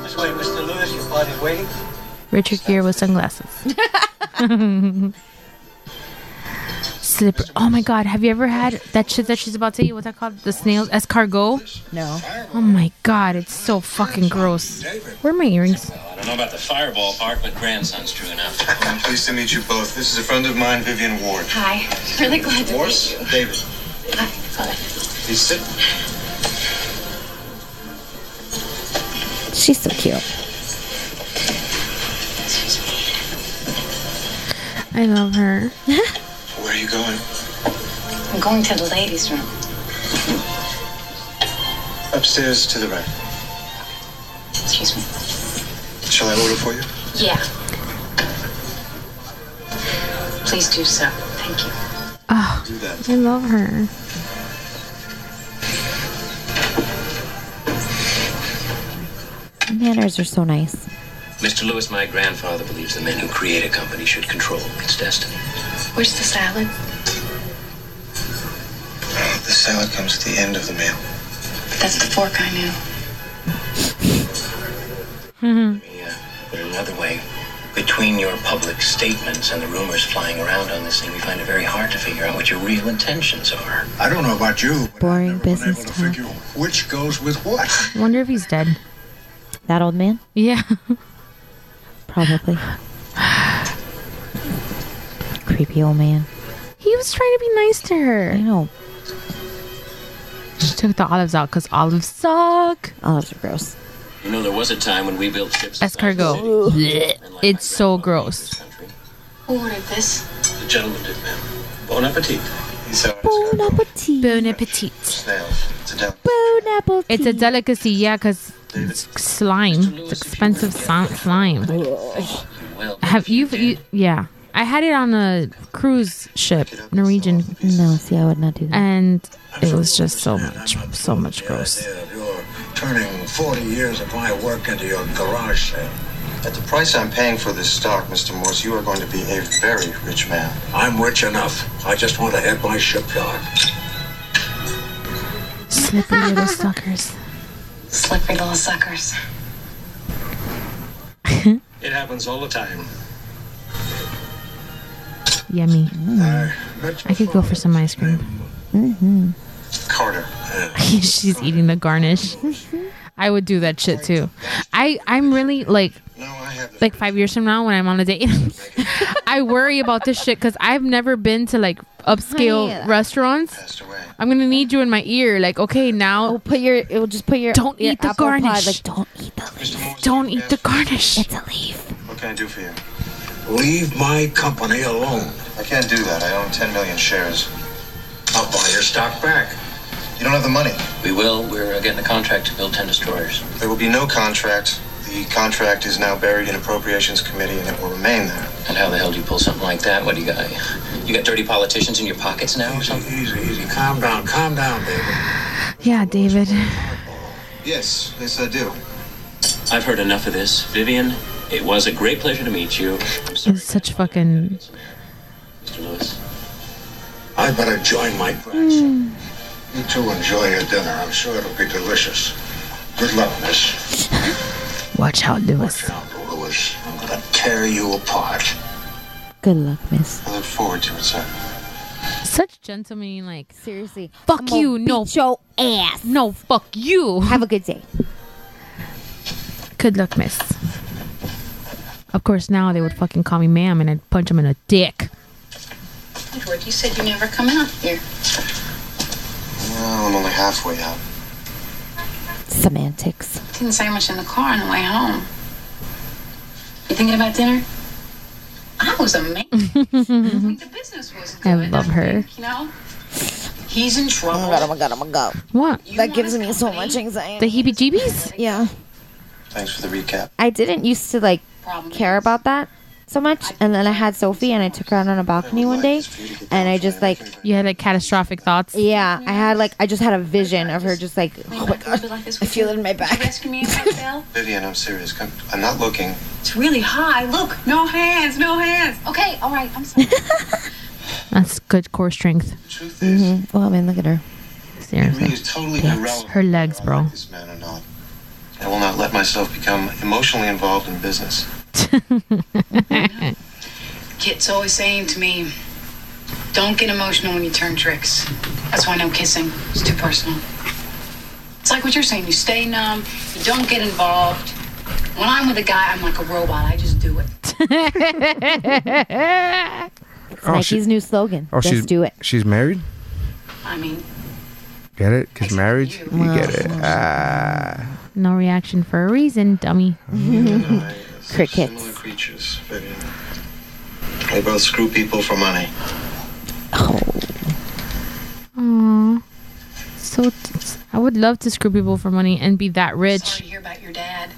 Speaker 11: This way, Mr. Lewis, your party's waiting.
Speaker 8: Richard Gere with sunglasses. Slipper. Oh my God! Have you ever had that shit that she's about to eat? What's that called? The snails escargot.
Speaker 9: No.
Speaker 8: Oh my God! It's so fucking gross. Where are my earrings?
Speaker 11: I don't know about the fireball part, but grandson's true enough. I'm pleased to meet you both. This is a friend of mine, Vivian Ward.
Speaker 15: Hi. Really glad to
Speaker 11: Morse, David. Please sit.
Speaker 9: She's so cute.
Speaker 8: I love her.
Speaker 11: Where are you going?
Speaker 15: I'm going to the ladies' room.
Speaker 11: Upstairs to the right.
Speaker 15: Excuse me.
Speaker 11: Shall I order for you?
Speaker 15: Yeah. Please do so. Thank you.
Speaker 8: Oh, I love her.
Speaker 9: Manners are so nice.
Speaker 11: Mr. Lewis, my grandfather believes the men who create a company should control its destiny.
Speaker 15: Where's the salad?
Speaker 11: The salad comes at the end of the meal.
Speaker 15: That's the fork I knew.
Speaker 11: But uh, another way, between your public statements and the rumors flying around on this thing, we find it very hard to figure out what your real intentions are.
Speaker 12: I don't know about you,
Speaker 9: Boring business talk.
Speaker 12: which goes with what?
Speaker 8: Wonder if he's dead.
Speaker 9: That old man?
Speaker 8: Yeah.
Speaker 9: Probably. Creepy old man.
Speaker 8: He was trying to be nice to her. I
Speaker 9: know.
Speaker 8: She took the olives out because olives suck.
Speaker 9: Olives are gross.
Speaker 11: You know, there was a time when we built ships.
Speaker 8: Escargot. Blech. It's so gross.
Speaker 15: Who ordered this?
Speaker 11: The gentleman did, ma'am. Bon appetit. He said,
Speaker 9: Bon appetit.
Speaker 8: Bon appetit.
Speaker 11: snails. It's a devil.
Speaker 8: It's a delicacy, yeah, because slime. It's expensive sli- slime. Have you, you? Yeah, I had it on a cruise ship, Norwegian.
Speaker 9: No, see, I would not do that.
Speaker 8: And it was just so much, so much gross.
Speaker 12: Turning 40 years of my work into your garage sale.
Speaker 11: At the price I'm paying for this stock, Mr. Morse, you are going to be a very rich man.
Speaker 12: I'm rich enough. I just want to head my shipyard.
Speaker 8: Slippery little suckers.
Speaker 15: Slippery little suckers.
Speaker 11: It happens all the time.
Speaker 8: Yummy. I could go for some ice cream. Mm-hmm.
Speaker 11: Carter.
Speaker 8: She's eating the garnish. I would do that shit too. I I'm really like like five years from now when I'm on a date, I worry about this shit because I've never been to like upscale
Speaker 9: Honey,
Speaker 8: restaurants. I'm gonna need you in my ear. Like okay now,
Speaker 9: put your it will just put your
Speaker 8: don't
Speaker 9: your
Speaker 8: eat the
Speaker 9: apple pie,
Speaker 8: garnish.
Speaker 9: like, don't eat
Speaker 8: the Oh, don't eat the garnish. It's
Speaker 9: a leaf.
Speaker 11: What can I do for you?
Speaker 12: Leave my company alone.
Speaker 11: I can't do that. I own 10 million shares. I'll buy your stock back.
Speaker 12: You don't have the money.
Speaker 11: We will. We're uh, getting a contract to build 10 destroyers.
Speaker 12: There will be no contract. The contract is now buried in appropriations committee and it will remain there.
Speaker 11: And how the hell do you pull something like that? What do you got? You got dirty politicians in your pockets now or something?
Speaker 12: Easy, easy. Calm down, calm down, David.
Speaker 8: Yeah, David.
Speaker 12: Yes, yes, I do.
Speaker 11: I've heard enough of this. Vivian, it was a great pleasure to meet you.
Speaker 8: It's such fucking.
Speaker 11: Mr. Lewis.
Speaker 12: I better join my grandson. You two enjoy your dinner. I'm sure it'll be delicious. Good luck, miss.
Speaker 8: Watch out, Lewis.
Speaker 12: Lewis, I'm gonna tear you apart.
Speaker 9: Good luck, miss.
Speaker 12: I look forward to it, sir.
Speaker 8: Such gentlemen, like
Speaker 9: seriously.
Speaker 8: Fuck
Speaker 9: I'm
Speaker 8: you,
Speaker 9: gonna
Speaker 8: no.
Speaker 9: beat your ass.
Speaker 8: No, fuck you.
Speaker 9: Have a good day.
Speaker 8: Good luck, miss. Of course, now they would fucking call me ma'am and I'd punch him in the dick.
Speaker 15: Edward, you said you never come out here.
Speaker 12: Well, I'm only halfway out.
Speaker 9: Semantics.
Speaker 15: Didn't say much in the car on the way home. You thinking about dinner? I was amazed. the business was
Speaker 8: I
Speaker 15: good.
Speaker 8: love her.
Speaker 15: You know, he's in trouble.
Speaker 9: Oh my god, oh my god, oh my god.
Speaker 8: What?
Speaker 9: that gives me so much anxiety.
Speaker 8: The heebie jeebies?
Speaker 9: Yeah.
Speaker 12: Thanks for the recap.
Speaker 9: I didn't used to like care about that so much and then I had Sophie and I took her out on a balcony one day and I just like
Speaker 8: you had like catastrophic thoughts
Speaker 9: yeah I had like I just had a vision of her just like oh my god I feel it in my back
Speaker 15: Rescue me if I fell.
Speaker 12: Vivian, I'm serious. Come, I'm not looking.
Speaker 15: It's really high. Look, no hands, no hands. Okay, all right. I'm sorry.
Speaker 8: That's good core strength.
Speaker 9: hmm well I mean look at her
Speaker 8: Seriously.
Speaker 12: It's totally
Speaker 8: Yes.
Speaker 12: irrelevant.
Speaker 8: Her legs, bro.
Speaker 12: This man or not. I will not let myself become emotionally involved in business.
Speaker 15: Kit's always saying to me, "Don't get emotional when you turn tricks." That's why no kissing. It's too personal. It's like what you're saying. You stay numb. You don't get involved. When I'm with a guy, I'm like a robot. I just do it.
Speaker 9: It's
Speaker 1: Oh,
Speaker 9: Nike's
Speaker 1: she-
Speaker 9: new slogan
Speaker 1: Oh, she's
Speaker 9: just do it
Speaker 1: She's married.
Speaker 15: I mean,
Speaker 1: Get it? Cause marriage. You get it. Ah.
Speaker 8: No reaction for a reason, dummy.
Speaker 12: Similar creatures, Vivian. They both screw people for money.
Speaker 8: Aww. So t- I would love to screw people for money and be that rich.
Speaker 15: hear about your dad.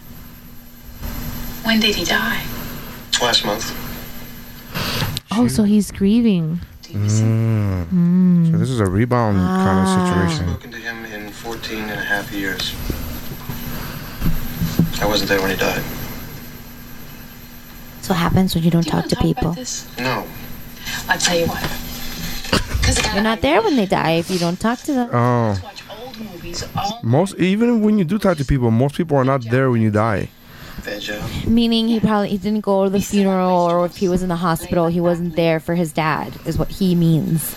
Speaker 15: When did he die?
Speaker 12: Last month.
Speaker 8: Oh, so he's grieving.
Speaker 1: Mm.
Speaker 8: Mm.
Speaker 1: So this is a rebound kind of situation.
Speaker 12: Spoken to him in 14 and a half years. I wasn't there when he died.
Speaker 9: that's what happens when you don't talk to people
Speaker 12: No.
Speaker 15: I'll tell you what.
Speaker 9: you're not there when they die if you don't talk to them
Speaker 8: Ah.
Speaker 1: Oh.
Speaker 15: Old movies, all
Speaker 1: Most even when you do talk to people, most people are not there when you die.
Speaker 12: Veg out.
Speaker 9: meaning he probably he didn't go to the funeral or if he was in the hospital he wasn't there for his dad is what he means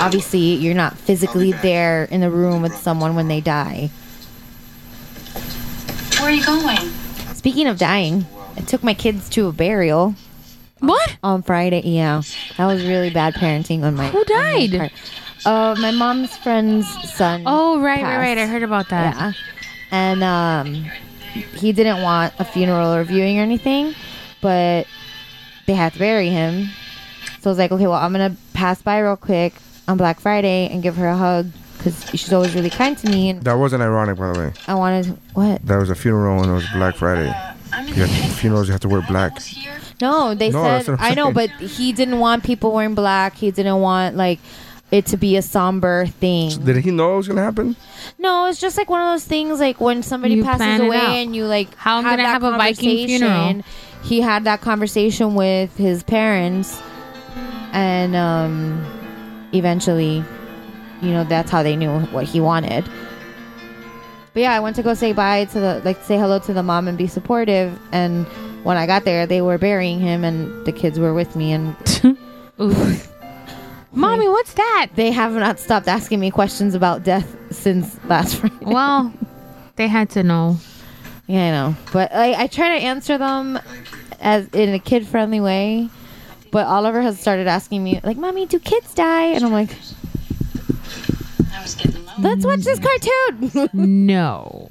Speaker 9: obviously you're not physically there in the room with someone when they die
Speaker 15: Where are you going?
Speaker 9: speaking of dying i took my kids to a burial
Speaker 8: what
Speaker 9: on friday yeah that was really bad parenting on my
Speaker 8: Who died?
Speaker 9: on my part. uh my mom's friend's son
Speaker 8: Oh, right, right, right. I
Speaker 9: passed.
Speaker 8: heard about that.
Speaker 9: Yeah. And um, he didn't want a funeral or viewing or anything, but they had to bury him. So I was like, okay, well, I'm going to pass by real quick on Black Friday and give her a hug because she's always really kind to me. And
Speaker 1: That wasn't ironic, by the way.
Speaker 9: I wanted, what?
Speaker 1: That was a funeral and it was Black Friday.
Speaker 15: Uh,
Speaker 1: You have, funerals, you have to wear black.
Speaker 9: No, they
Speaker 1: No, that's
Speaker 9: said,
Speaker 1: what I'm
Speaker 9: I know, but
Speaker 1: saying.
Speaker 9: he didn't want people wearing black. He didn't want, like, it to be a somber thing.
Speaker 1: Did he know it was gonna happen?
Speaker 9: No, it's just like one of those things like when somebody
Speaker 8: You plan
Speaker 9: passes
Speaker 8: it
Speaker 9: away
Speaker 8: out.
Speaker 9: and you like
Speaker 8: How I'm
Speaker 9: have
Speaker 8: gonna
Speaker 9: that
Speaker 8: have a Viking funeral.
Speaker 9: conversation. He had that conversation with his parents and um eventually you know that's how they knew what he wanted. But yeah, I went to go say bye to the like say hello to the mom and be supportive and when I got there they were burying him and the kids were with me and
Speaker 8: Mommy, what's that?
Speaker 9: They have not stopped asking me questions about death since last Friday.
Speaker 8: Well, they had to know.
Speaker 9: Yeah, I know. But I, I try to answer them as in a kid friendly way. But Oliver has started asking me, like, Mommy, do kids die? And I'm like, Let's watch this cartoon.
Speaker 8: no.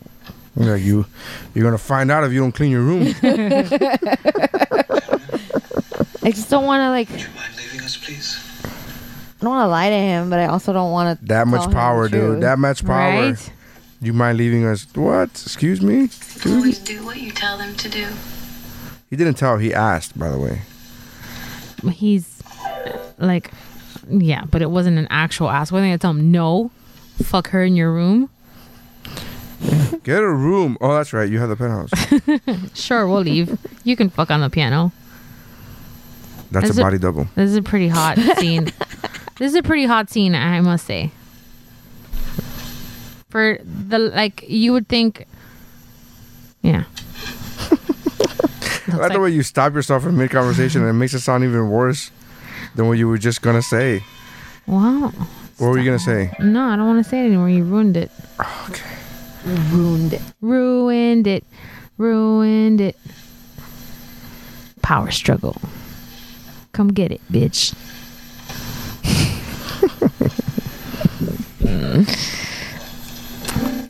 Speaker 1: Yeah, you, you're gonna find out if you don't clean your room.
Speaker 9: I just don't want to, like, I
Speaker 12: Leaving us, please.
Speaker 9: don't want to lie to him, but I also don't want to.
Speaker 1: That much power, dude. That much power.
Speaker 9: Right?
Speaker 1: You mind leaving us? What? Excuse me?
Speaker 15: always do what you tell them to do.
Speaker 1: He didn't tell. He asked, by the way.
Speaker 8: He's like, yeah, but it wasn't an actual ass. Why didn't I tell him no? Fuck her in your room.
Speaker 1: Get a room. Oh, that's right. You have the penthouse.
Speaker 8: Sure, we'll leave. you can fuck on the piano.
Speaker 1: That's
Speaker 8: Is
Speaker 1: a
Speaker 8: it-
Speaker 1: body double.
Speaker 8: This is a pretty hot scene. this is a pretty hot scene, I must say. For the like, you would think, yeah.
Speaker 1: I like the way you stop yourself in mid conversation and it makes it sound even worse than what you were just gonna say.
Speaker 8: wow.
Speaker 1: What were you gonna say?
Speaker 8: No, I don't want to say it anymore. You ruined it.
Speaker 1: Oh,
Speaker 8: Okay.
Speaker 9: Ruined it.
Speaker 8: Ruined it. Ruined it. Power struggle. Come get it, bitch.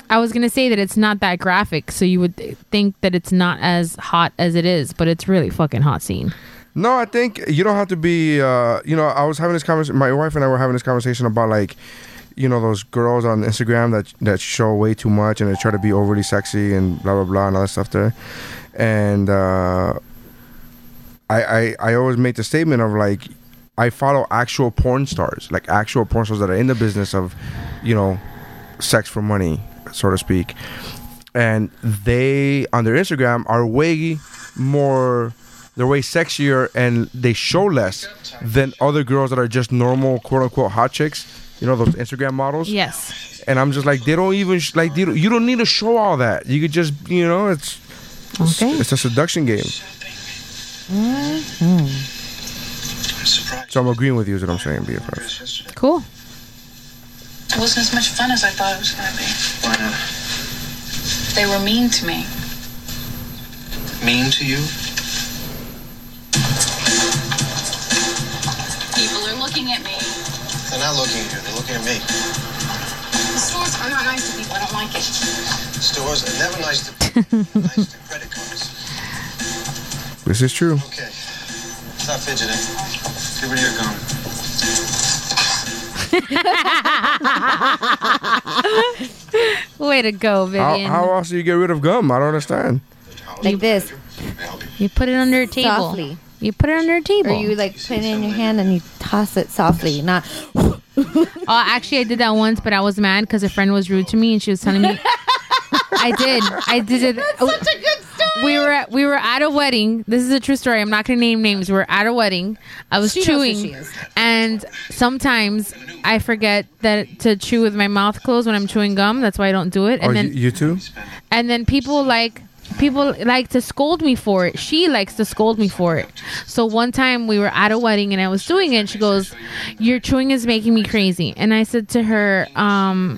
Speaker 8: I was gonna say that it's not that graphic, so you would th- think that it's not as hot as it is, but it's really fucking hot scene.
Speaker 1: No, I think you don't have to be. Uh, you know, I was having this conversation. My wife and I were having this conversation about like, you know, those girls on Instagram that that show way too much and they try to be overly sexy and blah blah blah and all that stuff there. And uh, I, I I always make the statement of like, I follow actual porn stars, like actual porn stars that are in the business of, you know, sex for money, so to speak. And they on their Instagram are way more they're way sexier and they show less than other girls that are just normal quote unquote hot chicks. You know those Instagram models.
Speaker 8: Yes.
Speaker 1: And I'm just like they don't even sh- like they don't, you don't need to show all that. You could just you know it's it's-
Speaker 8: Okay.
Speaker 1: it's, a seduction game. So I'm agreeing with you is what I'm saying, BFF.
Speaker 8: Cool.
Speaker 15: It wasn't as much fun as I thought it was going to be.
Speaker 14: Why not?
Speaker 15: They were mean to me.
Speaker 14: Mean to you?
Speaker 15: People are looking at me.
Speaker 14: They're not looking at you. They're looking at me.
Speaker 15: The stores are not nice to people. I don't like it.
Speaker 14: Stores are never nice to
Speaker 1: This is true.
Speaker 14: Okay. Stop fidgeting. Get rid of your gum.
Speaker 8: Way to
Speaker 1: How,
Speaker 8: go, Vivian.
Speaker 1: how else do you get rid of gum? I don't understand.
Speaker 9: Like this.
Speaker 8: You put it under a table.
Speaker 9: Softly.
Speaker 8: You put it under a table.
Speaker 9: Or you like put it in your hand and you toss it softly, not
Speaker 8: Oh, actually, I did that once, but I was mad because a friend was rude to me, and she was telling me. I did. I did it. That's such a good story. We were at, we were at a wedding. This is a true story. I'm not gonna name names. We were at a wedding. I was
Speaker 9: She knows who
Speaker 8: chewing,
Speaker 9: she is.
Speaker 8: and sometimes I forget that to chew with my mouth closed when I'm chewing gum. That's why I don't do it. And
Speaker 1: oh,
Speaker 8: then
Speaker 1: you, you too?
Speaker 8: and then people like people like to scold me for it she likes to scold me for it so one time we were at a wedding and i was doing it and she goes your chewing is making me crazy and i said to her um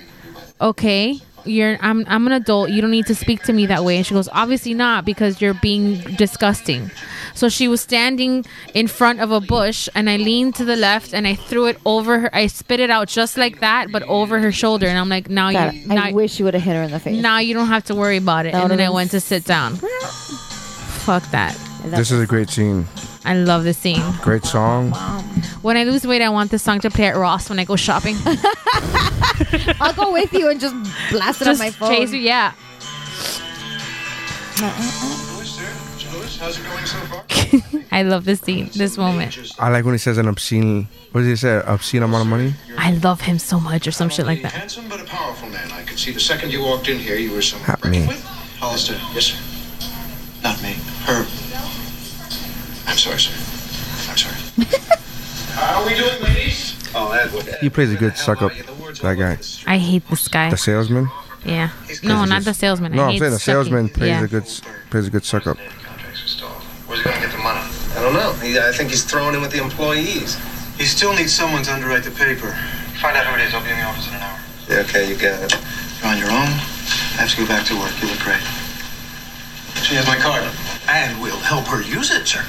Speaker 8: okay you're i'm, I'm an adult you don't need to speak to me that way and she goes obviously not because you're being disgusting so she was standing in front of a bush and i leaned to the left and i threw it over her i spit it out just like that but over her shoulder and i'm like now
Speaker 9: God,
Speaker 8: you now,
Speaker 9: I wish you would have hit her in the face.
Speaker 8: now you don't have to worry about it.
Speaker 9: That
Speaker 8: and then
Speaker 9: would've
Speaker 8: I
Speaker 9: been
Speaker 8: went to sit down. Fuck that.
Speaker 1: This is a great scene.
Speaker 8: I love this scene.
Speaker 1: Great song.
Speaker 8: When I lose weight, I want this song to play at Ross when I go shopping.
Speaker 9: I'll go with you and just blast it
Speaker 8: Just
Speaker 9: on my phone.
Speaker 8: chase you- yeah. I love this scene, this moment.
Speaker 1: I like when he says an obscene, what does he say? Obscene amount of money?
Speaker 8: I love him so much, or some shit like that.
Speaker 10: Handsome but a powerful man. I could see the second you walked in here, you were someone.
Speaker 1: Not me.
Speaker 10: Hollister, yes, sir. Not me. Her. I'm sorry, sir. I'm sorry. How are we doing, ladies? Oh, that would.
Speaker 1: He plays a good suck up, that guy.
Speaker 8: I hate this guy.
Speaker 1: The salesman?
Speaker 8: Yeah. No, Eh. not the salesman.
Speaker 1: No,
Speaker 8: I
Speaker 1: I'm
Speaker 8: hate
Speaker 1: saying the
Speaker 8: sucking.
Speaker 1: salesman plays
Speaker 8: Yeah. Mm.
Speaker 1: a good s- plays a good suck up.
Speaker 14: Where's he gonna get the money? I don't know. He, I think he's throwing in with the employees.
Speaker 10: You still need someone to underwrite the paper. Find out who it is. I'll be in the office in an hour.
Speaker 14: Yeah, okay, you got it.
Speaker 10: You're on your own. I have to go back to work. You look great. She has my card. And we'll help her use it, sir.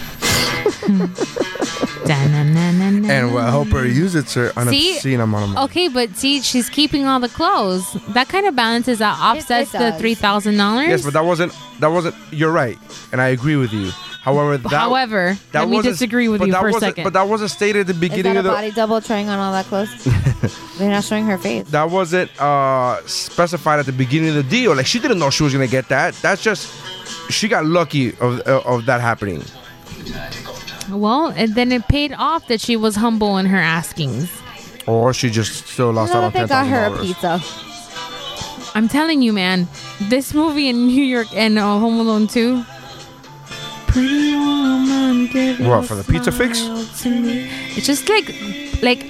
Speaker 1: And we'll help her use it, sir, an
Speaker 8: See?
Speaker 1: obscene amount of money.
Speaker 8: Okay, but see, she's keeping all the clothes. That kind of balances out, offsets the
Speaker 9: does.
Speaker 8: three thousand
Speaker 1: Yes,
Speaker 8: dollars.
Speaker 1: but that wasn't that wasn't. You're right, and I agree with you. However, that
Speaker 8: However, let me
Speaker 1: wasn't-
Speaker 8: disagree with
Speaker 1: but
Speaker 8: you
Speaker 1: that
Speaker 8: for a
Speaker 1: wasn't-
Speaker 8: second.
Speaker 1: But that wasn't stated at the
Speaker 9: Is
Speaker 1: beginning
Speaker 9: that a
Speaker 1: of the.
Speaker 9: body double trying on all that clothes? They're not showing her face.
Speaker 1: That wasn't uh, specified at the beginning of the deal. Like she didn't know she was gonna get that. That's just she got lucky of uh, of that happening.
Speaker 8: Well, and then it paid off that she was humble in her askings.
Speaker 1: Or she just still
Speaker 9: I
Speaker 1: lost out
Speaker 9: know
Speaker 1: on
Speaker 9: that they
Speaker 1: ten
Speaker 9: got
Speaker 1: thousand
Speaker 9: her a
Speaker 1: dollars.
Speaker 9: pizza.
Speaker 8: I'm telling you, man, this movie in New York and uh, Home Alone 2. Pretty woman, give
Speaker 1: What,
Speaker 8: a
Speaker 1: for the pizza fix?
Speaker 8: smile to me. It's just like, like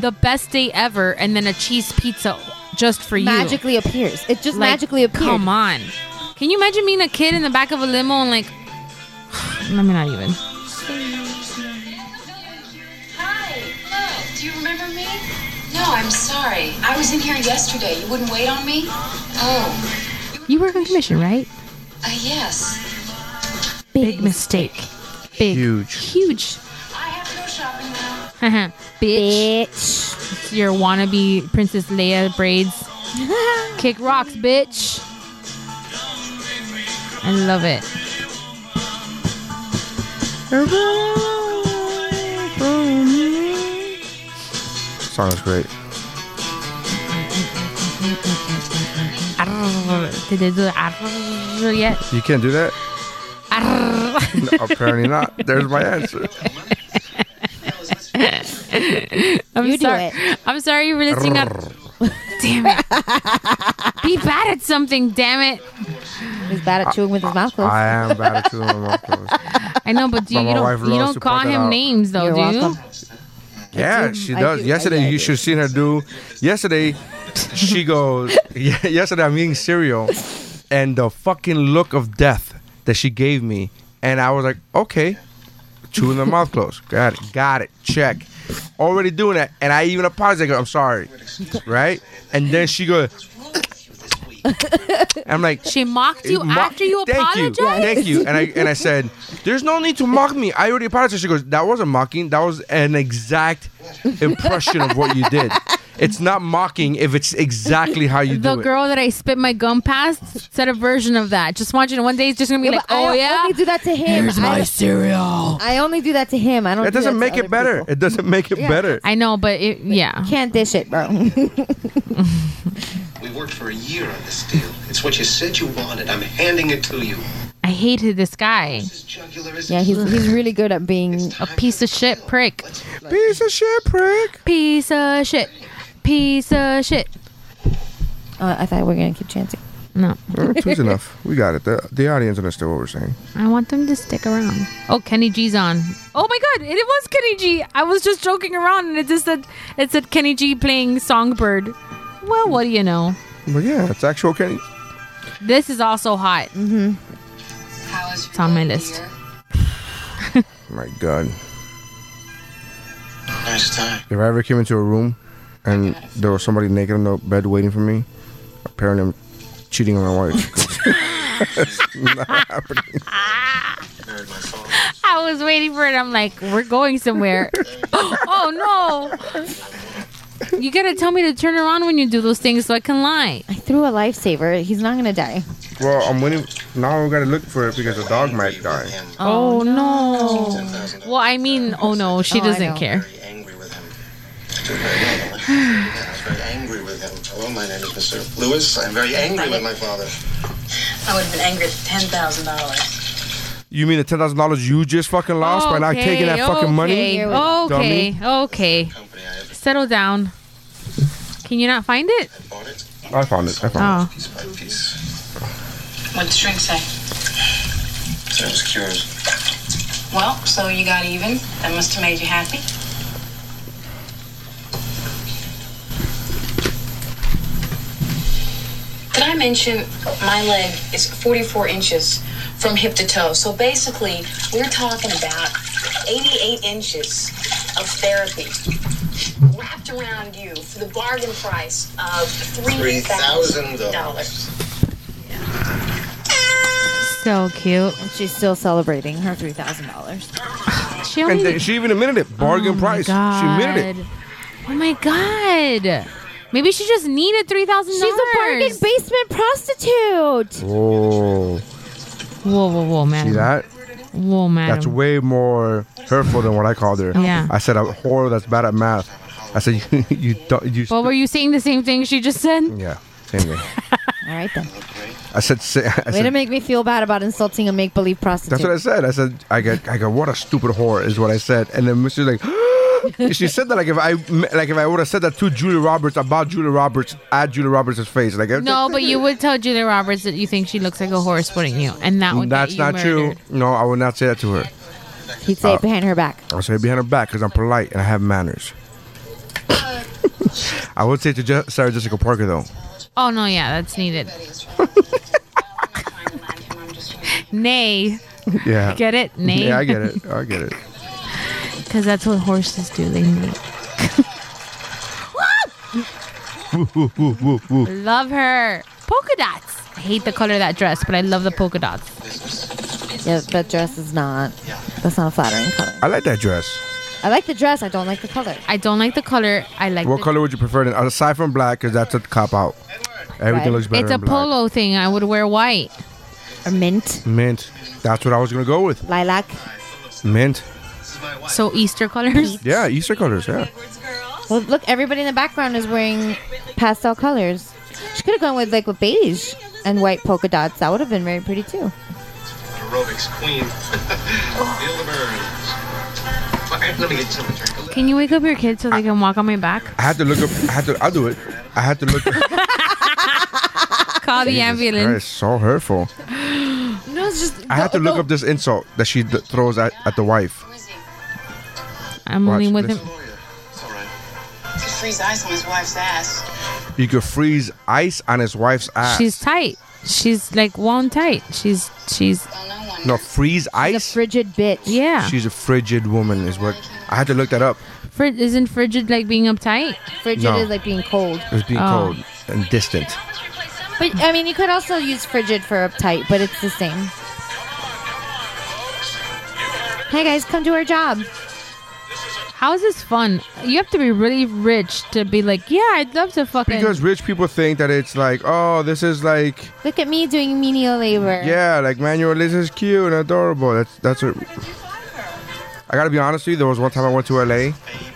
Speaker 8: the best day ever, and then a cheese pizza just for you.
Speaker 9: Magically appears. It just
Speaker 8: Like,
Speaker 9: magically appears.
Speaker 8: Come on. Can you imagine being a kid in the back of a limo and like, let me not even.
Speaker 15: Do you remember me? No, I'm sorry. I was in here yesterday. You wouldn't wait on me? Oh,
Speaker 8: You work on commission, right?
Speaker 15: uh, yes.
Speaker 8: Big mistake. Big.
Speaker 1: Huge.
Speaker 8: Huge.
Speaker 15: I have to go shopping now.
Speaker 8: Bitch.
Speaker 9: Bitch.
Speaker 8: It's your wannabe Princess Leia braids. Kick rocks, bitch. I love it.
Speaker 1: Song is great.
Speaker 8: Did they do the yet?
Speaker 1: You can't do that? No, apparently not. There's my answer.
Speaker 8: I'm
Speaker 9: You do
Speaker 8: sorry.
Speaker 9: it.
Speaker 8: I'm sorry you were listening up. damn it. Be bad at something, damn it.
Speaker 9: He's bad at chewing with his mouth closed.
Speaker 1: I am bad at chewing with my mouth closed.
Speaker 8: I know, but do,
Speaker 1: But
Speaker 8: you
Speaker 1: my wife
Speaker 8: don't you
Speaker 1: loves
Speaker 8: don't
Speaker 1: to
Speaker 8: call
Speaker 1: point that
Speaker 8: him
Speaker 1: out.
Speaker 8: names though,
Speaker 9: You're
Speaker 8: do you?
Speaker 9: welcome.
Speaker 1: Yeah,
Speaker 9: do-
Speaker 1: she
Speaker 9: I
Speaker 1: does.
Speaker 9: do- I
Speaker 1: yesterday,
Speaker 9: do, I
Speaker 1: you
Speaker 9: do.
Speaker 1: should have seen her do. Yesterday, she goes. "Ye- yesterday, I'm eating cereal, and the fucking look of death that she gave me, and I was like, okay, chewing the mouth closed. Got it. Got it. Check. Already doing that, and I even apologized. I go, I'm sorry, right? And then she goes. I'm like,
Speaker 8: She mocked you
Speaker 1: Mo-
Speaker 8: after you
Speaker 1: thank
Speaker 8: apologized?
Speaker 1: You, thank you. And I and I said, "There's no need to mock me. I already apologized." She goes, "That wasn't mocking. That was an exact impression of what you did. It's not mocking if it's exactly how you
Speaker 8: the
Speaker 1: do
Speaker 8: girl that I spit my gum past said a version of that. Just want you to one day it's just gonna be
Speaker 9: Yeah,
Speaker 8: like,
Speaker 9: but
Speaker 8: oh
Speaker 9: I
Speaker 8: yeah,
Speaker 9: only do that to him.
Speaker 8: Here's
Speaker 9: I-
Speaker 8: my cereal.
Speaker 9: I only do that to him. I don't.
Speaker 1: it. That
Speaker 9: do
Speaker 1: doesn't
Speaker 9: to
Speaker 1: make
Speaker 9: other
Speaker 1: it better.
Speaker 9: people.
Speaker 1: It doesn't make it
Speaker 9: Yeah.
Speaker 1: better.
Speaker 8: I know, but it, yeah.
Speaker 9: Can't dish it, bro.
Speaker 10: We worked for a year on this deal. It's what you said you wanted. I'm handing it to you.
Speaker 8: I hated this guy.
Speaker 9: yeah, he's he's really good at being.
Speaker 8: A piece of shit prick.
Speaker 1: Piece of shit, prick.
Speaker 8: Piece of shit. Piece of shit.
Speaker 9: Uh, I thought we were gonna keep chanting.
Speaker 8: No.
Speaker 1: Uh, Two's enough. We got it. The, the audience understood what we're saying.
Speaker 8: I want them to stick around. Oh, Kenny G's on. Oh my god, it was Kenny G. I was just joking around and it just said it said Kenny G playing Songbird. Well, what do you know?
Speaker 1: But yeah, it's actual Kenny.
Speaker 8: This is also hot. Mm-hmm.
Speaker 15: How is your
Speaker 8: It's on my
Speaker 15: love,
Speaker 8: list.
Speaker 15: dear?
Speaker 1: My God,
Speaker 12: Nice time.
Speaker 1: if I ever came into a room and there was somebody naked on the bed waiting for me, apparently I'm cheating on my wife. 'Cause it's not happening.
Speaker 8: I was waiting for it. I'm like, we're going somewhere. oh no. You gotta tell me to turn around when you do those things so I can lie.
Speaker 9: I threw a lifesaver. He's not gonna die.
Speaker 1: Well, I'm waiting. Now we gotta look for it because the dog might die.
Speaker 8: Oh, no. Well, I mean, oh no, she
Speaker 9: Oh, I
Speaker 8: doesn't
Speaker 9: know.
Speaker 12: I
Speaker 8: care.
Speaker 12: was very angry with him. Hello, my name is Mr. Lewis. I'm very angry with my father.
Speaker 11: I would have been angry at $10,000.
Speaker 1: You mean the ten thousand dollars you just fucking lost by not taking that fucking money?
Speaker 8: okay,
Speaker 1: dummy?
Speaker 8: Okay, okay. Settle down. Can you not find it?
Speaker 1: I found it. I found
Speaker 8: Oh.
Speaker 12: Piece by piece.
Speaker 15: What'd the shrink say?
Speaker 12: Service cures.
Speaker 15: Well, so you got even. That must have made you happy. Did I mention my leg is 44 inches from hip to toe? So basically, we're talking about 88 inches of therapy wrapped around you for the bargain price of $3,000.
Speaker 8: So cute.
Speaker 9: And she's still celebrating her three thousand dollars.
Speaker 8: She
Speaker 1: it. And
Speaker 8: only.
Speaker 1: then she even admitted it. Bargain
Speaker 8: oh
Speaker 1: price.
Speaker 8: My
Speaker 1: She admitted it.
Speaker 8: God. Oh my god. Maybe she just needed three thousand
Speaker 9: She's
Speaker 8: dollars.
Speaker 9: a bargain basement prostitute.
Speaker 1: Oh,
Speaker 8: Whoa, whoa, whoa,
Speaker 1: see
Speaker 8: man.
Speaker 1: that?
Speaker 8: Whoa, man.
Speaker 1: That's way more hurtful than what I called her.
Speaker 8: Yeah.
Speaker 1: I said a whore that's bad at math. I said you you don't you.
Speaker 8: Well, were you saying the same thing she just said?
Speaker 1: yeah. Same thing.
Speaker 9: All right then.
Speaker 1: I said. sa- I
Speaker 9: Way to
Speaker 1: said
Speaker 9: make me feel bad about insulting a make believe prostitute.
Speaker 1: that's what I said. I said I got I got what a stupid whore is what I said. And then she's like. she said that like if I like if I would have said that to Julia Roberts about Julia Roberts at Julia Roberts' face like I-
Speaker 8: No, but you would tell Julia Roberts that you think she looks like a horse, wouldn't you? And that would
Speaker 1: That's
Speaker 8: get you
Speaker 1: not
Speaker 8: murdered.
Speaker 1: true. No, I would not say that to her.
Speaker 9: He'd
Speaker 1: Oh.
Speaker 9: say it behind her back.
Speaker 1: I would say it behind her back because I'm polite and I have manners.
Speaker 8: Uh,
Speaker 1: I would say to Je- Sarah Jessica Parker though.
Speaker 8: Oh no, yeah, that's needed. Nay,
Speaker 1: Yeah.
Speaker 8: get it? Nay,
Speaker 1: Yeah, I get it. I get it.
Speaker 8: because that's what horses do. They neigh.
Speaker 1: Woo, woo, woo, woo, woo.
Speaker 8: Love her polka dots. I hate the color of that dress, but I love the polka dots.
Speaker 9: Yeah, that dress is not. That's not a flattering color.
Speaker 1: I like that dress.
Speaker 9: I I like the dress. I don't like the color.
Speaker 8: I don't like the color. I like.
Speaker 1: What color would you prefer? Then? Aside from black, because that's a cop out. Everything looks better.
Speaker 8: It's a
Speaker 1: in black.
Speaker 8: polo thing. I would wear white.
Speaker 9: Or mint.
Speaker 1: Mint. That's what I was gonna go with.
Speaker 9: Lilac.
Speaker 1: Mint.
Speaker 8: So Easter colors.
Speaker 1: Yeah, Easter colors. Yeah.
Speaker 9: Well, look, everybody in the background is wearing pastel colors. She could have gone with like with beige and white polka dots. That would have been very pretty too.
Speaker 12: Aerobics queen. Neil Burns. I'm gonna get some drink.
Speaker 8: Can you wake up your kids so they can walk on my back?
Speaker 1: I had to look up. I had to. I'll do it. I had to look. up.
Speaker 8: Call the
Speaker 1: That is
Speaker 8: ambulance.
Speaker 1: so hurtful.
Speaker 8: No, it's just.
Speaker 1: I had to look up this insult that she th- throws at, at the wife.
Speaker 8: I'm
Speaker 1: Watch,
Speaker 8: only with him.
Speaker 1: listen.
Speaker 15: He freeze ice on his wife's ass.
Speaker 1: You could freeze ice on his wife's ass.
Speaker 8: She's tight. She's like wound tight. She's she's
Speaker 1: no freeze ice.
Speaker 9: frigid bitch.
Speaker 8: Yeah.
Speaker 1: She's a frigid woman, is what I had to look that up.
Speaker 8: Frid- isn't frigid like being uptight?
Speaker 9: Frigid
Speaker 1: No. is, like,
Speaker 9: being cold.
Speaker 1: It was being
Speaker 8: Oh.
Speaker 1: cold and distant.
Speaker 9: But I mean, you could also use frigid for uptight, but it's the same. Hey guys, come do our job.
Speaker 8: How is this fun? You have to be really rich to be like, yeah, I'd love to fucking.
Speaker 1: Because rich people think that it's like, oh, this is like,
Speaker 9: Look at me doing menial labor.
Speaker 1: yeah, like manual. This is cute and adorable. That's that's what. I gotta be honest with you. There was one time I went to LA,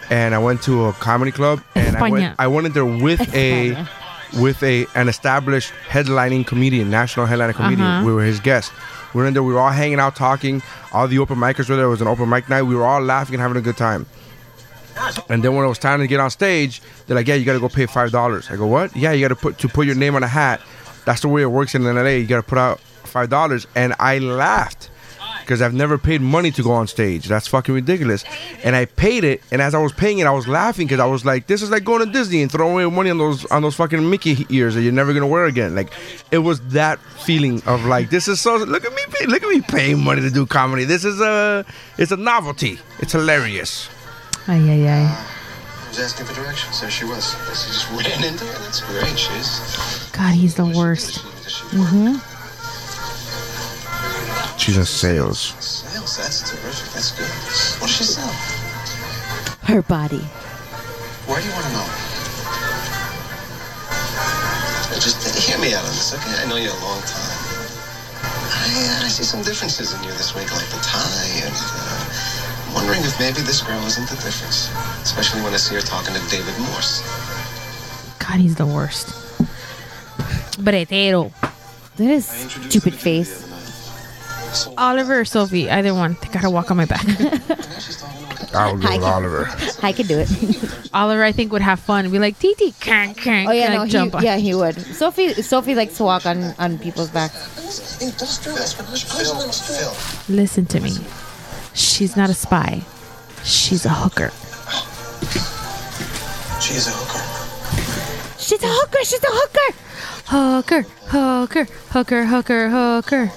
Speaker 1: and I went to a comedy club, and I
Speaker 8: España.
Speaker 1: went, I went in there with a, with a an established headlining comedian, national headlining comedian.
Speaker 8: Uh-huh.
Speaker 1: We were his guest. We were in there. We were all hanging out, talking. All the open micers were there. It was an open mic night. We were all laughing and having a good time. And then when it was time to get on stage, they're like, "Yeah, you got to go pay five dollars." I go, "What? Yeah, you got to put to put your name on a hat. That's the way it works in LA. You got to put out five dollars." And I laughed because I've never paid money to go on stage. That's fucking ridiculous. And I paid it, and as I was paying it, I was laughing because I was like, "This is like going to Disney and throwing away money on those on those fucking Mickey ears that you're never gonna wear again." Like, it was that feeling of like, "This is so look at me pay- look at me paying money to do comedy. This is a it's a novelty. It's hilarious."
Speaker 8: Ay, ay, ay.
Speaker 12: I was asking for directions. There she was. I guess She just ran into her. That's great. She's.
Speaker 8: God, he's the worst. Mm-hmm.
Speaker 1: She's in sales.
Speaker 12: Sales. That's terrific. That's good. What does she sell?
Speaker 9: Her body.
Speaker 12: Why do you want to know? Uh, Just hear me out on this, okay? I know you a long time. I, I see some differences in you this week, like the tie, and uh, I'm wondering if maybe this girl isn't the difference. Especially when I see her talking to David Morse.
Speaker 8: God, he's the worst. Bretero.
Speaker 9: That is stupid face.
Speaker 8: Oliver or Sophie, either one. They gotta walk on my back.
Speaker 1: I'll go
Speaker 9: I
Speaker 1: with
Speaker 9: can-
Speaker 1: Oliver.
Speaker 9: I could do it.
Speaker 8: Oliver, I think, would have fun. Be like, Titi, can, can,
Speaker 9: oh yeah,
Speaker 8: like,
Speaker 9: no, he,
Speaker 8: jump on.
Speaker 9: yeah, he would. Sophie, Sophie likes to walk on on people's backs.
Speaker 12: Industrial espionage. Phil, Phil,
Speaker 8: Listen to me. She's not a spy. She's a hooker.
Speaker 12: she's a hooker.
Speaker 9: She's a hooker. She's a hooker.
Speaker 8: Hooker, hooker, hooker, hooker, hooker.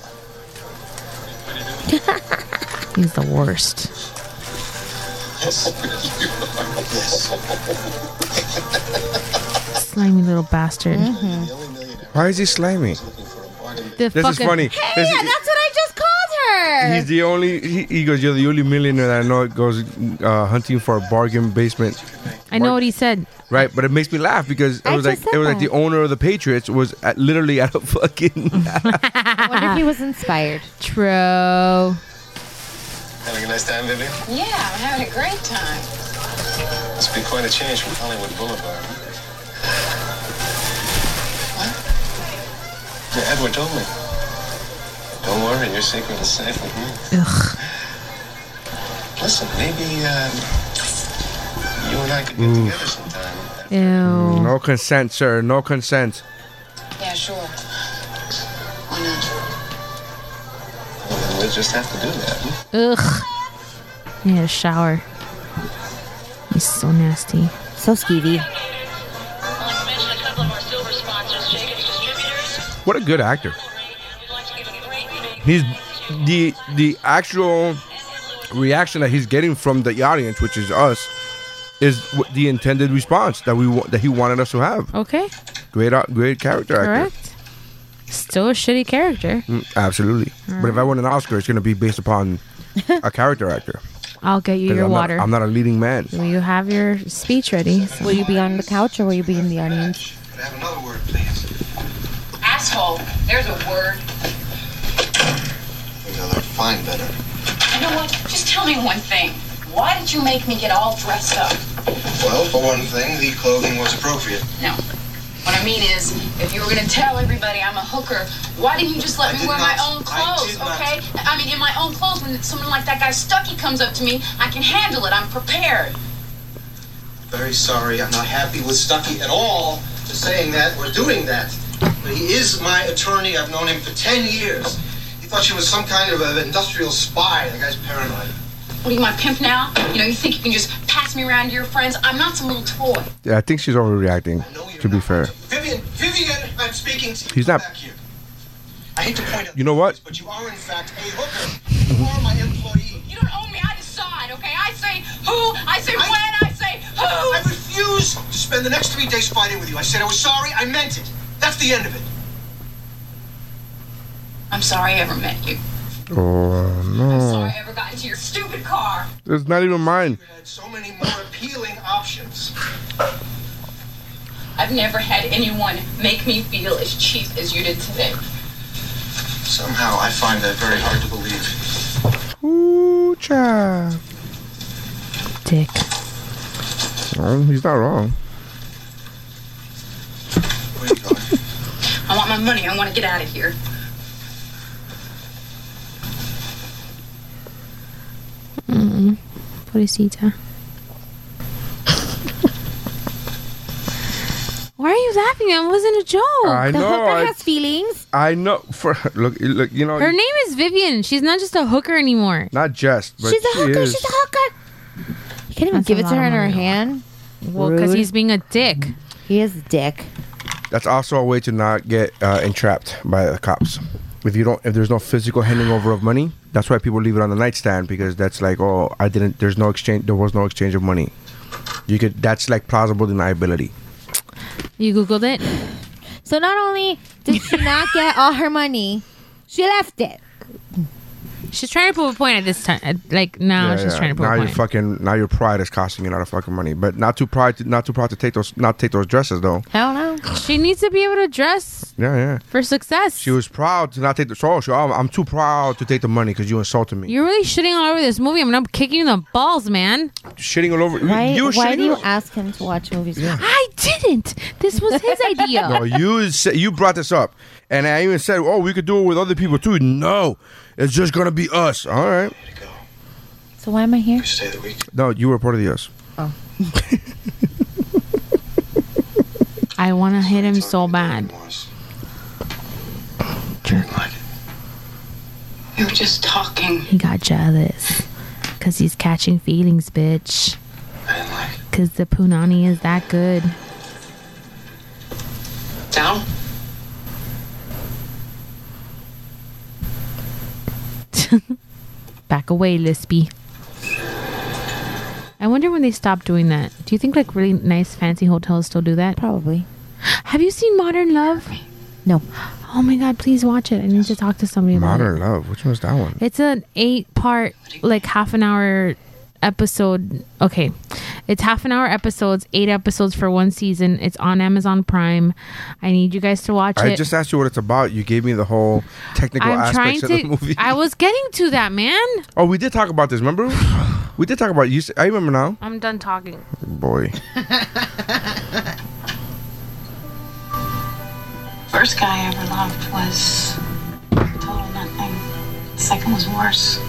Speaker 8: He's the worst.
Speaker 12: Yes, you are. Yes.
Speaker 8: Slimy little bastard.
Speaker 1: Why is he slimy?
Speaker 8: The
Speaker 1: This is
Speaker 8: fucking-
Speaker 1: funny. This is-
Speaker 9: Yeah, that's what I just called her.
Speaker 1: he's the only. He, he goes. You're the only millionaire that I know that goes uh, hunting for a bargain basement.
Speaker 8: I know what he said.
Speaker 1: Right, but it makes me laugh because it
Speaker 9: I
Speaker 1: was like
Speaker 9: just
Speaker 1: it
Speaker 9: said
Speaker 1: was like the
Speaker 9: that.
Speaker 1: owner of the Patriots was at, literally at a fucking.
Speaker 9: I wonder if he was inspired.
Speaker 8: True.
Speaker 12: Having a nice time, Vivian?
Speaker 15: Yeah, I'm having a great time.
Speaker 12: Must be quite a change from Hollywood Boulevard. Huh? Yeah, Edward told me. Don't worry, your secret is safe with me.
Speaker 8: Ugh.
Speaker 12: Listen, maybe um, you and I could get together sometime.
Speaker 8: Ew. Mm-hmm.
Speaker 1: no consent, sir. No consent.
Speaker 15: Yeah, sure. Why not?
Speaker 12: And We'll just have to do that. hmm?
Speaker 8: Ugh. Need a shower. He's so nasty.
Speaker 9: So skeevy.
Speaker 1: What a good actor. He's the the actual reaction that he's getting from the audience, which is us, is what the intended response that we wa- that he wanted us to have.
Speaker 8: Okay,
Speaker 1: Great, uh, great character actor.
Speaker 8: correct. Still a shitty character.
Speaker 1: Mm, absolutely. But if I won an Oscar, it's going to be based upon a character actor.
Speaker 8: I'll get you
Speaker 1: 'Cause
Speaker 8: your
Speaker 1: I'm not-
Speaker 8: water.
Speaker 1: I'm not a leading man.
Speaker 8: Will you have your speech ready?
Speaker 9: Will you be on the couch or will you be in the audience?
Speaker 15: Asshole. There's a word.
Speaker 12: You know, they're fine better.
Speaker 15: You know what? Just tell me one thing. Why did you make me get all dressed up?
Speaker 12: Well, for one thing, the clothing was appropriate.
Speaker 15: No. What I mean is, if you were gonna tell everybody I'm a hooker, why didn't you just let
Speaker 12: I
Speaker 15: me
Speaker 12: did
Speaker 15: wear my
Speaker 12: not-
Speaker 15: own
Speaker 12: I
Speaker 15: clothes,
Speaker 12: did not-
Speaker 15: okay? I mean, in my own clothes, when someone like that guy Stucky comes up to me, I can handle it. I'm prepared.
Speaker 12: Very sorry, I'm not happy with Stucky at all for saying that or doing that. But he is my attorney. I've known him for 10 years. He thought she was some kind of an industrial spy. The guy's paranoid.
Speaker 15: What are you, my pimp now? You know, you think you can just pass me around to your friends? I'm not some little toy.
Speaker 1: Yeah, I think she's overreacting. To be fair,
Speaker 12: Vivian, Vivian, I'm speaking to you.
Speaker 1: he's not.
Speaker 12: I hate to point out,
Speaker 1: You know what?
Speaker 12: but you are in fact a hooker. You are my employee.
Speaker 15: You don't own me. I decide, okay? I say who, I say
Speaker 12: I-
Speaker 15: when, I say who.
Speaker 12: I
Speaker 1: Oh.
Speaker 12: refuse to spend the next three days fighting with you. I said I was sorry. I meant it. That's the end of it.
Speaker 15: I'm sorry I ever met you.
Speaker 1: Oh
Speaker 15: Sorry
Speaker 1: no,
Speaker 15: I ever got into your stupid car.
Speaker 1: it's not even mine.
Speaker 12: So many more appealing options.
Speaker 15: I've never had anyone make me feel as cheap as you did today.
Speaker 12: Somehow I find that very hard to believe.
Speaker 1: Ooh, cha.
Speaker 8: Dick.
Speaker 1: No, he's not wrong.
Speaker 15: I want my money. I want to get out of here.
Speaker 8: Mm-mm. Pobrecita. Why are you laughing? It wasn't a joke.
Speaker 1: I The know, hooker I- has
Speaker 8: feelings.
Speaker 1: I know. For look, look, you know,
Speaker 8: Her name is Vivian. She's not just a hooker anymore.
Speaker 1: not just, but
Speaker 8: She's a
Speaker 1: she
Speaker 8: hooker,
Speaker 1: is.
Speaker 8: she's
Speaker 9: a hooker. You can't even
Speaker 8: That's
Speaker 9: give
Speaker 8: a
Speaker 9: it to
Speaker 8: lot
Speaker 9: her
Speaker 8: of
Speaker 9: in her
Speaker 8: money.
Speaker 9: hand.
Speaker 8: Well, 'cause he's being a dick.
Speaker 9: He is a dick.
Speaker 1: That's also a way to not get uh, entrapped by the cops. If you don't, if there's no physical handing over of money, that's why people leave it on the nightstand because that's like, oh, I didn't. There's no exchange. There was no exchange of money. You could. That's like plausible deniability.
Speaker 8: You googled it.
Speaker 9: So not only did she not get all her money, she left it.
Speaker 8: She's trying to prove a point at this time. Uh, Like now,
Speaker 1: Yeah,
Speaker 8: she's
Speaker 1: yeah.
Speaker 8: trying to prove
Speaker 1: now
Speaker 8: a
Speaker 1: your
Speaker 8: point.
Speaker 1: fucking now your pride is costing you a lot of fucking money. But not too proud, to, not too proud to take those, not take those dresses though.
Speaker 9: Hell no.
Speaker 8: She needs to be able to dress
Speaker 1: Yeah, yeah.
Speaker 8: for success.
Speaker 1: She was proud to not take the. So she, oh, I'm too proud to take the money because you insulted me.
Speaker 8: You're really shitting all over this movie. I'm not kicking you in the balls, man.
Speaker 1: shitting all over.
Speaker 9: Why,
Speaker 1: you were
Speaker 9: why
Speaker 1: shitting
Speaker 9: do you
Speaker 1: all-
Speaker 9: ask him to watch movies?
Speaker 8: I didn't. This was his idea.
Speaker 1: No, you said you brought this up, and I even said, "Oh, we could do it with other people too." No, it's just gonna be us. All right.
Speaker 9: So why am I here?
Speaker 12: Stay the week.
Speaker 1: No, you were part of the us.
Speaker 8: I want to hit him so bad. Jerk.
Speaker 15: You were just talking.
Speaker 8: He got jealous because he's catching feelings, bitch. Because the punani is that good.
Speaker 15: Down?
Speaker 8: Back away, Lispy. I wonder when they stop doing that. Do you think like really nice fancy hotels still do that?
Speaker 9: Probably.
Speaker 8: Have you seen Modern Love?
Speaker 9: No.
Speaker 8: Oh my god, please watch it. I need to talk to somebody about it.
Speaker 1: Modern Love. Which one's that one?
Speaker 8: It's an eight part, like half an hour episode. Okay. It's half an hour episodes, eight episodes for one season. It's on Amazon Prime. I need you guys to watch
Speaker 1: I
Speaker 8: it.
Speaker 1: just asked you what it's about. You gave me the whole technical
Speaker 8: I'm trying
Speaker 1: aspects
Speaker 8: to.
Speaker 1: of the movie.
Speaker 8: I was getting to that, man.
Speaker 1: oh, we did talk about this. Remember? we did talk about you. s- I remember now.
Speaker 8: I'm done talking.
Speaker 1: Boy,
Speaker 15: First guy I ever loved was total nothing. Second was worse.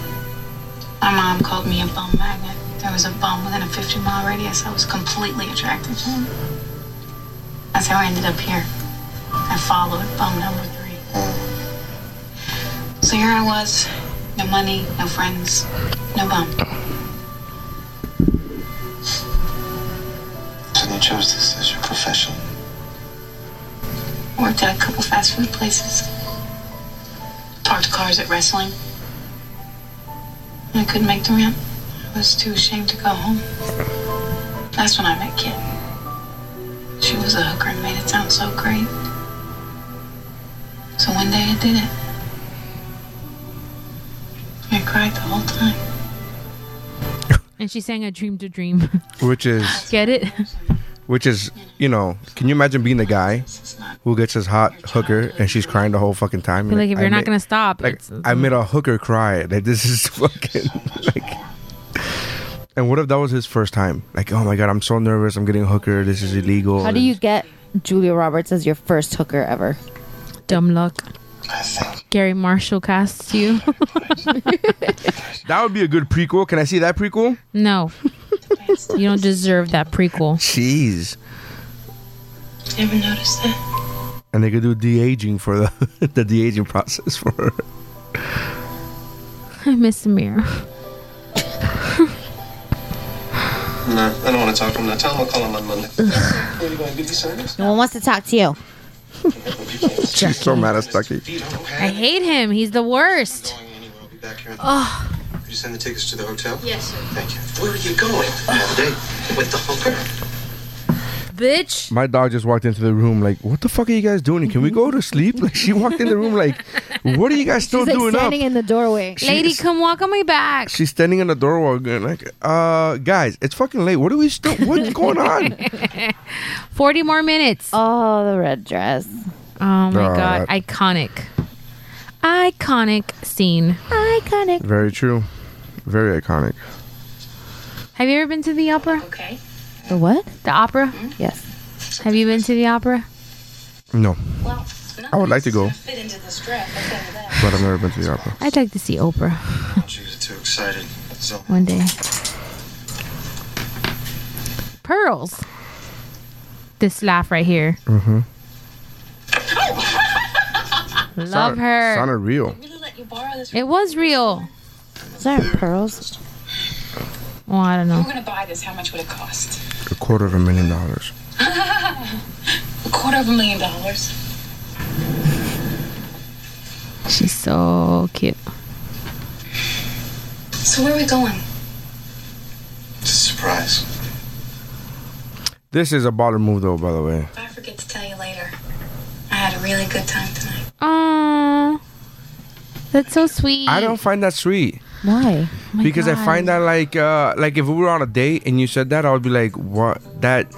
Speaker 15: My mom called me a bum magnet. There was a bum within a 50 mile radius I was completely attracted to. him. That's how I ended up here. I followed bum number three. So here I was, no money, no friends, no bum.
Speaker 12: So you chose this as your profession.
Speaker 15: Worked at a couple fast food places. Parked cars at wrestling. I couldn't make the rent. I was too ashamed to go home. That's when I met Kit. She was a hooker and made it sound so great. So one day I did it. I cried the whole time.
Speaker 8: And she sang "A Dream to Dream."
Speaker 1: Which is
Speaker 8: Get it?
Speaker 1: which is you know can you imagine being the guy who gets his hot hooker and she's crying the whole fucking time
Speaker 8: Be like, if
Speaker 1: I
Speaker 8: you're not
Speaker 1: made-
Speaker 8: gonna stop,
Speaker 1: like
Speaker 8: it's- it's-
Speaker 1: i made a hooker cry like this is fucking like and what if that was his first time like oh my god i'm so nervous i'm getting a hooker this is illegal
Speaker 9: How do you get Julia Roberts as your first hooker ever?
Speaker 8: Dumb luck. Gary Marshall casts you.
Speaker 1: that would be a good prequel can i see that prequel
Speaker 8: no, you don't deserve that prequel.
Speaker 1: jeez
Speaker 15: Never noticed that.
Speaker 1: and they could do de-aging for the the de-aging process for her
Speaker 8: I miss the mirror.
Speaker 12: No, I don't want to talk to him now. Tell him I'll call him on Monday. Where are you going? Good service?
Speaker 9: No one wants to talk to you.
Speaker 1: she's so mad at stucky
Speaker 8: I hate him. He's the worst. Oh,
Speaker 12: Did you send the tickets to the hotel?
Speaker 8: Yes, sir.
Speaker 12: Thank you. Where are you going? All day with the hooker?
Speaker 8: bitch.
Speaker 1: My dog just walked into the room like, "What the fuck are you guys doing? Can we go to sleep?" Like she walked in the room like, "What are you guys still
Speaker 9: She's like
Speaker 1: doing
Speaker 9: standing
Speaker 1: up?"
Speaker 9: in the doorway.
Speaker 8: Lady, come walk on my back.
Speaker 1: She's standing in the doorway going like, "Uh, guys, it's fucking late. What are we still? What's going on?"
Speaker 8: 40 more minutes.
Speaker 9: Oh, the red dress.
Speaker 8: Oh my
Speaker 1: Uh,
Speaker 8: god, iconic. Iconic scene.
Speaker 9: Iconic.
Speaker 1: Very true, very iconic.
Speaker 8: Have you ever been to the opera?
Speaker 15: Okay.
Speaker 9: The what?
Speaker 8: The opera?
Speaker 9: Yes.
Speaker 8: Have you been to the opera?
Speaker 1: No,
Speaker 15: Well,
Speaker 1: I would like to go,
Speaker 15: fit into this dress. I tell you that.
Speaker 1: but I've never been to the opera.
Speaker 8: I'd like to see Oprah
Speaker 12: I want you to get too excited. So
Speaker 8: one day. Pearls. This laugh right here.
Speaker 1: Mm-hmm.
Speaker 8: Love her.
Speaker 1: Sounded real.
Speaker 8: It was real.
Speaker 9: Is that pearls?
Speaker 8: Well, Oh, I
Speaker 15: If
Speaker 8: don't
Speaker 15: we
Speaker 8: know.
Speaker 15: we're gonna buy this, how much would it cost?
Speaker 1: A quarter of a million dollars.
Speaker 15: a quarter of a million dollars.
Speaker 8: She's so cute.
Speaker 15: So where are we going?
Speaker 12: it's a surprise.
Speaker 1: This is a baller move though, by the way.
Speaker 15: If I forget to tell you later, I had a really good time tonight.
Speaker 8: Aww. That's so sweet.
Speaker 1: I don't find that sweet.
Speaker 9: Why?
Speaker 8: E- my
Speaker 1: because I
Speaker 8: God.
Speaker 1: find that like uh like if we were on a date and you said that I would be like what that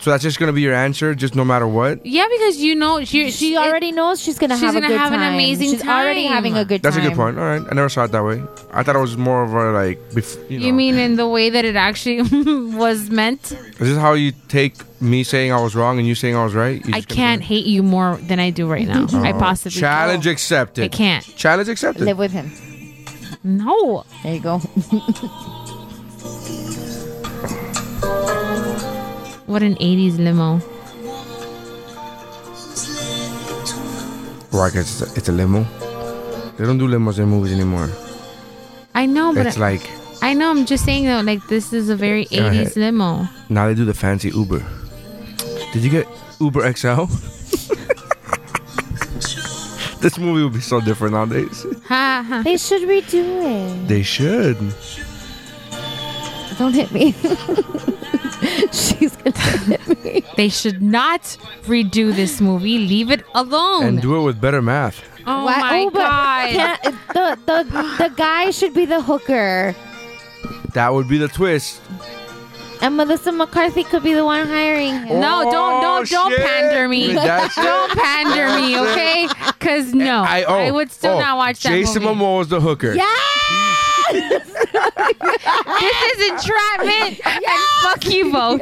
Speaker 1: so that's just gonna be your answer just no matter what
Speaker 8: Yeah, because you know she
Speaker 9: She already knows she's gonna
Speaker 8: she's
Speaker 9: have
Speaker 8: gonna
Speaker 9: a good
Speaker 8: have an
Speaker 9: time.
Speaker 8: amazing
Speaker 9: she's already
Speaker 8: time.
Speaker 9: having a good
Speaker 1: that's
Speaker 9: time.
Speaker 1: a good point all right I never saw it that way I thought it was more of a like bef- you know
Speaker 8: You mean in the way that it actually was meant?
Speaker 1: is this how you take me saying I was wrong and you saying I was right You
Speaker 8: I
Speaker 1: just gonna-
Speaker 8: can't hate you more than I do right now. I
Speaker 1: Oh.
Speaker 8: possibly
Speaker 1: challenge accepted
Speaker 8: I can't.
Speaker 1: challenge accepted
Speaker 9: Live with him.
Speaker 8: No.
Speaker 9: There you go.
Speaker 8: What an 80s limo.
Speaker 1: right 'cause it's a, it's a limo they don't do limos in movies anymore
Speaker 8: I know, but
Speaker 1: it's like
Speaker 8: I know. I'm just saying though, like this is a very
Speaker 1: Go
Speaker 8: 80s
Speaker 1: ahead.
Speaker 8: limo.
Speaker 1: now they do the fancy Uber did you get Uber XL this movie would be so different nowadays
Speaker 8: Ha ha.
Speaker 9: they should redo
Speaker 1: they should.
Speaker 9: it. Don't hit me. she's gonna hit me.
Speaker 8: They should not redo this movie. Leave it alone.
Speaker 1: and do it with better math.
Speaker 8: oh
Speaker 9: Why-
Speaker 8: my
Speaker 9: oh, but
Speaker 8: god.
Speaker 9: can't- the, the, the guy should be the hooker.
Speaker 1: That would be the twist.
Speaker 9: And Melissa McCarthy could be the one hiring him.
Speaker 8: No, don't
Speaker 1: Oh,
Speaker 8: don't don't
Speaker 1: shit.
Speaker 8: pander me.
Speaker 1: That's it.
Speaker 8: Don't pander me,
Speaker 1: That's it.
Speaker 8: okay? Cause no, I,
Speaker 1: oh,
Speaker 8: would still
Speaker 1: oh,
Speaker 8: not watch that
Speaker 1: Jason
Speaker 8: movie.
Speaker 1: Momoa is the hooker.
Speaker 8: This is entrapment. And fuck you both.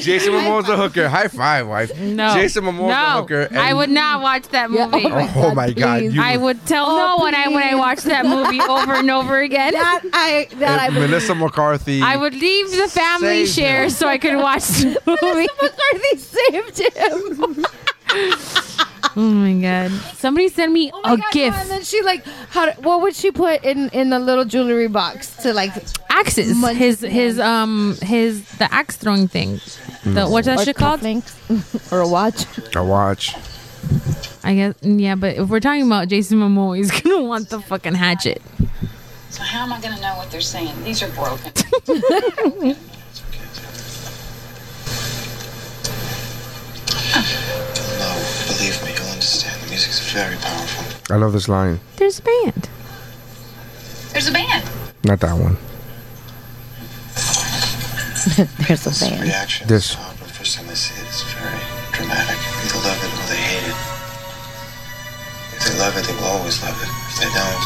Speaker 1: Jason Momoa is the hooker. High five, wife.
Speaker 8: No.
Speaker 1: Jason Momoa is the
Speaker 8: no.
Speaker 1: hooker. and-
Speaker 8: I would not watch that movie.
Speaker 1: Oh, my God! You,
Speaker 8: I would tell no one I when I watch that movie over and over again.
Speaker 9: That I that
Speaker 1: and Melissa McCarthy.
Speaker 8: I would leave the family
Speaker 1: Save
Speaker 8: share
Speaker 1: him.
Speaker 8: so I could watch the movie.
Speaker 9: McCarthy saved him.
Speaker 8: Oh my god! Oh Somebody send me a gift.
Speaker 9: And then she like, how? What would she put in in the little jewelry box to like?
Speaker 8: Axes.
Speaker 9: Munch-
Speaker 8: His his um his the axe throwing thing. The
Speaker 1: Mm.
Speaker 8: what's that
Speaker 9: or
Speaker 8: shit called?
Speaker 9: cufflinks? or a watch?
Speaker 1: I watch.
Speaker 8: I guess mm, yeah. But if we're talking about Jason Momoa, he's gonna want the fucking hatchet.
Speaker 15: So how am I gonna know what they're saying? These are broken.
Speaker 12: No, believe me, you'll understand. The music's very powerful.
Speaker 1: I love this line.
Speaker 8: There's a band.
Speaker 15: There's a band.
Speaker 1: Not that one.
Speaker 9: There's a
Speaker 12: This
Speaker 9: fan.
Speaker 12: reaction
Speaker 1: This.
Speaker 12: this. to opera, the first time they see it, it's very dramatic. They either love it or they hate it. If they love it, they will always love it. If they don't,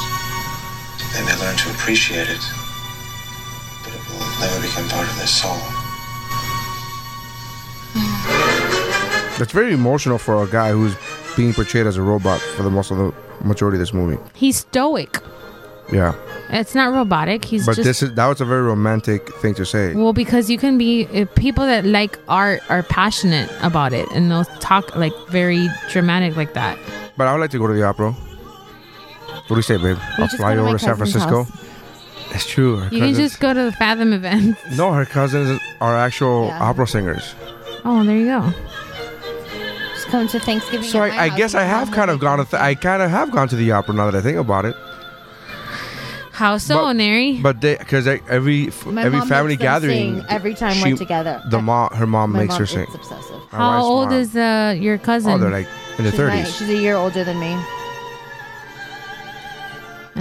Speaker 12: they may learn to appreciate it, but it will never become part of their soul.
Speaker 1: That's very emotional for a guy who's being portrayed as a robot for the most of the majority of this movie.
Speaker 8: He's stoic.
Speaker 1: Yeah,
Speaker 8: It's not robotic. He's
Speaker 1: but
Speaker 8: just
Speaker 1: this is that was a very romantic thing to say.
Speaker 8: well because you can be uh, people that like art are passionate about it and they'll talk like very dramatic like that.
Speaker 1: But I would like to go to the opera. What do you say, babe? I'll
Speaker 8: just
Speaker 1: fly
Speaker 8: go to my
Speaker 1: over to San
Speaker 8: cousin's
Speaker 1: Francisco. It's true. Her
Speaker 8: You can
Speaker 1: cousins-
Speaker 8: just go to the Fathom event.
Speaker 1: no, her cousins are actual
Speaker 8: Yeah.
Speaker 1: opera singers.
Speaker 8: Oh, there you go.
Speaker 9: Just come to Thanksgiving.
Speaker 1: So I, I guess I have kind of gone. To th- I kind of have gone to the opera now that I think about it.
Speaker 8: How so, Neri?
Speaker 1: But they, because every f-
Speaker 9: My
Speaker 1: every
Speaker 9: mom
Speaker 1: family
Speaker 9: makes them
Speaker 1: gathering,
Speaker 9: sing every time
Speaker 1: she-
Speaker 9: we're together.
Speaker 1: the mom, her mom
Speaker 9: My
Speaker 1: makes
Speaker 9: mom
Speaker 1: her
Speaker 9: is
Speaker 1: sing.
Speaker 9: obsessive.
Speaker 1: My
Speaker 8: How
Speaker 1: wife's
Speaker 8: old
Speaker 1: mom.
Speaker 8: is uh, your cousin?
Speaker 1: Oh, they're like in the
Speaker 9: she's, my,
Speaker 1: thirties.
Speaker 9: she's a year older than me.
Speaker 8: and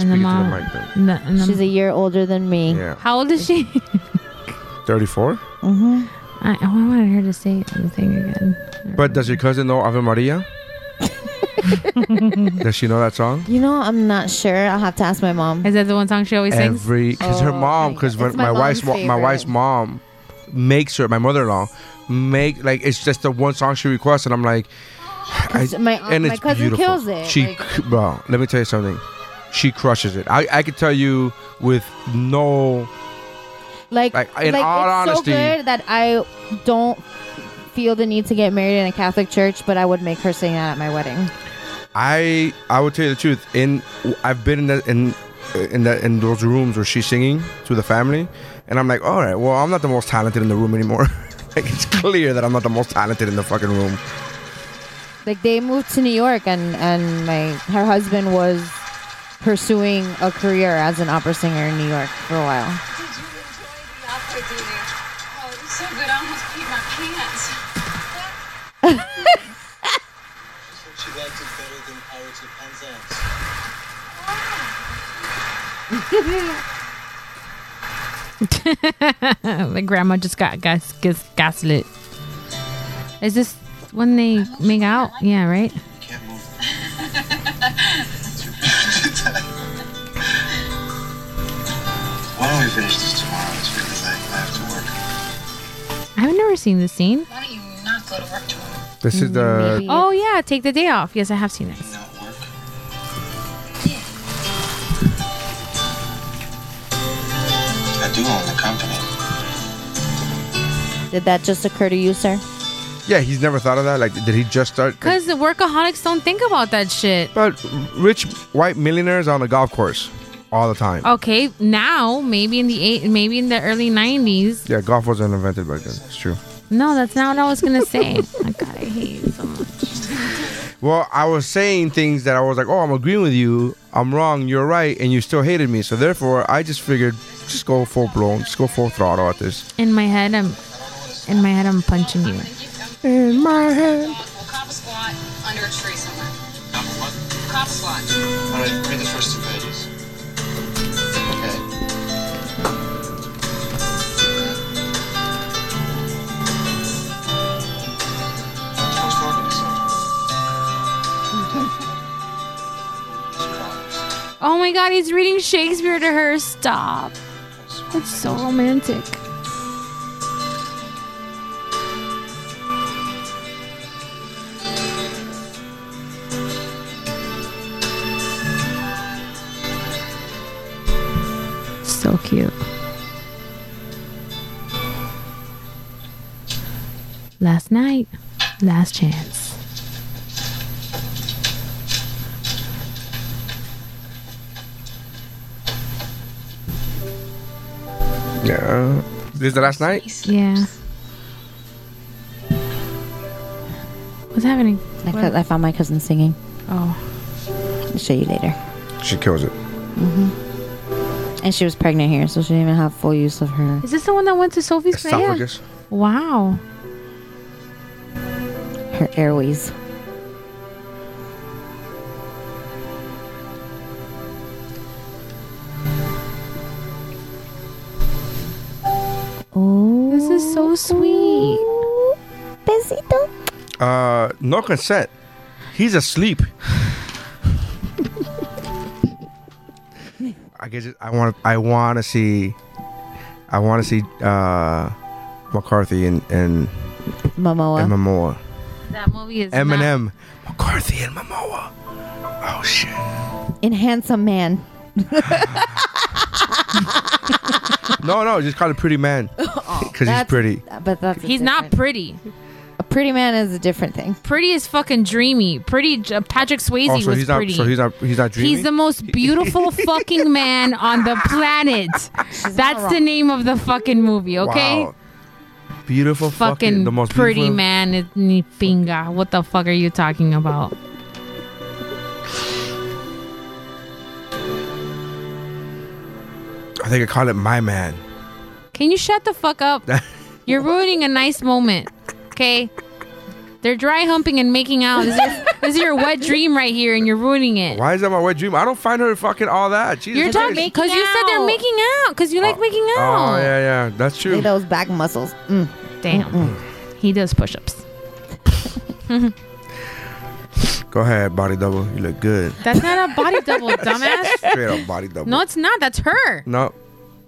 Speaker 1: Speak
Speaker 8: the
Speaker 1: into the
Speaker 8: mom.
Speaker 1: mic, babe.
Speaker 8: and the- and the-
Speaker 9: She's a year older than me.
Speaker 1: Yeah.
Speaker 8: How old is she?
Speaker 1: Thirty-four.
Speaker 9: Mm-hmm.
Speaker 8: I, I wanted her to say the thing again.
Speaker 1: But does your cousin know Ave Maria? does she know that song?
Speaker 9: You know, I'm not sure. I'll have to ask my mom.
Speaker 8: Is that the one song she always sings?
Speaker 1: Every because her mom, because
Speaker 9: It's
Speaker 1: when
Speaker 9: Oh,
Speaker 1: my,
Speaker 9: my
Speaker 1: wife's
Speaker 9: mom's
Speaker 1: mo- my wife's mom makes her, my mother-in-law make like it's just the one song she requests, and I'm like, I,
Speaker 9: my aunt- my cousin kills it,
Speaker 1: She, c- bro, let me tell you something. She crushes it. I I could tell you with no
Speaker 9: Like,
Speaker 1: Like, in
Speaker 9: like,
Speaker 1: all
Speaker 9: it's
Speaker 1: honesty-
Speaker 9: so good that I don't feel the need to get married in a Catholic church, but I would make her sing that at my wedding.
Speaker 1: I I would tell you the truth. In I've been in that in uh, in that in those rooms where she's singing to the family, and I'm like, all right, well, I'm not the most talented in the room anymore. like it's clear that I'm not the most talented in the fucking room.
Speaker 9: Like they moved to New York, and and my her husband was pursuing a career as an opera singer in New York for a while.
Speaker 11: Opera theater. Oh, it was Oh, so good. I almost peed my pants.
Speaker 12: She liked it better than Pirates of Penzance.
Speaker 8: like grandma just got gas, gas gaslit. Is this when they make out? Yeah, right.
Speaker 12: Why don't we finish this tomorrow? It's really late. I have to work.
Speaker 8: I've never seen this scene.
Speaker 15: Why don't you not go to work tomorrow?
Speaker 1: This is the
Speaker 8: Oh yeah, take the day off. Yes, I have seen this.
Speaker 12: I do own the company.
Speaker 9: Did that just occur to you, sir?
Speaker 1: yeah. He's never thought of that. Like, did he just start?
Speaker 8: Cause the workaholics don't think about that shit.
Speaker 1: But rich white millionaires on the golf course all the time.
Speaker 8: Okay, now maybe in the eight, maybe in the early nineties.
Speaker 1: Yeah, golf wasn't invented back then. It's true.
Speaker 8: No, that's not what I was gonna say. oh, God, I hate you so much.
Speaker 1: Well, I was saying things that I was like, oh, I'm agreeing with you. I'm wrong. You're right, and you still hated me. So therefore, I just figured, just go full blown, just go full throttle at this.
Speaker 8: In my head, I'm, in my head, I'm punching you.
Speaker 1: In my head.
Speaker 11: We'll cop a squat under a tree somewhere. Cop a squat.
Speaker 12: All right, read the first two pages. Okay. I was talking to someone.
Speaker 8: Oh my God, he's reading Shakespeare to her. Stop. It's so romantic. So cute. Last night, last chance.
Speaker 1: Yeah. This is the last night.
Speaker 8: Yeah. What's happening?
Speaker 9: I, cou- I found my cousin singing.
Speaker 8: Oh.
Speaker 9: I'll show you later.
Speaker 1: She kills it.
Speaker 9: And she was pregnant here, so she didn't even have full use of her.
Speaker 8: Is this the one that went to Sophie's Playa?
Speaker 1: Esophagus.
Speaker 8: Wow.
Speaker 9: her airways.
Speaker 8: This is so sweet.
Speaker 13: Besito.
Speaker 1: Uh, no consent. He's asleep. I guess it- I want I want to see, I want to see uh, McCarthy and and
Speaker 9: Momoa.
Speaker 1: and Momoa.
Speaker 8: That movie is
Speaker 1: Eminem.
Speaker 9: McCarthy and Momoa. Oh shit. In handsome man.
Speaker 1: no, no, just call it Pretty Man
Speaker 8: Oh,
Speaker 1: because he's
Speaker 9: That's-
Speaker 1: pretty.
Speaker 9: But that's
Speaker 8: He's not pretty.
Speaker 9: A pretty man is a different thing.
Speaker 8: Pretty is fucking dreamy. Pretty J- Patrick Swayze
Speaker 1: Oh, so
Speaker 8: was
Speaker 1: he's not.
Speaker 8: pretty.
Speaker 1: So he's not. He's not dreaming.
Speaker 8: He's the most beautiful fucking man on the planet. That's the name of the fucking movie, okay?
Speaker 1: Wow. Beautiful, fucking,
Speaker 8: Fucking,
Speaker 1: the most
Speaker 8: pretty
Speaker 1: beautiful-
Speaker 8: man is ni pinga. What the fuck are you talking about?
Speaker 1: I think I call it my man.
Speaker 8: Can you shut the fuck up? You're ruining a nice moment, okay? They're dry humping and making out. This is, your, this is your wet dream right here, and you're ruining it.
Speaker 1: Why is that my wet dream? I don't find her fucking all that. Jesus
Speaker 8: You're
Speaker 1: Christ.
Speaker 8: talking because you said they're making out because you like making out.
Speaker 1: Oh yeah, yeah, that's true.
Speaker 9: those back muscles. Mm.
Speaker 8: Damn. He does push-ups.
Speaker 1: Go ahead, body double. You look good.
Speaker 8: That's not a body double, dumbass.
Speaker 1: Straight up body double.
Speaker 8: No, it's not. That's her.
Speaker 1: No,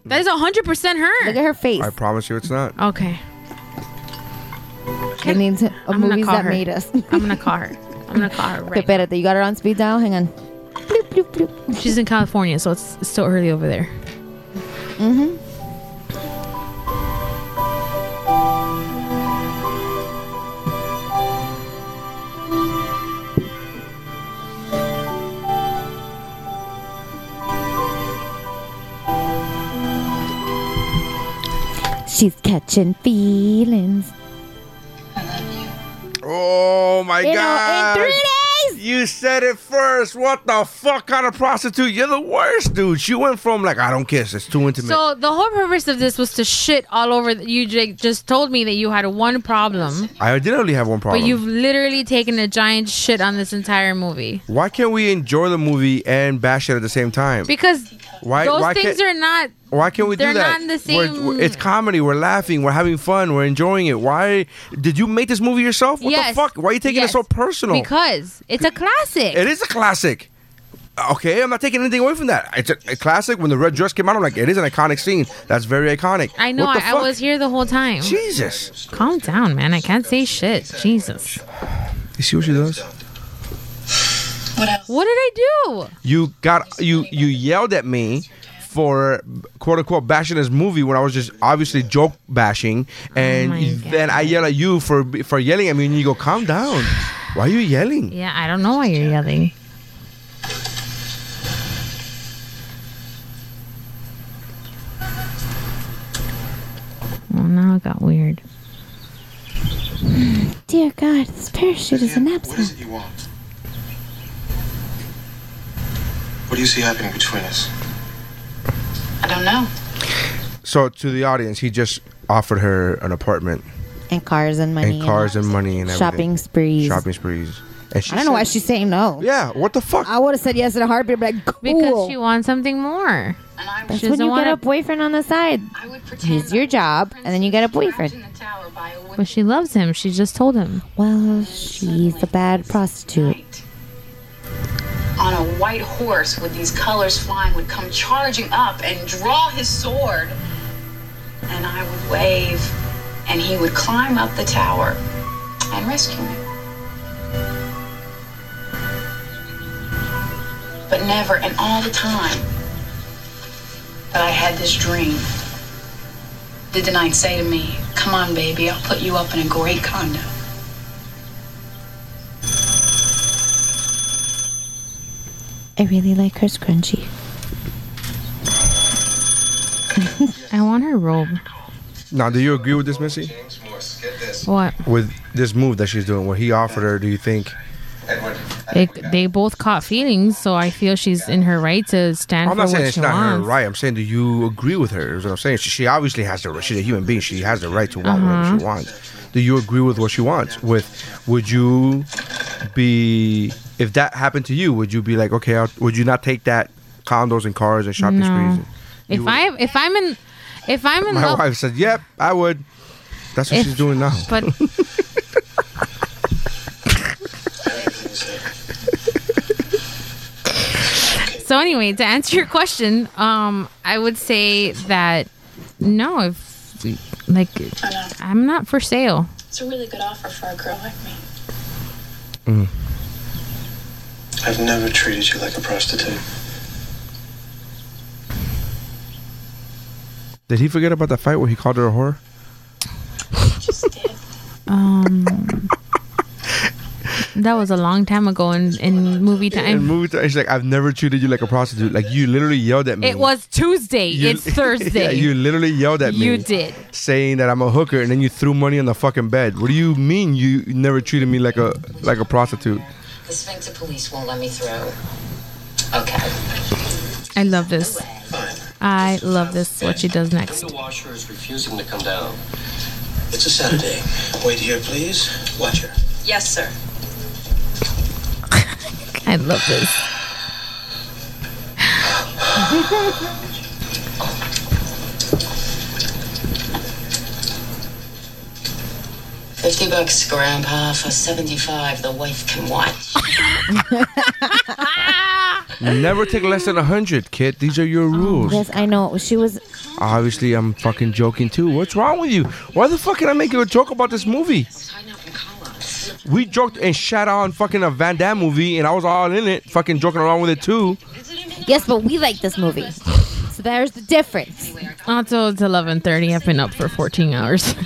Speaker 8: That is hundred percent her. Look at
Speaker 9: her face.
Speaker 1: I promise you, it's not.
Speaker 8: Okay.
Speaker 9: It needs a
Speaker 8: I'm gonna
Speaker 9: movies
Speaker 8: call
Speaker 9: that
Speaker 8: her.
Speaker 9: made us.
Speaker 8: I'm gonna call her. I'm gonna call her
Speaker 9: Okay,
Speaker 8: right.
Speaker 9: espérate, you got her on speed dial? Hang on.
Speaker 8: She's in California, so it's, it's still early over there.
Speaker 9: Mm-hmm. She's catching feelings.
Speaker 1: Oh my
Speaker 9: You know, in
Speaker 1: god!
Speaker 9: three
Speaker 1: days. You said it first. What the fuck kind of prostitute? You're the worst, dude. She went from like I don't kiss. It's too intimate.
Speaker 8: So the whole purpose of this was to shit all over. The, you j- just told me that you had one problem,
Speaker 1: I did only have one problem.
Speaker 8: but you've literally taken a giant shit on this entire movie
Speaker 1: Why can't we enjoy the movie and bash it at the same time?
Speaker 8: because
Speaker 1: Why-
Speaker 8: those
Speaker 1: why
Speaker 8: things are
Speaker 1: can't-
Speaker 8: not.
Speaker 1: Why can't we do
Speaker 8: They're
Speaker 1: that?
Speaker 8: not in the
Speaker 1: We're-
Speaker 8: same-
Speaker 1: we're- it's comedy. We're laughing. We're having fun. We're enjoying it. Why did you make this movie yourself? What
Speaker 8: Yes.
Speaker 1: the fuck? Why are you taking
Speaker 8: Yes.
Speaker 1: it so personal?
Speaker 8: Because it's a classic.
Speaker 1: it is a classic. Okay, I'm not taking anything away from that. It's a, a classic. When the red dress came out, I'm like, it is an iconic scene. That's very iconic.
Speaker 8: I know.
Speaker 1: What the
Speaker 8: I, I
Speaker 1: fuck?
Speaker 8: was here the whole time.
Speaker 1: Jesus.
Speaker 8: Calm down, man. I can't say shit. Jesus.
Speaker 1: You see what she does?
Speaker 8: What did I do?
Speaker 1: You got you you yelled at me for quote unquote bashing this movie when I was just obviously joke bashing,
Speaker 9: Oh
Speaker 1: and then I yell at you for for yelling at me, and you go, "Calm down. Why are you yelling?"
Speaker 8: Yeah, I don't know why you're yelling. Well, now it got weird.
Speaker 9: Dear God, this parachute is an
Speaker 12: What is
Speaker 9: absent.
Speaker 12: it you want? What do you see happening between us?
Speaker 15: I don't know.
Speaker 1: So to the audience, he just offered her an apartment
Speaker 9: And cars and money.
Speaker 1: and cars and money and everything.
Speaker 9: Shopping sprees.
Speaker 1: Shopping sprees. And she
Speaker 9: I don't know
Speaker 1: said-
Speaker 9: why she's saying no.
Speaker 1: Yeah, what the fuck?
Speaker 9: I would have said yes in a heartbeat, but like, cool.
Speaker 8: Because she wants something more.
Speaker 9: That's
Speaker 8: She doesn't
Speaker 9: when you get
Speaker 8: wanna-
Speaker 9: a boyfriend on the side. He's your job, and then you get a boyfriend.
Speaker 8: But she loves him. She just told him.
Speaker 9: Well, she's a bad prostitute.
Speaker 15: On a white horse with these colors flying would come charging up and draw his sword. And I would wave, and he would climb up the tower and rescue me. But never and all the time that I had this dream, did the knight say to me, Come on, baby, I'll put you up in a great condo.
Speaker 9: I really like her scrunchie.
Speaker 8: I want her robe.
Speaker 1: Now, do you agree with this, Missy?
Speaker 8: What?
Speaker 1: With this move that she's doing, what he offered her, do you think?
Speaker 8: They, they both caught feelings, so I feel she's in her right to stand
Speaker 1: I'm
Speaker 8: for
Speaker 1: not
Speaker 8: what
Speaker 1: saying
Speaker 8: she
Speaker 1: it's not her
Speaker 8: wants.
Speaker 1: right. I'm saying, do you agree with her? Is what I'm saying. She, she obviously has the right. She's a human being. She has the right to want whatever
Speaker 8: Uh-huh.
Speaker 1: she wants. Do you agree with what she wants? With would you be if that happened to you? Would you be like, okay, I'll, would you not take that condos and cars and shopping
Speaker 8: No.
Speaker 1: sprees?
Speaker 8: If I if I'm in if I'm in
Speaker 1: My
Speaker 8: love
Speaker 1: wife said, yep, I would. That's what
Speaker 8: If-
Speaker 1: she's doing now.
Speaker 8: But so anyway, to answer your question, um, I would say that no, if like I'm not for sale.
Speaker 11: It's a really good offer for a girl like me.
Speaker 12: I've never treated you like a prostitute.
Speaker 1: Did he forget about the fight where he called her a whore?
Speaker 8: Um, that was a long time ago in, in movie time.
Speaker 1: And movie time, she's like, I've never treated you like a prostitute. Like you literally yelled at me.
Speaker 8: It was Tuesday.
Speaker 1: You-
Speaker 8: it's Thursday.
Speaker 1: yeah, you literally yelled at me.
Speaker 8: You did.
Speaker 1: saying that I'm a hooker, and then you threw money on the fucking bed. What do you mean you never treated me like a like a prostitute?
Speaker 11: The Sphinx police won't let me through. Okay.
Speaker 8: I love this. I love this. What she does next.
Speaker 14: The washer is refusing to come down. It's a Saturday. Wait here, please. Watch her.
Speaker 11: Yes, sir.
Speaker 8: I love this.
Speaker 11: Fifty bucks, Grandpa. For seventy-five, the wife can watch.
Speaker 1: Never take less than a hundred, kid. These are your rules.
Speaker 9: Yes, I know. She was.
Speaker 1: Obviously, I'm fucking joking too. What's wrong with you? Why the fuck can I make you a joke about this movie? We joked and shat on fucking a Van Damme movie, and I was all in it, fucking joking around with it too.
Speaker 9: Yes, but we like this movie. So there's the difference.
Speaker 8: Also, it's 11:30. I've been up for 14 hours.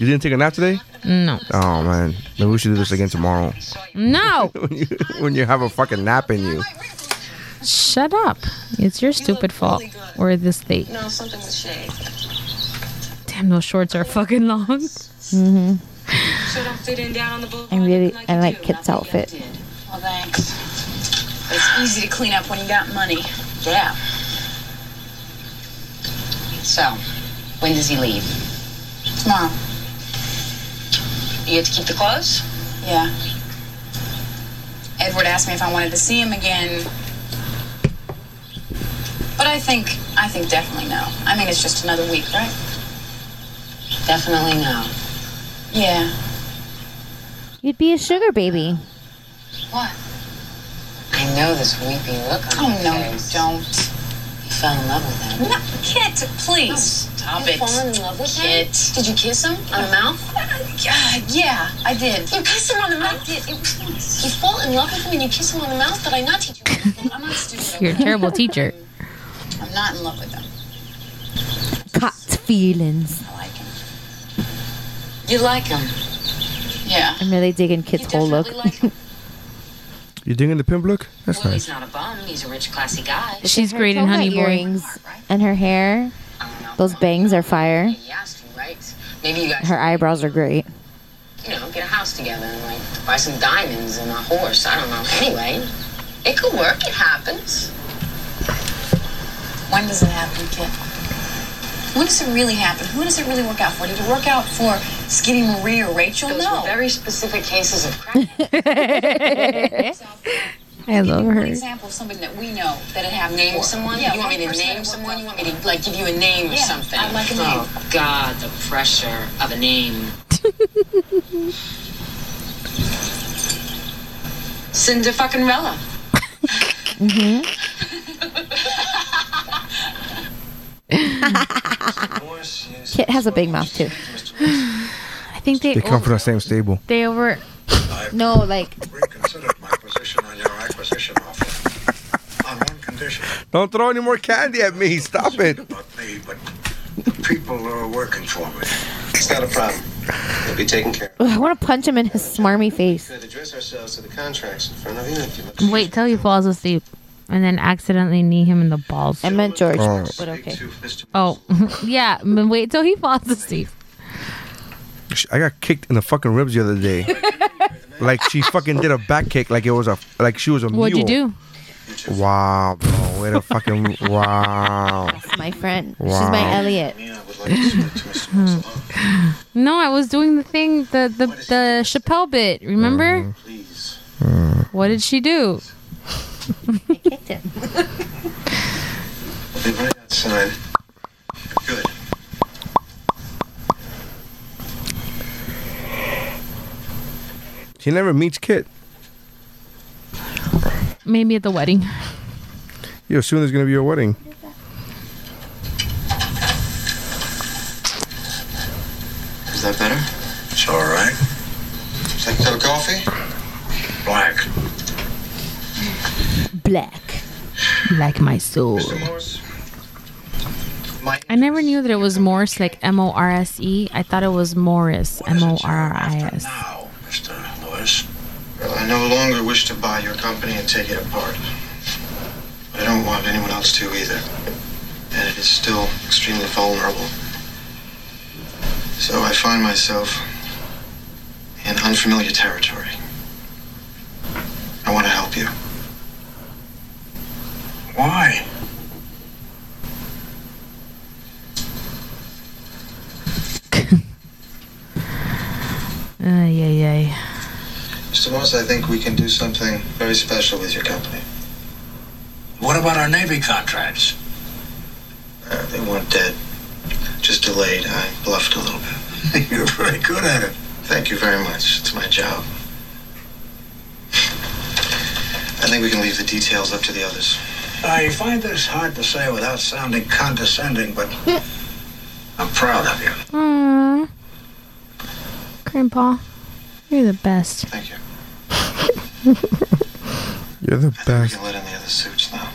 Speaker 1: You didn't take a nap today?
Speaker 8: No.
Speaker 1: Oh man, maybe we should do this again tomorrow.
Speaker 8: No.
Speaker 1: when you when you have a fucking nap in you.
Speaker 8: Shut up. It's your stupid fault. We're this late.
Speaker 11: No, something with shade.
Speaker 8: Damn, those shorts are fucking long.
Speaker 9: hmm
Speaker 11: So don't fit in down on the boulevard.
Speaker 9: I really, I like Kit's outfit.
Speaker 11: Well, thanks. It's easy to clean up when you got money. Yeah. So, when does he leave? Tomorrow. You get to keep the clothes? Yeah.
Speaker 15: Edward asked me if I wanted to see him again. But I think, I think definitely no. I mean, it's just another week, right?
Speaker 11: Definitely no.
Speaker 15: Yeah.
Speaker 9: You'd be a sugar baby.
Speaker 15: What?
Speaker 11: I know this weepy look on
Speaker 15: Oh,
Speaker 11: your
Speaker 15: no,
Speaker 11: face.
Speaker 15: don't.
Speaker 11: You fell in love with him.
Speaker 15: No, Kit, please. stop
Speaker 11: you
Speaker 15: it.
Speaker 11: fall in love with
Speaker 15: Kit.
Speaker 11: him? Did you kiss him on the mouth?
Speaker 15: Uh, yeah, I did.
Speaker 11: You kiss him on the mouth? It- it- you fall in love with him and you kiss him on the mouth? Did I not teach you? I'm not stupid.
Speaker 8: You're a terrible teacher.
Speaker 15: I'm not in love with him.
Speaker 9: Cot's feelings.
Speaker 11: You like him? Yeah.
Speaker 9: I'm really digging Kit's whole look.
Speaker 1: You digging the pimp look? That's nice.
Speaker 11: He's not a bum. He's a rich, classy guy.
Speaker 9: She's great in Honey Boy. Earrings and her hair. Those bangs are fire.
Speaker 11: He asked you, right? Maybe you guys,
Speaker 9: Her eyebrows are great.
Speaker 11: you know, get a house together and like buy some diamonds and a horse. I don't know. Anyway, it could work. It happens.
Speaker 15: When does it happen, Kit? When does it really happen? Who does it really work out for? Did it work out for Skinny Marie or Rachel?
Speaker 11: Those
Speaker 15: no.
Speaker 11: were very specific cases of crack.
Speaker 8: I love
Speaker 15: One
Speaker 8: her.
Speaker 15: example of somebody that we know that it happened
Speaker 11: Name
Speaker 15: for.
Speaker 11: someone?
Speaker 15: Yeah,
Speaker 11: you want me
Speaker 15: one
Speaker 11: to
Speaker 15: person that
Speaker 11: name
Speaker 15: it
Speaker 11: someone? You want me to like give you a name or
Speaker 15: Yeah,
Speaker 11: something?
Speaker 15: I'd like a name.
Speaker 11: Oh God, the pressure of a name. Cinder fucking Rella.
Speaker 9: hmm Kit has a big mouth too.
Speaker 8: I think they
Speaker 1: They come from the same stable.
Speaker 8: they over.
Speaker 9: No, like
Speaker 12: Reconsidered my position on your acquisition offer. On one condition,
Speaker 1: Don't throw any more candy at me. Stop it.
Speaker 12: me, but the people who are working for me.
Speaker 14: It's not a problem. They'll be taken care
Speaker 9: ugh, I want to punch him in his smarmy face.
Speaker 14: of. Address ourselves to the contracts in front of you if you must.
Speaker 8: Wait till he falls asleep, and then accidentally knee him in the balls.
Speaker 9: I meant George,
Speaker 1: Oh.
Speaker 9: but okay.
Speaker 8: Oh, yeah. But wait till he falls asleep.
Speaker 1: Sh- I got kicked in the fucking ribs the other day. like she fucking did a back kick, like it was a like she was a.
Speaker 8: What'd you
Speaker 1: mule.
Speaker 8: do?
Speaker 1: Wow, bro. What a fucking wow.
Speaker 9: My friend, she's my
Speaker 1: Wow.
Speaker 9: Elliot.
Speaker 8: No, I was doing the thing, the the, the Chappelle bit. Remember? What did she do?
Speaker 9: I kicked him.
Speaker 12: They're right outside. Good.
Speaker 1: He never meets Kit.
Speaker 8: Maybe at the wedding.
Speaker 1: Yo, soon there's gonna be a wedding.
Speaker 12: Is that better?
Speaker 16: It's all right.
Speaker 12: Take a cup of coffee?
Speaker 16: Black.
Speaker 8: Black. Like my soul. I never knew that it was Morse, like M O R S E. I thought it was Morris, M O R R I S.
Speaker 16: Mr. Lewis.
Speaker 12: Well, I no longer wish to buy your company and take it apart. But I don't want anyone else to either. And it is still extremely vulnerable. So I find myself in unfamiliar territory. I want to help you.
Speaker 16: Why?
Speaker 8: Ay, ay, ay.
Speaker 12: Mr. Morse, I think we can do something very special with your company.
Speaker 16: What about our Navy contracts?
Speaker 12: Uh, they weren't dead, just delayed. I bluffed a little bit.
Speaker 16: You're very good at it.
Speaker 12: Thank you very much. It's my job. I think we can leave the details up to the others.
Speaker 16: I find this hard to say without sounding condescending, but I'm proud of you.
Speaker 8: Aww. Grandpa, you're the best.
Speaker 12: Thank you.
Speaker 1: You're the
Speaker 12: We
Speaker 1: best.
Speaker 12: can let in the other suits now.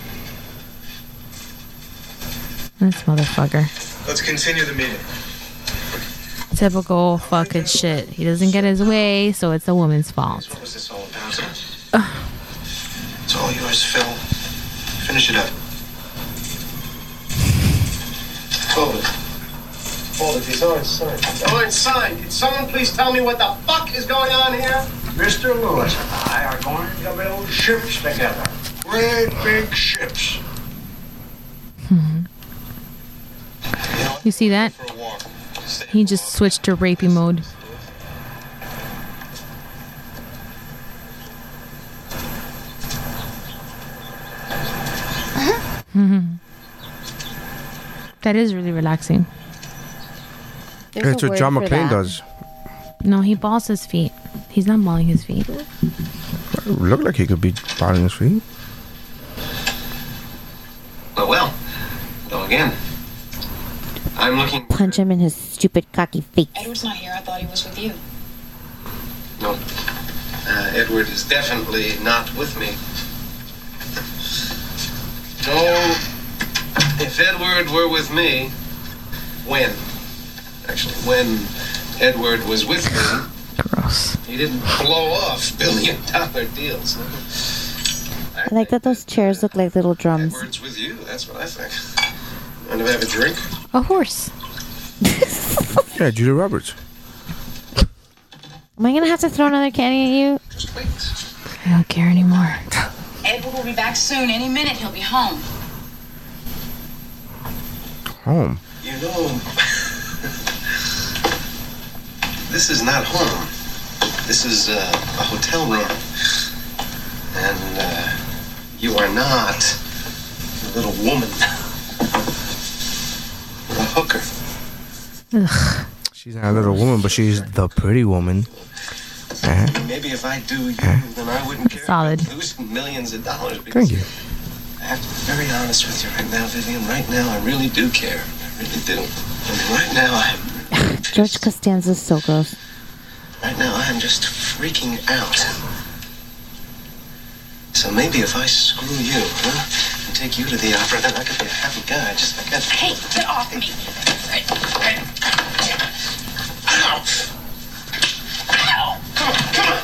Speaker 8: This motherfucker.
Speaker 12: Let's continue the meeting.
Speaker 8: Typical fucking shit. He doesn't get his way, so it's the woman's fault.
Speaker 12: What was this all about? It's all yours, Phil. Finish it up. Hold Hold it. He's already signed.
Speaker 11: Oh, it's signed. Can someone please tell me what the fuck is going on here?
Speaker 16: Mr. Lewis and I are going to build ships together. Great big ships.
Speaker 8: You see that? He just switched to rapey mode. Mhm. that is really relaxing.
Speaker 1: It's what John McClane does.
Speaker 8: No, he balls his feet. He's not balling his feet.
Speaker 1: Look like he could be biting his feet.
Speaker 12: Well, well. Though again, I'm looking.
Speaker 9: Punch him in his stupid cocky face.
Speaker 15: Edward's not here. I thought he was with you.
Speaker 12: No. Uh, Edward is definitely not with me. no. If Edward were with me, when? Actually, when Edward was with me,
Speaker 8: Gross.
Speaker 12: he didn't blow off billion dollar deals.
Speaker 9: I like that those chairs look like little drums.
Speaker 12: Edward's with you, that's what I think. Want to have a drink?
Speaker 8: A horse.
Speaker 1: Yeah, Julia Roberts.
Speaker 9: Am I gonna have to throw another candy at you?
Speaker 8: I don't care anymore.
Speaker 15: Edward will be back soon. Any minute, he'll be home.
Speaker 1: Home.
Speaker 12: You know, this is not home. This is uh, a hotel room. And uh, you are not a little woman. You're a hooker.
Speaker 8: Ugh.
Speaker 1: She's not a little woman, but she's the pretty woman. Uh-huh.
Speaker 12: Maybe if I do you,
Speaker 1: Huh?
Speaker 12: then I wouldn't care
Speaker 8: Solid.
Speaker 12: about losing millions of dollars.
Speaker 1: Thank you.
Speaker 12: I have to be very honest with you right now, Vivian. Right now, I really do care. I really do. I mean, right now, I'm
Speaker 9: George Costanza's so gross.
Speaker 12: Right now, I'm just freaking out. So maybe if I screw you, huh, and take you to the opera, then I could be a happy guy. Just like that.
Speaker 15: Hey, get off me. Right, right.
Speaker 12: Ow!
Speaker 15: Ow! Come on, come on.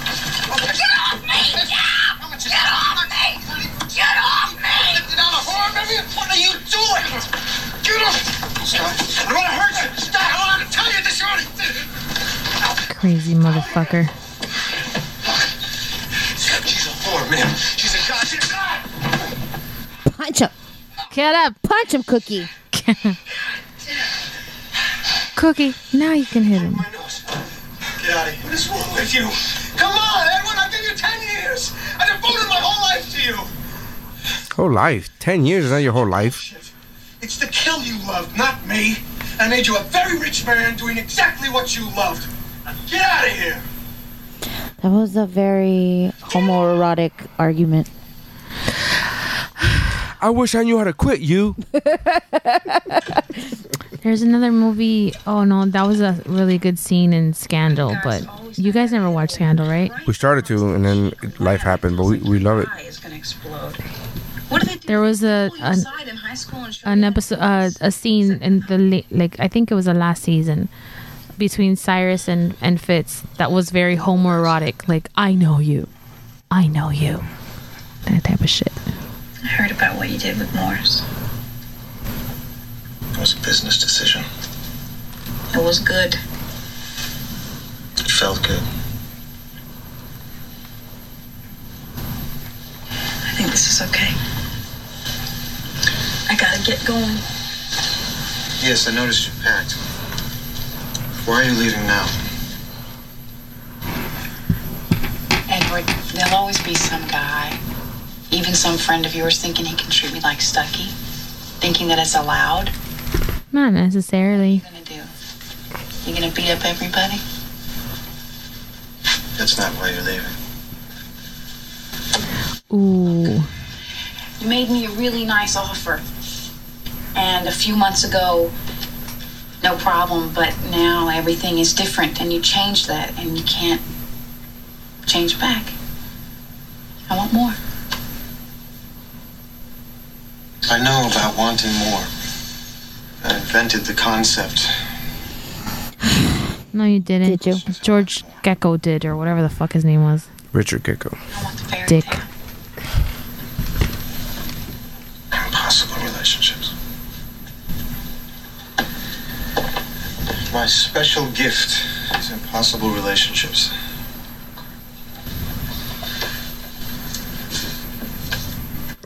Speaker 15: Get off me! Get off me! Get off me!
Speaker 11: Get out of harm, Vivian! What are you doing? Get up! Stop! I'm gonna hurt you! Stop! I'm gonna tell you this already!
Speaker 8: Crazy motherfucker.
Speaker 12: She's a whore, man. She's a god. She's a god.
Speaker 9: Punch him.
Speaker 8: Get up.
Speaker 9: Punch him, Cookie.
Speaker 8: Cookie, now you can hit him.
Speaker 12: Get out of here.
Speaker 11: What is wrong with you? Come on, Edward! I've given you ten years! I devoted my whole life to you!
Speaker 1: Whole life. Ten years is not your whole life.
Speaker 11: It's the kill you loved, not me. I made you a very rich man doing exactly what you loved. Now Get out of here!
Speaker 9: That was a very homoerotic argument.
Speaker 1: I wish I knew how to quit you.
Speaker 8: There's another movie. Oh no, that was a really good scene in Scandal, but you guys never watched Scandal, right?
Speaker 1: We started to, and then life happened, but we, we love it.
Speaker 8: There was a an, an episode, uh, a scene in the la- like I think it was the last season between Cyrus and and Fitz that was very homoerotic. Like I know you, I know you, that type of shit.
Speaker 15: I heard about what you did with Morris.
Speaker 11: It was a business decision.
Speaker 15: It was good.
Speaker 11: It felt good.
Speaker 15: I think this is okay. I gotta get going.
Speaker 11: Yes, I noticed you packed. Why are you leaving now?
Speaker 15: Edward, there'll always be some guy, even some friend of yours, thinking he can treat me like Stucky, thinking that it's allowed.
Speaker 8: Not necessarily.
Speaker 15: What are you gonna do? You gonna beat up everybody?
Speaker 11: That's not why you're leaving.
Speaker 8: Ooh,
Speaker 15: You made me a really nice offer. And a few months ago, no problem, but now everything is different and you changed that and you can't change back. I want more.
Speaker 11: I know about wanting more. I invented the concept.
Speaker 8: no, you didn't. Did you? George Gecko did, or whatever the fuck his name was.
Speaker 1: Richard Gecko.
Speaker 8: Dick.
Speaker 11: Impossible relationships. My special gift is impossible relationships.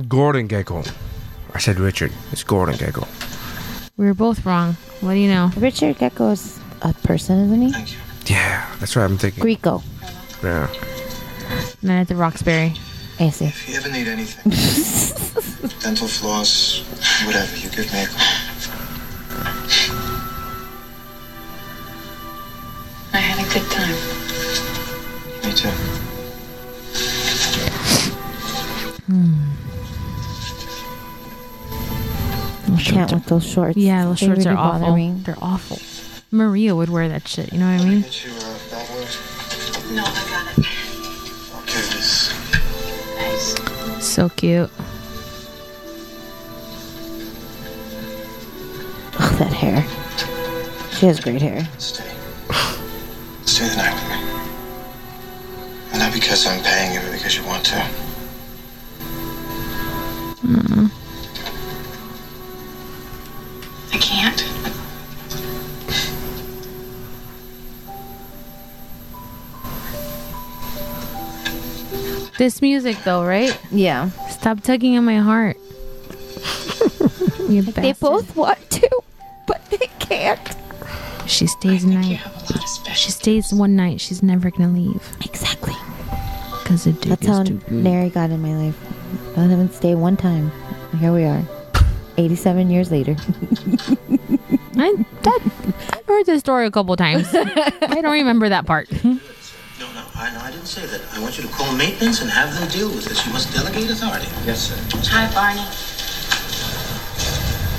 Speaker 1: Gordon Gecko. I said Richard. It's Gordon Gecko.
Speaker 8: We were both wrong. What do you know?
Speaker 9: Richard Gecko is a person, isn't he? Thank you.
Speaker 1: Yeah, that's what I'm thinking.
Speaker 9: Greco.
Speaker 1: Yeah.
Speaker 8: Not at the Roxbury.
Speaker 9: I see.
Speaker 11: If you ever need anything, dental floss, whatever, you give me a call.
Speaker 15: I had a good time.
Speaker 11: Me too.
Speaker 9: Can't with those shorts.
Speaker 8: Yeah, those
Speaker 9: They
Speaker 8: shorts
Speaker 9: really
Speaker 8: are
Speaker 9: bother
Speaker 8: awful.
Speaker 9: me.
Speaker 8: They're awful. Maria would wear that shit. You know what I mean?
Speaker 11: Get you uh, backwards.
Speaker 15: No, I got it.
Speaker 11: Okay, this.
Speaker 15: Thanks.
Speaker 8: So cute.
Speaker 9: Ugh, Oh, that hair. She has great hair.
Speaker 11: Stay the night with me. And not because I'm paying you, but because you want to.
Speaker 8: Mm.
Speaker 15: I can't.
Speaker 8: This music, though, right?
Speaker 9: Yeah.
Speaker 8: Stop tugging at my heart. you
Speaker 9: They
Speaker 8: bastard.
Speaker 9: both want to, but they can't.
Speaker 8: She stays night. She stays one night. She's never gonna leave.
Speaker 9: Exactly.
Speaker 8: Cause the dick
Speaker 9: That's how
Speaker 8: is too good.
Speaker 9: Nary got in my life. Let him stay one time. And Here we are. 87 years later.
Speaker 8: I, that, I've heard this story a couple times. I don't remember that part.
Speaker 17: No, no, I, no, I didn't say that. I want you to call maintenance and have them deal with this. You must delegate authority. Yes, sir.
Speaker 15: Hi, Barney.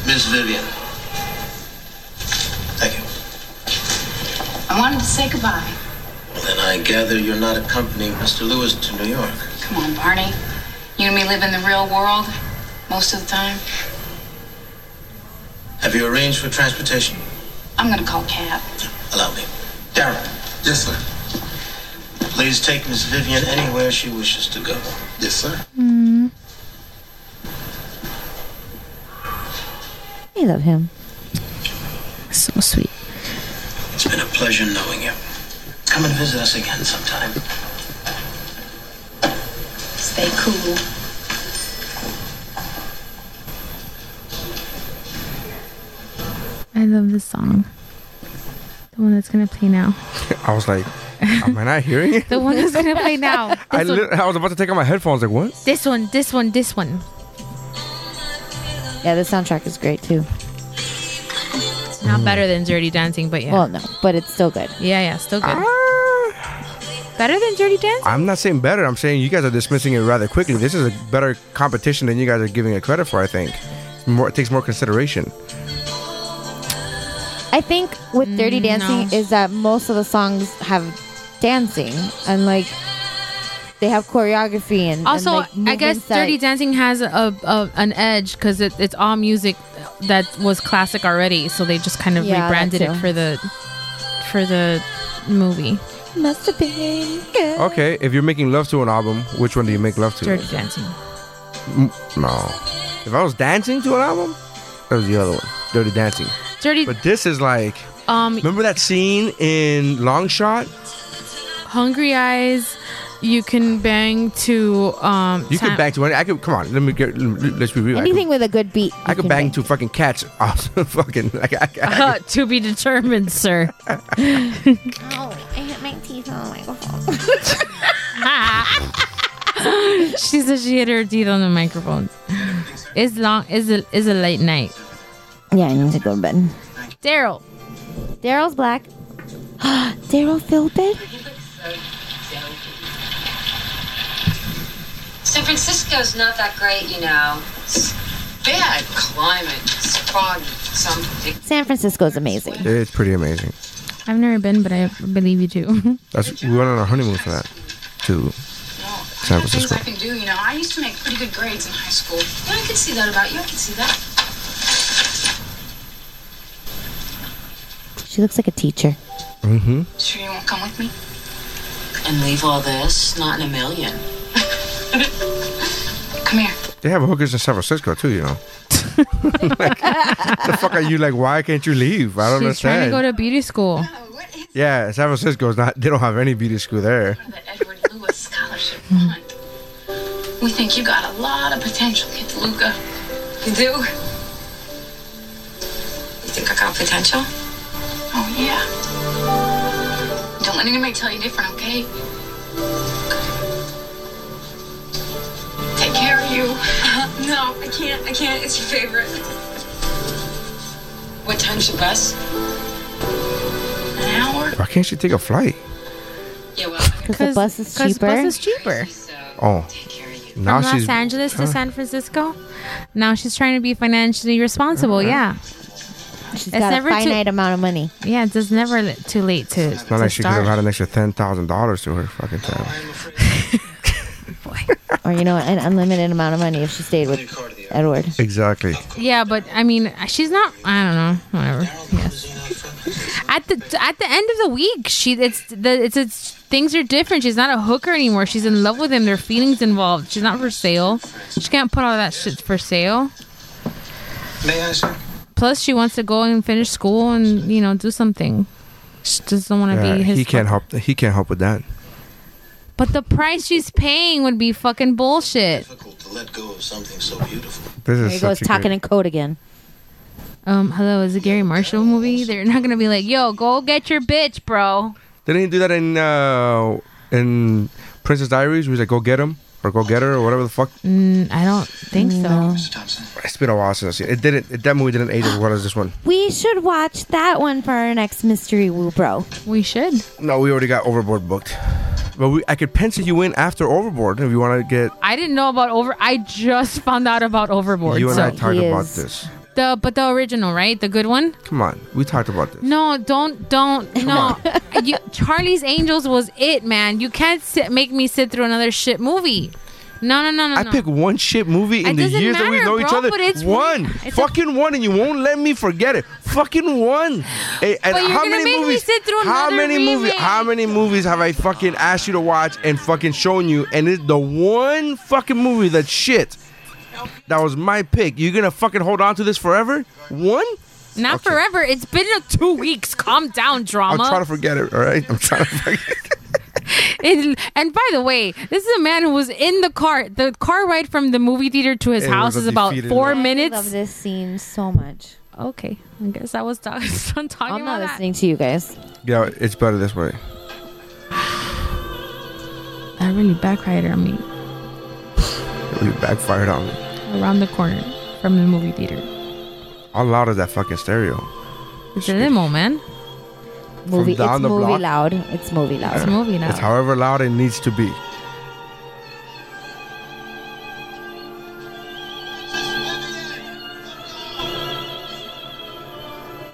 Speaker 17: Miss Vivian. Thank you.
Speaker 15: I wanted to say goodbye.
Speaker 17: Well, then I gather you're not accompanying Mr. Lewis to New York.
Speaker 15: Come on, Barney. You and me live in the real world most of the time.
Speaker 17: Have you arranged for transportation?
Speaker 15: I'm gonna call a cab.
Speaker 17: Allow me. Darrell. Yes, sir. Please take Miss Vivian anywhere she wishes to go. Yes, sir.
Speaker 9: I love him.
Speaker 8: So sweet.
Speaker 17: It's been a pleasure knowing you. Come and visit us again sometime.
Speaker 15: Stay cool.
Speaker 8: I love this song. The one that's gonna play now.
Speaker 1: I was like, am I not hearing it?
Speaker 8: The one that's gonna play now. This
Speaker 1: I,
Speaker 8: one.
Speaker 1: lit- I was about to take out my headphones. Like, what?
Speaker 8: This one. This one. This one.
Speaker 9: Yeah, the soundtrack is great too.
Speaker 8: Mm. Not better than Dirty Dancing, but yeah.
Speaker 9: Well, no, but it's still good.
Speaker 8: Yeah, yeah, still good. Better than Dirty Dancing?
Speaker 1: I'm not saying better. I'm saying you guys are dismissing it rather quickly. This is a better competition than you guys are giving it credit for. I think It's more, it takes more consideration.
Speaker 9: I think
Speaker 8: Mm,
Speaker 9: with Dirty Dancing is that most of the songs have dancing and like they have choreography and
Speaker 8: Also,
Speaker 9: and, like,
Speaker 8: I guess
Speaker 9: movements that-
Speaker 8: Dirty Dancing has a, a an edge because it, it's all music that was classic already, so they just kind of
Speaker 9: Yeah, that
Speaker 8: rebranded it
Speaker 9: too.
Speaker 8: for the for the movie.
Speaker 9: must have been good.
Speaker 1: Okay, if you're making love to an album, which one do you make love to?
Speaker 8: Dirty Dancing.
Speaker 1: Mm, No. If I was dancing to an album, that was the other one. Dirty Dancing.
Speaker 8: Dirty.
Speaker 1: But this is like.
Speaker 8: Um,
Speaker 1: Remember that scene in Long Shot?
Speaker 8: Hungry Eyes. You can bang to um.
Speaker 1: You could
Speaker 8: Time-
Speaker 1: bang to any. I could come on. Let me get. Let's be real. I could,
Speaker 9: Anything with a good beat.
Speaker 1: I could bang to fucking cats. off fucking. Like I, I, I
Speaker 8: Uh, to be determined, sir.
Speaker 13: Oh, I hit my teeth on the microphone.
Speaker 8: she said she hit her teeth on the microphone. It's long. Is a is a late night.
Speaker 9: Yeah, I need to go to bed.
Speaker 8: Daryl.
Speaker 9: Daryl's black. Daryl Philbin.
Speaker 11: San Francisco's not that great, you know. It's bad climate. It's foggy. Something.
Speaker 9: San Francisco is amazing.
Speaker 1: could- It's pretty amazing.
Speaker 8: I've never been, but I believe you do.
Speaker 1: That's we went on our honeymoon for that. To San
Speaker 15: Things
Speaker 1: Francisco.
Speaker 15: I can do, you know. I used to make pretty good grades in high school. Yeah, I could see that about you. I could see that.
Speaker 9: She looks like a teacher.
Speaker 1: Mm-hmm.
Speaker 15: Sure, you won't come with me?
Speaker 11: And leave all this? Not in a million.
Speaker 15: Come here.
Speaker 1: They have hookers in San Francisco too, you know. like, the fuck are you like? Why can't you leave? I don't
Speaker 8: She's trying to
Speaker 1: understand.
Speaker 8: go to beauty school.
Speaker 1: yeah, San Francisco's not. They don't have any beauty school there.
Speaker 15: The Edward Lewis Scholarship Fund. We think you got a lot of potential, kid Luca.
Speaker 11: You do? You think I got potential?
Speaker 15: Oh, yeah. Don't let anybody tell you different, okay? Take care of you.
Speaker 11: no, I can't. I can't. It's your favorite. What time's your bus?
Speaker 15: An hour?
Speaker 1: Why can't she take a flight?
Speaker 11: Yeah, well, uh,
Speaker 9: Because the bus is
Speaker 8: 'cause the
Speaker 9: cheaper.
Speaker 8: bus is cheaper.
Speaker 1: Oh, now
Speaker 8: From
Speaker 1: she's
Speaker 8: Los Angeles
Speaker 1: Huh.
Speaker 8: to San Francisco. Now she's trying to be financially responsible.
Speaker 1: Uh-huh.
Speaker 8: Yeah.
Speaker 9: She's got a finite amount of money.
Speaker 8: Yeah, it's never li- too late to,
Speaker 1: It's not
Speaker 8: to
Speaker 1: like she could have
Speaker 8: start.
Speaker 1: had an extra ten thousand dollars to her fucking tab.
Speaker 9: or you know, an unlimited amount of money if she stayed with Edward.
Speaker 1: Exactly.
Speaker 8: Yeah, but I mean, she's not. I don't know. Whatever. Yes. At the at the end of the week, she it's the it's it's things are different. She's not a hooker anymore. She's in love with him. There are feelings involved. She's not for sale. She can't put all that shit for sale.
Speaker 12: May I, sir?
Speaker 8: Plus, she wants to go and finish school and you know do something. She just doesn't want to
Speaker 1: Yeah,
Speaker 8: be his.
Speaker 1: he can't help. He can't help with that.
Speaker 8: But the price she's paying would be fucking bullshit.
Speaker 12: To let go of something so beautiful.
Speaker 1: This
Speaker 9: There
Speaker 1: is
Speaker 9: he
Speaker 1: such
Speaker 9: goes
Speaker 1: a
Speaker 9: talking
Speaker 1: good-
Speaker 9: in code again.
Speaker 8: Um, hello, is it Gary Marshall movie? They're not gonna be like, yo, go get your bitch, bro.
Speaker 1: Didn't he do that in uh, in Princess Diaries? Where he's like, "Go get him" or "Go get her" or whatever the fuck.
Speaker 8: Mm, I don't think so.
Speaker 1: It's been a while since I've seen it. It didn't. It, that movie didn't age as well as this one.
Speaker 9: We should watch that one for our next mystery woo bro.
Speaker 8: We should.
Speaker 1: No, we already got Overboard booked. But we, I could pencil you in after Overboard if you want to get.
Speaker 8: I didn't know about over. I just found out about Overboard.
Speaker 1: you and
Speaker 8: so.
Speaker 1: I talked about this.
Speaker 8: The but the original, right? The good one.
Speaker 1: Come on, we talked about this.
Speaker 8: No, don't, don't, no. you, Charlie's Angels was it, man. You can't sit, make me sit through another shit movie. No, no, no, no.
Speaker 1: I
Speaker 8: no.
Speaker 1: pick one shit movie in
Speaker 8: It
Speaker 1: the
Speaker 8: doesn't
Speaker 1: years that we
Speaker 8: matter,
Speaker 1: know each
Speaker 8: bro,
Speaker 1: other.
Speaker 8: but it's re-
Speaker 1: one,
Speaker 8: it's a-
Speaker 1: fucking one, and you won't let me forget it. Fucking one. Hey, and
Speaker 8: But you're
Speaker 1: how
Speaker 8: gonna
Speaker 1: many
Speaker 8: make me
Speaker 1: movies?
Speaker 8: sit through
Speaker 1: how
Speaker 8: another
Speaker 1: many movies?
Speaker 8: remake.
Speaker 1: How many movies have I fucking asked you to watch and fucking shown you? And it's the one fucking movie that's shit. That was my pick. You're gonna fucking hold on to this forever? One?
Speaker 8: Not forever. It's been uh, two weeks. Calm down,
Speaker 1: I'll
Speaker 8: drama.
Speaker 1: try to forget it. All right, I'm trying to forget. It.
Speaker 8: It- and by the way, this is a man who was in the car. The car ride from the movie theater to his
Speaker 9: It was
Speaker 8: house
Speaker 9: a
Speaker 8: is about
Speaker 9: defeated
Speaker 8: four
Speaker 9: love. I
Speaker 8: minutes.
Speaker 9: love this scene so much.
Speaker 8: Okay, I guess I was talk- done talking
Speaker 9: I'm
Speaker 8: about
Speaker 9: not
Speaker 8: that.
Speaker 9: listening to you guys.
Speaker 1: Yeah, it's better this way.
Speaker 8: That really backfired on me
Speaker 1: It really backfired on me.
Speaker 8: around the corner from the movie theater.
Speaker 1: How loud is that fucking stereo?
Speaker 8: It's a limo, man.
Speaker 9: movie. It's
Speaker 1: down the
Speaker 9: movie
Speaker 1: block?
Speaker 9: loud. It's movie loud.
Speaker 1: Yeah. It's however loud it needs to be.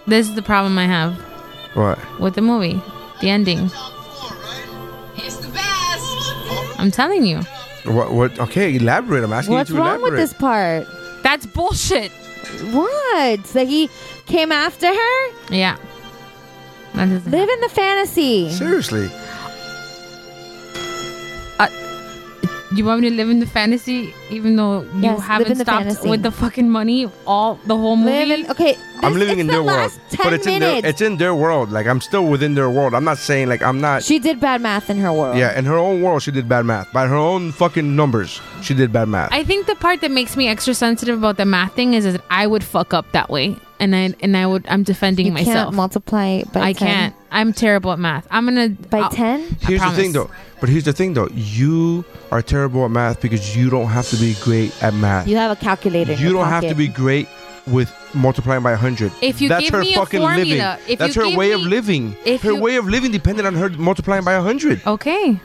Speaker 8: This is the problem I have
Speaker 1: What?
Speaker 8: with the movie, the ending. I'm telling you.
Speaker 1: What? What? Okay, elaborate. I'm asking
Speaker 9: What's
Speaker 1: you to
Speaker 9: wrong
Speaker 1: elaborate.
Speaker 9: with this part?
Speaker 8: That's bullshit.
Speaker 9: What? That he came after her?
Speaker 8: Yeah.
Speaker 9: Live in the fantasy.
Speaker 1: Seriously.
Speaker 8: You want me to live in the fantasy, even though you
Speaker 9: Yes, live in
Speaker 8: haven't
Speaker 9: the
Speaker 8: stopped
Speaker 9: fantasy.
Speaker 8: with the fucking money, all the whole movie.
Speaker 9: okay,
Speaker 1: I'm living in their world,
Speaker 9: last 10
Speaker 1: but it's in
Speaker 9: minutes.
Speaker 1: their it's in their world. Like I'm still within their world. I'm not saying like I'm not.
Speaker 9: She did bad math in her world.
Speaker 1: yeah, in her own world, she did bad math. By her own fucking numbers, she did bad math.
Speaker 8: I think the part that makes me extra sensitive about the math thing is, is that I would fuck up that way, and I and I would. I'm defending
Speaker 9: You
Speaker 8: myself.
Speaker 9: can't multiply by
Speaker 8: I
Speaker 9: 10.
Speaker 8: can't. I'm terrible at math. I'm gonna by
Speaker 9: ten.
Speaker 1: Here's the thing, though. But here's the thing, though. You are terrible at math because you don't have to be great at math.
Speaker 9: You have a calculator. in
Speaker 1: You
Speaker 9: your
Speaker 1: don't have to
Speaker 9: pocket.
Speaker 1: be great with multiplying by 100.
Speaker 8: If you
Speaker 1: That's
Speaker 8: give
Speaker 1: her
Speaker 8: me a
Speaker 1: fucking
Speaker 8: formula,
Speaker 1: living.
Speaker 8: if
Speaker 1: That's
Speaker 8: you
Speaker 1: her
Speaker 8: give
Speaker 1: way
Speaker 8: me-
Speaker 1: of living.
Speaker 8: if
Speaker 1: her
Speaker 8: you-
Speaker 1: way of living depended on her multiplying by 100.
Speaker 8: Okay.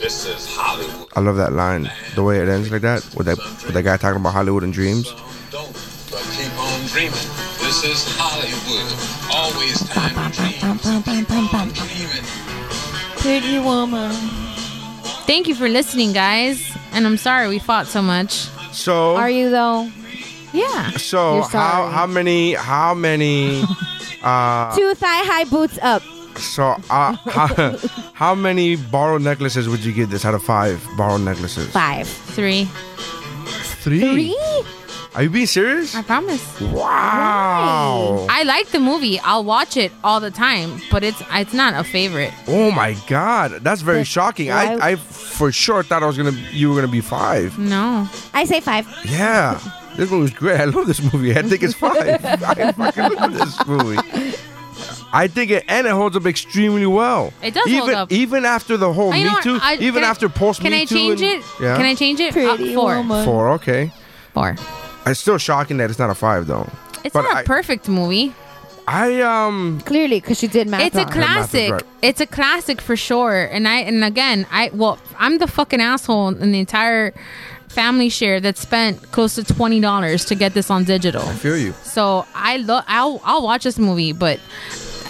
Speaker 18: This is Hollywood.
Speaker 1: I love that line. The way it ends like that with that with that guy talking about Hollywood and dreams.
Speaker 18: But keep on dreaming. This is Hollywood. Always time to dream.
Speaker 8: Pretty woman. Thank you for listening, guys. And I'm sorry we fought so much.
Speaker 1: So
Speaker 9: Are you though?
Speaker 8: Yeah.
Speaker 1: So how how many how many uh
Speaker 9: Two thigh high boots up.
Speaker 1: so uh, how, how many borrowed necklaces would you give this out of five borrowed necklaces?
Speaker 9: Five.
Speaker 8: Three.
Speaker 1: Three. Are you being serious?
Speaker 8: I promise.
Speaker 1: Wow.
Speaker 8: I like the movie. I'll watch it all the time, but it's it's not a favorite.
Speaker 1: Oh my god, that's very
Speaker 8: But
Speaker 1: shocking.
Speaker 8: why-
Speaker 1: I, I for sure thought I was gonna you were gonna be five.
Speaker 8: No.
Speaker 9: I say five.
Speaker 1: Yeah, this movie was great. I love this movie. I think it's five. I fucking love this movie. I think it and it holds up extremely well.
Speaker 8: It does
Speaker 1: even,
Speaker 8: hold up.
Speaker 1: even after the whole
Speaker 8: Oh, you
Speaker 1: Me
Speaker 8: know what?
Speaker 1: Too,
Speaker 8: I-
Speaker 1: even
Speaker 8: can I-
Speaker 1: after post
Speaker 8: Can
Speaker 1: Me
Speaker 8: I
Speaker 1: Too.
Speaker 8: change
Speaker 1: and-
Speaker 8: it? Can I change it? Up four.
Speaker 1: Four, okay.
Speaker 8: Four.
Speaker 1: It's still shocking that it's not a five though.
Speaker 8: It's
Speaker 1: But
Speaker 8: not a
Speaker 1: I-
Speaker 8: perfect movie.
Speaker 1: I um
Speaker 9: Clearly, because she did math.
Speaker 8: It's a
Speaker 9: wrong.
Speaker 8: classic.
Speaker 1: right.
Speaker 8: It's a classic for sure. And I and again, I well, I'm the fucking asshole in the entire family share that spent close to twenty dollars to get this on digital.
Speaker 1: I feel you.
Speaker 8: So I love. I'll I'll watch this movie, but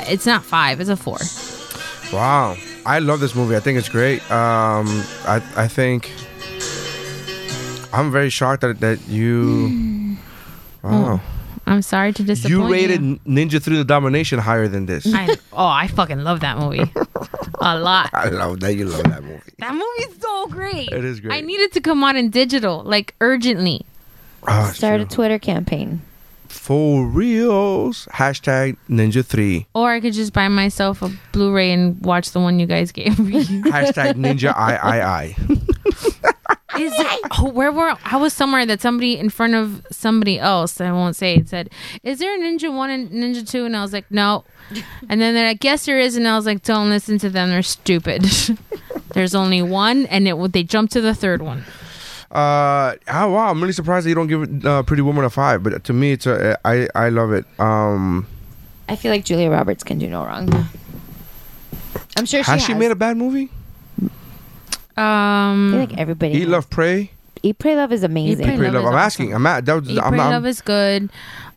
Speaker 8: it's not five. It's a four.
Speaker 1: Wow. I love this movie. I think it's great. Um, I, I think I'm very shocked that, that you. Wow.
Speaker 8: I'm sorry to Hmm. disappoint
Speaker 1: you rated Ninja Through the Domination higher than this.
Speaker 8: I, oh, I fucking love that movie a lot.
Speaker 1: I love that. You love that movie.
Speaker 8: That movie's so great.
Speaker 1: It is great.
Speaker 8: I need it to come out in digital, like urgently.
Speaker 1: Oh, it's
Speaker 9: Start a Twitter campaign.
Speaker 1: for reals. Hashtag Ninja 3.
Speaker 8: Or I could just buy myself a Blu-ray and watch the one you guys gave me.
Speaker 1: Hashtag Ninja I I I.
Speaker 8: Is it, oh, where were I was somewhere that somebody in front of somebody else I won't say it said, "Is there a Ninja One and Ninja Two? And I was like, "No," and then they're like, "Yes, there is," and I was like, "Don't listen to them; they're stupid." There's only one, and it they jumped to the third one.
Speaker 1: Uh, oh, wow. I'm really surprised that you don't give it, uh, Pretty Woman a 5, but to me, it's a, I, I love it. Um,
Speaker 9: I feel like Julia Roberts can do no wrong. I'm sure she
Speaker 1: has she made a bad movie?
Speaker 8: Um,
Speaker 9: I feel like everybody.
Speaker 1: Eat, Love, Pray?
Speaker 9: Eat, pray, love
Speaker 8: E
Speaker 9: is amazing.
Speaker 1: Eat, Pray, Love. I'm asking. I'm at. That was,
Speaker 8: Eat,
Speaker 1: I'm,
Speaker 8: Pray,
Speaker 1: I'm-
Speaker 8: Love is good.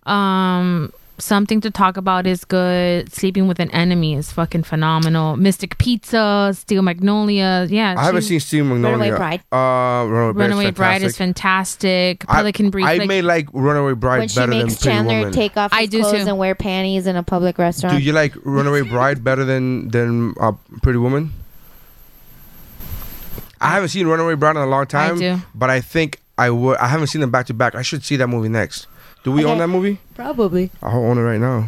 Speaker 8: Um, Something to talk about is good. Sleeping with an enemy is fucking phenomenal. Mystic Pizza, Steel Magnolia, yeah.
Speaker 1: I haven't
Speaker 8: she's-
Speaker 1: seen Steel Magnolia.
Speaker 8: Bride.
Speaker 1: Uh, Runaway,
Speaker 8: Runaway Bride is
Speaker 1: fantastic.
Speaker 8: fantastic. Pelican
Speaker 1: I,
Speaker 8: Brief.
Speaker 1: I
Speaker 8: like-
Speaker 1: may like Runaway Bride
Speaker 9: when she
Speaker 1: better
Speaker 9: makes
Speaker 1: than Pretty
Speaker 9: Chandler
Speaker 1: Woman.
Speaker 9: take off his
Speaker 8: I do
Speaker 9: clothes
Speaker 8: too.
Speaker 9: and wear panties in a public restaurant.
Speaker 1: Do you like Runaway Bride better than than uh, Pretty Woman? I haven't seen Runaway Bride in a long time.
Speaker 8: do.
Speaker 1: But I think I would. I haven't seen them back to back. I should see that movie next. Do we own
Speaker 9: Okay.
Speaker 1: that movie?
Speaker 9: Probably.
Speaker 1: I'll own it right now.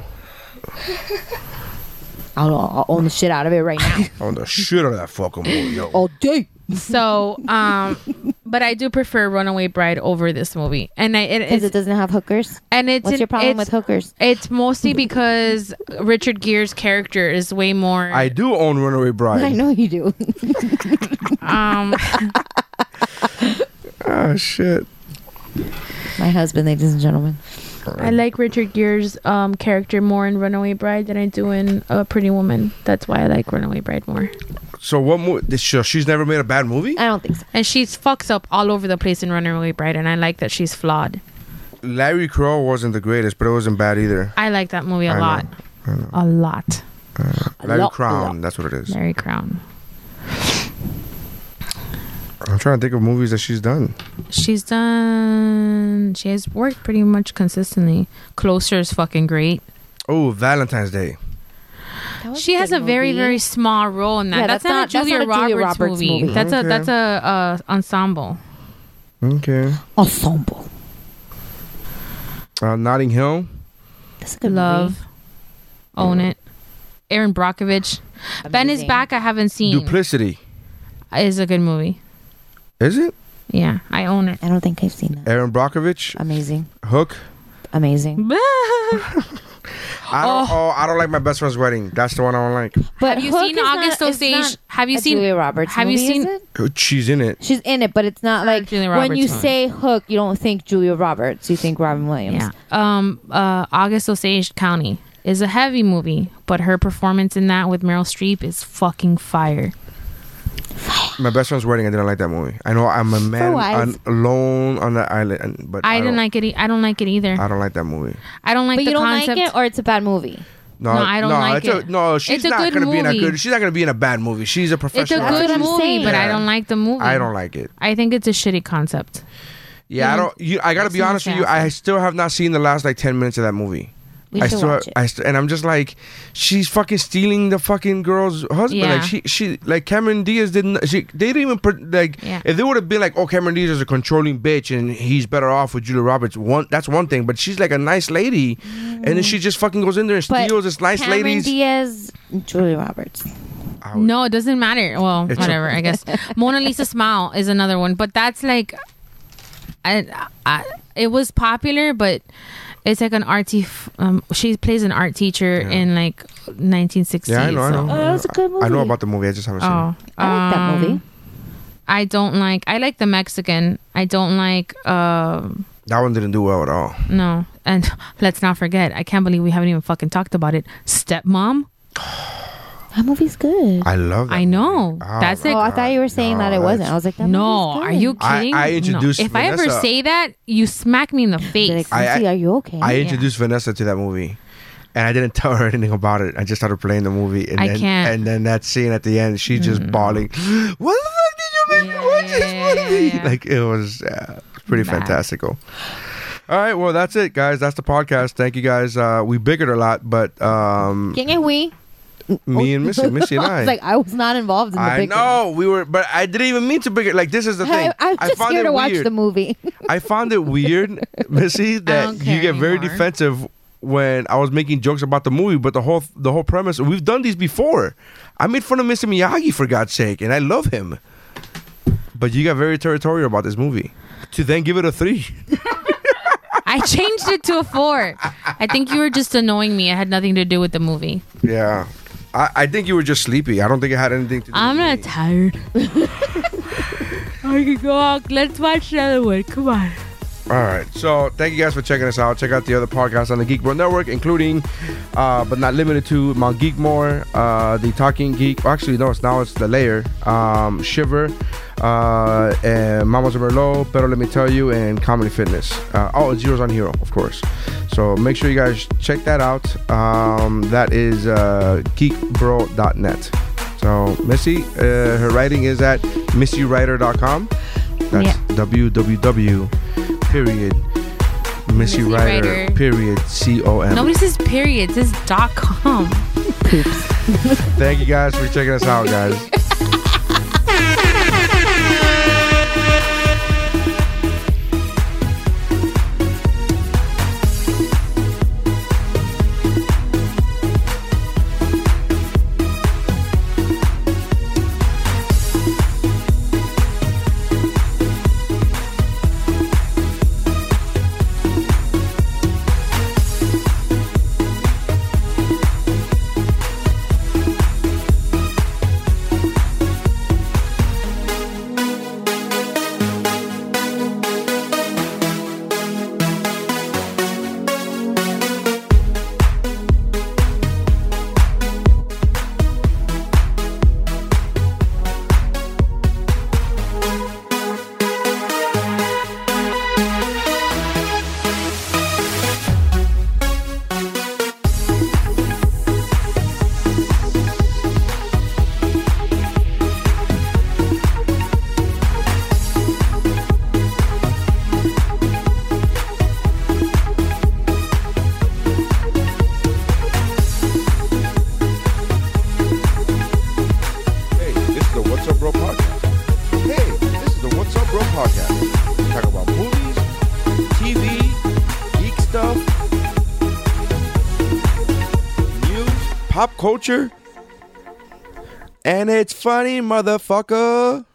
Speaker 9: I'll, I'll own the shit out of it right now.
Speaker 1: I own the shit out of that fucking movie, yo.
Speaker 9: All day.
Speaker 8: so, um, but I do prefer Runaway Bride over this movie, and I it, it's
Speaker 9: Because it doesn't have hookers.
Speaker 8: and it's
Speaker 9: What's your problem with
Speaker 8: it's-
Speaker 9: hookers?
Speaker 8: It's mostly because Richard Gere's character is way more.
Speaker 1: I do own Runaway Bride.
Speaker 9: I know you do.
Speaker 8: um,
Speaker 1: Oh shit. Ah,
Speaker 9: My husband, ladies and gentlemen.
Speaker 1: different.
Speaker 19: I like Richard Gere's um, character more in Runaway Bride than I do in uh, Pretty Woman. That's why I like Runaway Bride more.
Speaker 1: So what movie? She's never made a bad movie.
Speaker 9: I don't think so.
Speaker 8: And she fucks up all over the place in Runaway Bride, and I like that she's flawed.
Speaker 1: Larry Crow wasn't the greatest, but it wasn't bad either.
Speaker 8: I like that movie a
Speaker 1: I know,
Speaker 8: lot.
Speaker 1: I know.
Speaker 8: A lot.
Speaker 1: Uh, Larry
Speaker 8: lot, a
Speaker 1: Crown.
Speaker 8: lot.
Speaker 1: That's what it is.
Speaker 8: Larry Crown.
Speaker 1: I'm trying to think of movies that she's done.
Speaker 8: She's done. She has worked pretty much consistently. Closer is fucking great.
Speaker 1: Oh, Valentine's Day.
Speaker 8: She has a very very small role in that.
Speaker 9: Yeah,
Speaker 8: that's,
Speaker 9: that's
Speaker 8: not,
Speaker 9: not- that's
Speaker 8: a Julia
Speaker 9: not a Julia
Speaker 8: Roberts,
Speaker 9: Roberts
Speaker 8: movie.
Speaker 9: movie.
Speaker 8: That's
Speaker 1: Okay.
Speaker 8: a that's a uh, ensemble.
Speaker 1: Okay.
Speaker 9: Ensemble.
Speaker 1: Uh, Notting Hill.
Speaker 8: Love, own it. Aaron Brockovich. Ben is back. I haven't seen.
Speaker 1: Duplicity.
Speaker 8: is a good movie.
Speaker 1: Is it?
Speaker 8: Yeah, I own it.
Speaker 9: I don't think I've seen that.
Speaker 1: Aaron Brockovich.
Speaker 9: Amazing.
Speaker 1: Hook.
Speaker 9: Amazing.
Speaker 1: I don't, oh. I don't like my best friend's wedding. That's the one I don't like.
Speaker 9: But
Speaker 8: Have you
Speaker 9: Hook
Speaker 8: seen
Speaker 9: is
Speaker 8: August
Speaker 9: not, it's
Speaker 8: Osage?
Speaker 9: not
Speaker 8: Have you
Speaker 9: a
Speaker 8: seen-
Speaker 9: Julia Roberts?
Speaker 8: have you
Speaker 9: movie, is
Speaker 8: seen-
Speaker 9: it?
Speaker 1: Oh, She's in it.
Speaker 9: She's in it, but it's not like when
Speaker 8: Roberts
Speaker 9: you
Speaker 8: movie.
Speaker 9: say Hook, you don't think Julia Roberts. You think Robin Williams.
Speaker 8: Yeah. Um. Uh. August Osage County is a heavy movie, but her performance in that with Meryl Streep is fucking fire.
Speaker 1: My best friend's wedding. I didn't like that movie. I know I'm a man
Speaker 8: Wise.
Speaker 1: on- alone on the island, and- but I,
Speaker 8: I, didn't
Speaker 1: don't,
Speaker 8: like it. E- I don't like it either.
Speaker 1: I don't like that movie.
Speaker 8: I don't like
Speaker 9: but
Speaker 8: the
Speaker 9: you don't
Speaker 8: concept.
Speaker 9: like it, or it's a bad movie.
Speaker 1: No,
Speaker 8: No, I don't like
Speaker 1: it's a-
Speaker 8: it.
Speaker 1: no,
Speaker 8: It's
Speaker 1: she's
Speaker 8: a
Speaker 1: not
Speaker 8: good
Speaker 1: gonna be in a
Speaker 8: movie.
Speaker 1: good. She's not gonna be in a bad movie. She's a
Speaker 8: it's a
Speaker 1: professional.
Speaker 8: good
Speaker 1: actress.
Speaker 8: movie, but I
Speaker 1: Yeah.
Speaker 8: don't like the movie.
Speaker 1: I don't like it.
Speaker 8: I think it's a shitty concept.
Speaker 1: Yeah, I
Speaker 8: Yeah.
Speaker 1: don't. You, I gotta be
Speaker 8: That's
Speaker 1: honest
Speaker 8: not
Speaker 1: with you.
Speaker 8: fair.
Speaker 1: I still have not seen the last like ten minutes of that movie.
Speaker 8: We
Speaker 1: I
Speaker 8: should
Speaker 1: still,
Speaker 8: watch it.
Speaker 1: I st- and I'm just like, she's fucking stealing the fucking girl's husband.
Speaker 8: Yeah.
Speaker 1: Like she, she, like Cameron Diaz didn't. She, they didn't even put like.
Speaker 8: Yeah.
Speaker 1: If they would have been like, oh, Cameron Diaz is a controlling bitch, and he's better off with Julia Roberts. One, that's one thing. But she's like a nice lady, and then she just fucking goes in there and steals this nice
Speaker 9: Cameron
Speaker 1: lady's.
Speaker 9: Diaz, Julia Roberts.
Speaker 8: No, it doesn't matter. Well,
Speaker 1: It's a-
Speaker 8: whatever. I guess Mona Lisa smile is another one, but that's like, I, I it was popular, but it's like an arty. f- Um, she plays an art teacher in like 1960.
Speaker 1: yeah, I know, I know.
Speaker 8: so-
Speaker 1: I know. I- I know about the movie. I just haven't seen.
Speaker 8: Oh,
Speaker 1: it.
Speaker 9: I like that
Speaker 8: um,
Speaker 9: movie.
Speaker 8: I don't like. I like the Mexican. I don't like. um
Speaker 1: That one didn't do well at all.
Speaker 8: no, and let's not forget. I can't believe we haven't even fucking talked about it. Stepmom.
Speaker 9: That movie's good.
Speaker 1: I love. That
Speaker 8: I know. That's it.
Speaker 9: Oh, I thought you were saying that it wasn't. I was like, that
Speaker 8: No, are you
Speaker 1: I-
Speaker 8: kidding?
Speaker 1: I
Speaker 8: No.
Speaker 1: introduced
Speaker 8: If I ever
Speaker 1: Vanessa-
Speaker 8: say that, you smack me in the face.
Speaker 1: I- Cynthia, I-
Speaker 9: are you okay?
Speaker 1: I introduced Vanessa to that movie, and I didn't tell her anything about it. I just started playing the movie, and
Speaker 8: I
Speaker 1: then,
Speaker 8: can't. Mm.
Speaker 1: And then that scene at the end, she just bawling. What the fuck did you make me watch this movie? Like it was uh, pretty fantastical. All right, well that's it, guys. That's the podcast. Thank you, guys. Uh, we bickered a lot, but um,
Speaker 9: Can you we?
Speaker 1: me and Missy, Missy and
Speaker 9: I
Speaker 1: I.
Speaker 9: was like, I was not involved in the
Speaker 1: I
Speaker 9: big
Speaker 1: know we were, but I didn't even mean to bicker. Like this is the thing.
Speaker 9: I, I'm just here to watch
Speaker 1: weird.
Speaker 9: the movie.
Speaker 1: I found it weird, Missy, that
Speaker 8: don't
Speaker 1: you
Speaker 8: care
Speaker 1: get very
Speaker 8: anymore.
Speaker 1: defensive when I was making jokes about the movie, but the whole the whole premise. We've done these before. I made fun of Mr. Miyagi for God's sake, and I love him. But you got very territorial about this movie. To then give it a three.
Speaker 8: I changed it to a four. I think you were just annoying me. It had nothing to do with the movie.
Speaker 1: Yeah. I, I think you were just sleepy. I don't think it had anything to do
Speaker 8: I'm not tired. I can go out. Let's watch another one. Come on.
Speaker 1: All right. So thank you guys for checking us out. Check out the other podcasts on the Geek Bro Network, including, uh, but not limited to, Mount Geekmore, uh, the Talking Geek. well, actually, no, it's now it's the Layer, um, Shiver, uh, and Mamas and Merlot. Pero let me tell you, and Comedy Fitness. Uh, oh, and Zeros on Hero, of course. So make sure you guys check that out. Um, that is uh, geekbro.net. So Missy, uh, her writing is at missywriter.com. That's
Speaker 8: Yeah.
Speaker 1: www period Missy
Speaker 8: Missy
Speaker 1: Ryder
Speaker 8: Ryder.
Speaker 1: period C O M.
Speaker 8: Nobody says period. It says dot com.
Speaker 1: Thank you guys for checking us out, guys. What's Up Bro podcast. Hey, this is the What's Up Bro podcast. We talk about movies, TV, geek stuff, news, pop culture, and it's funny, motherfucker.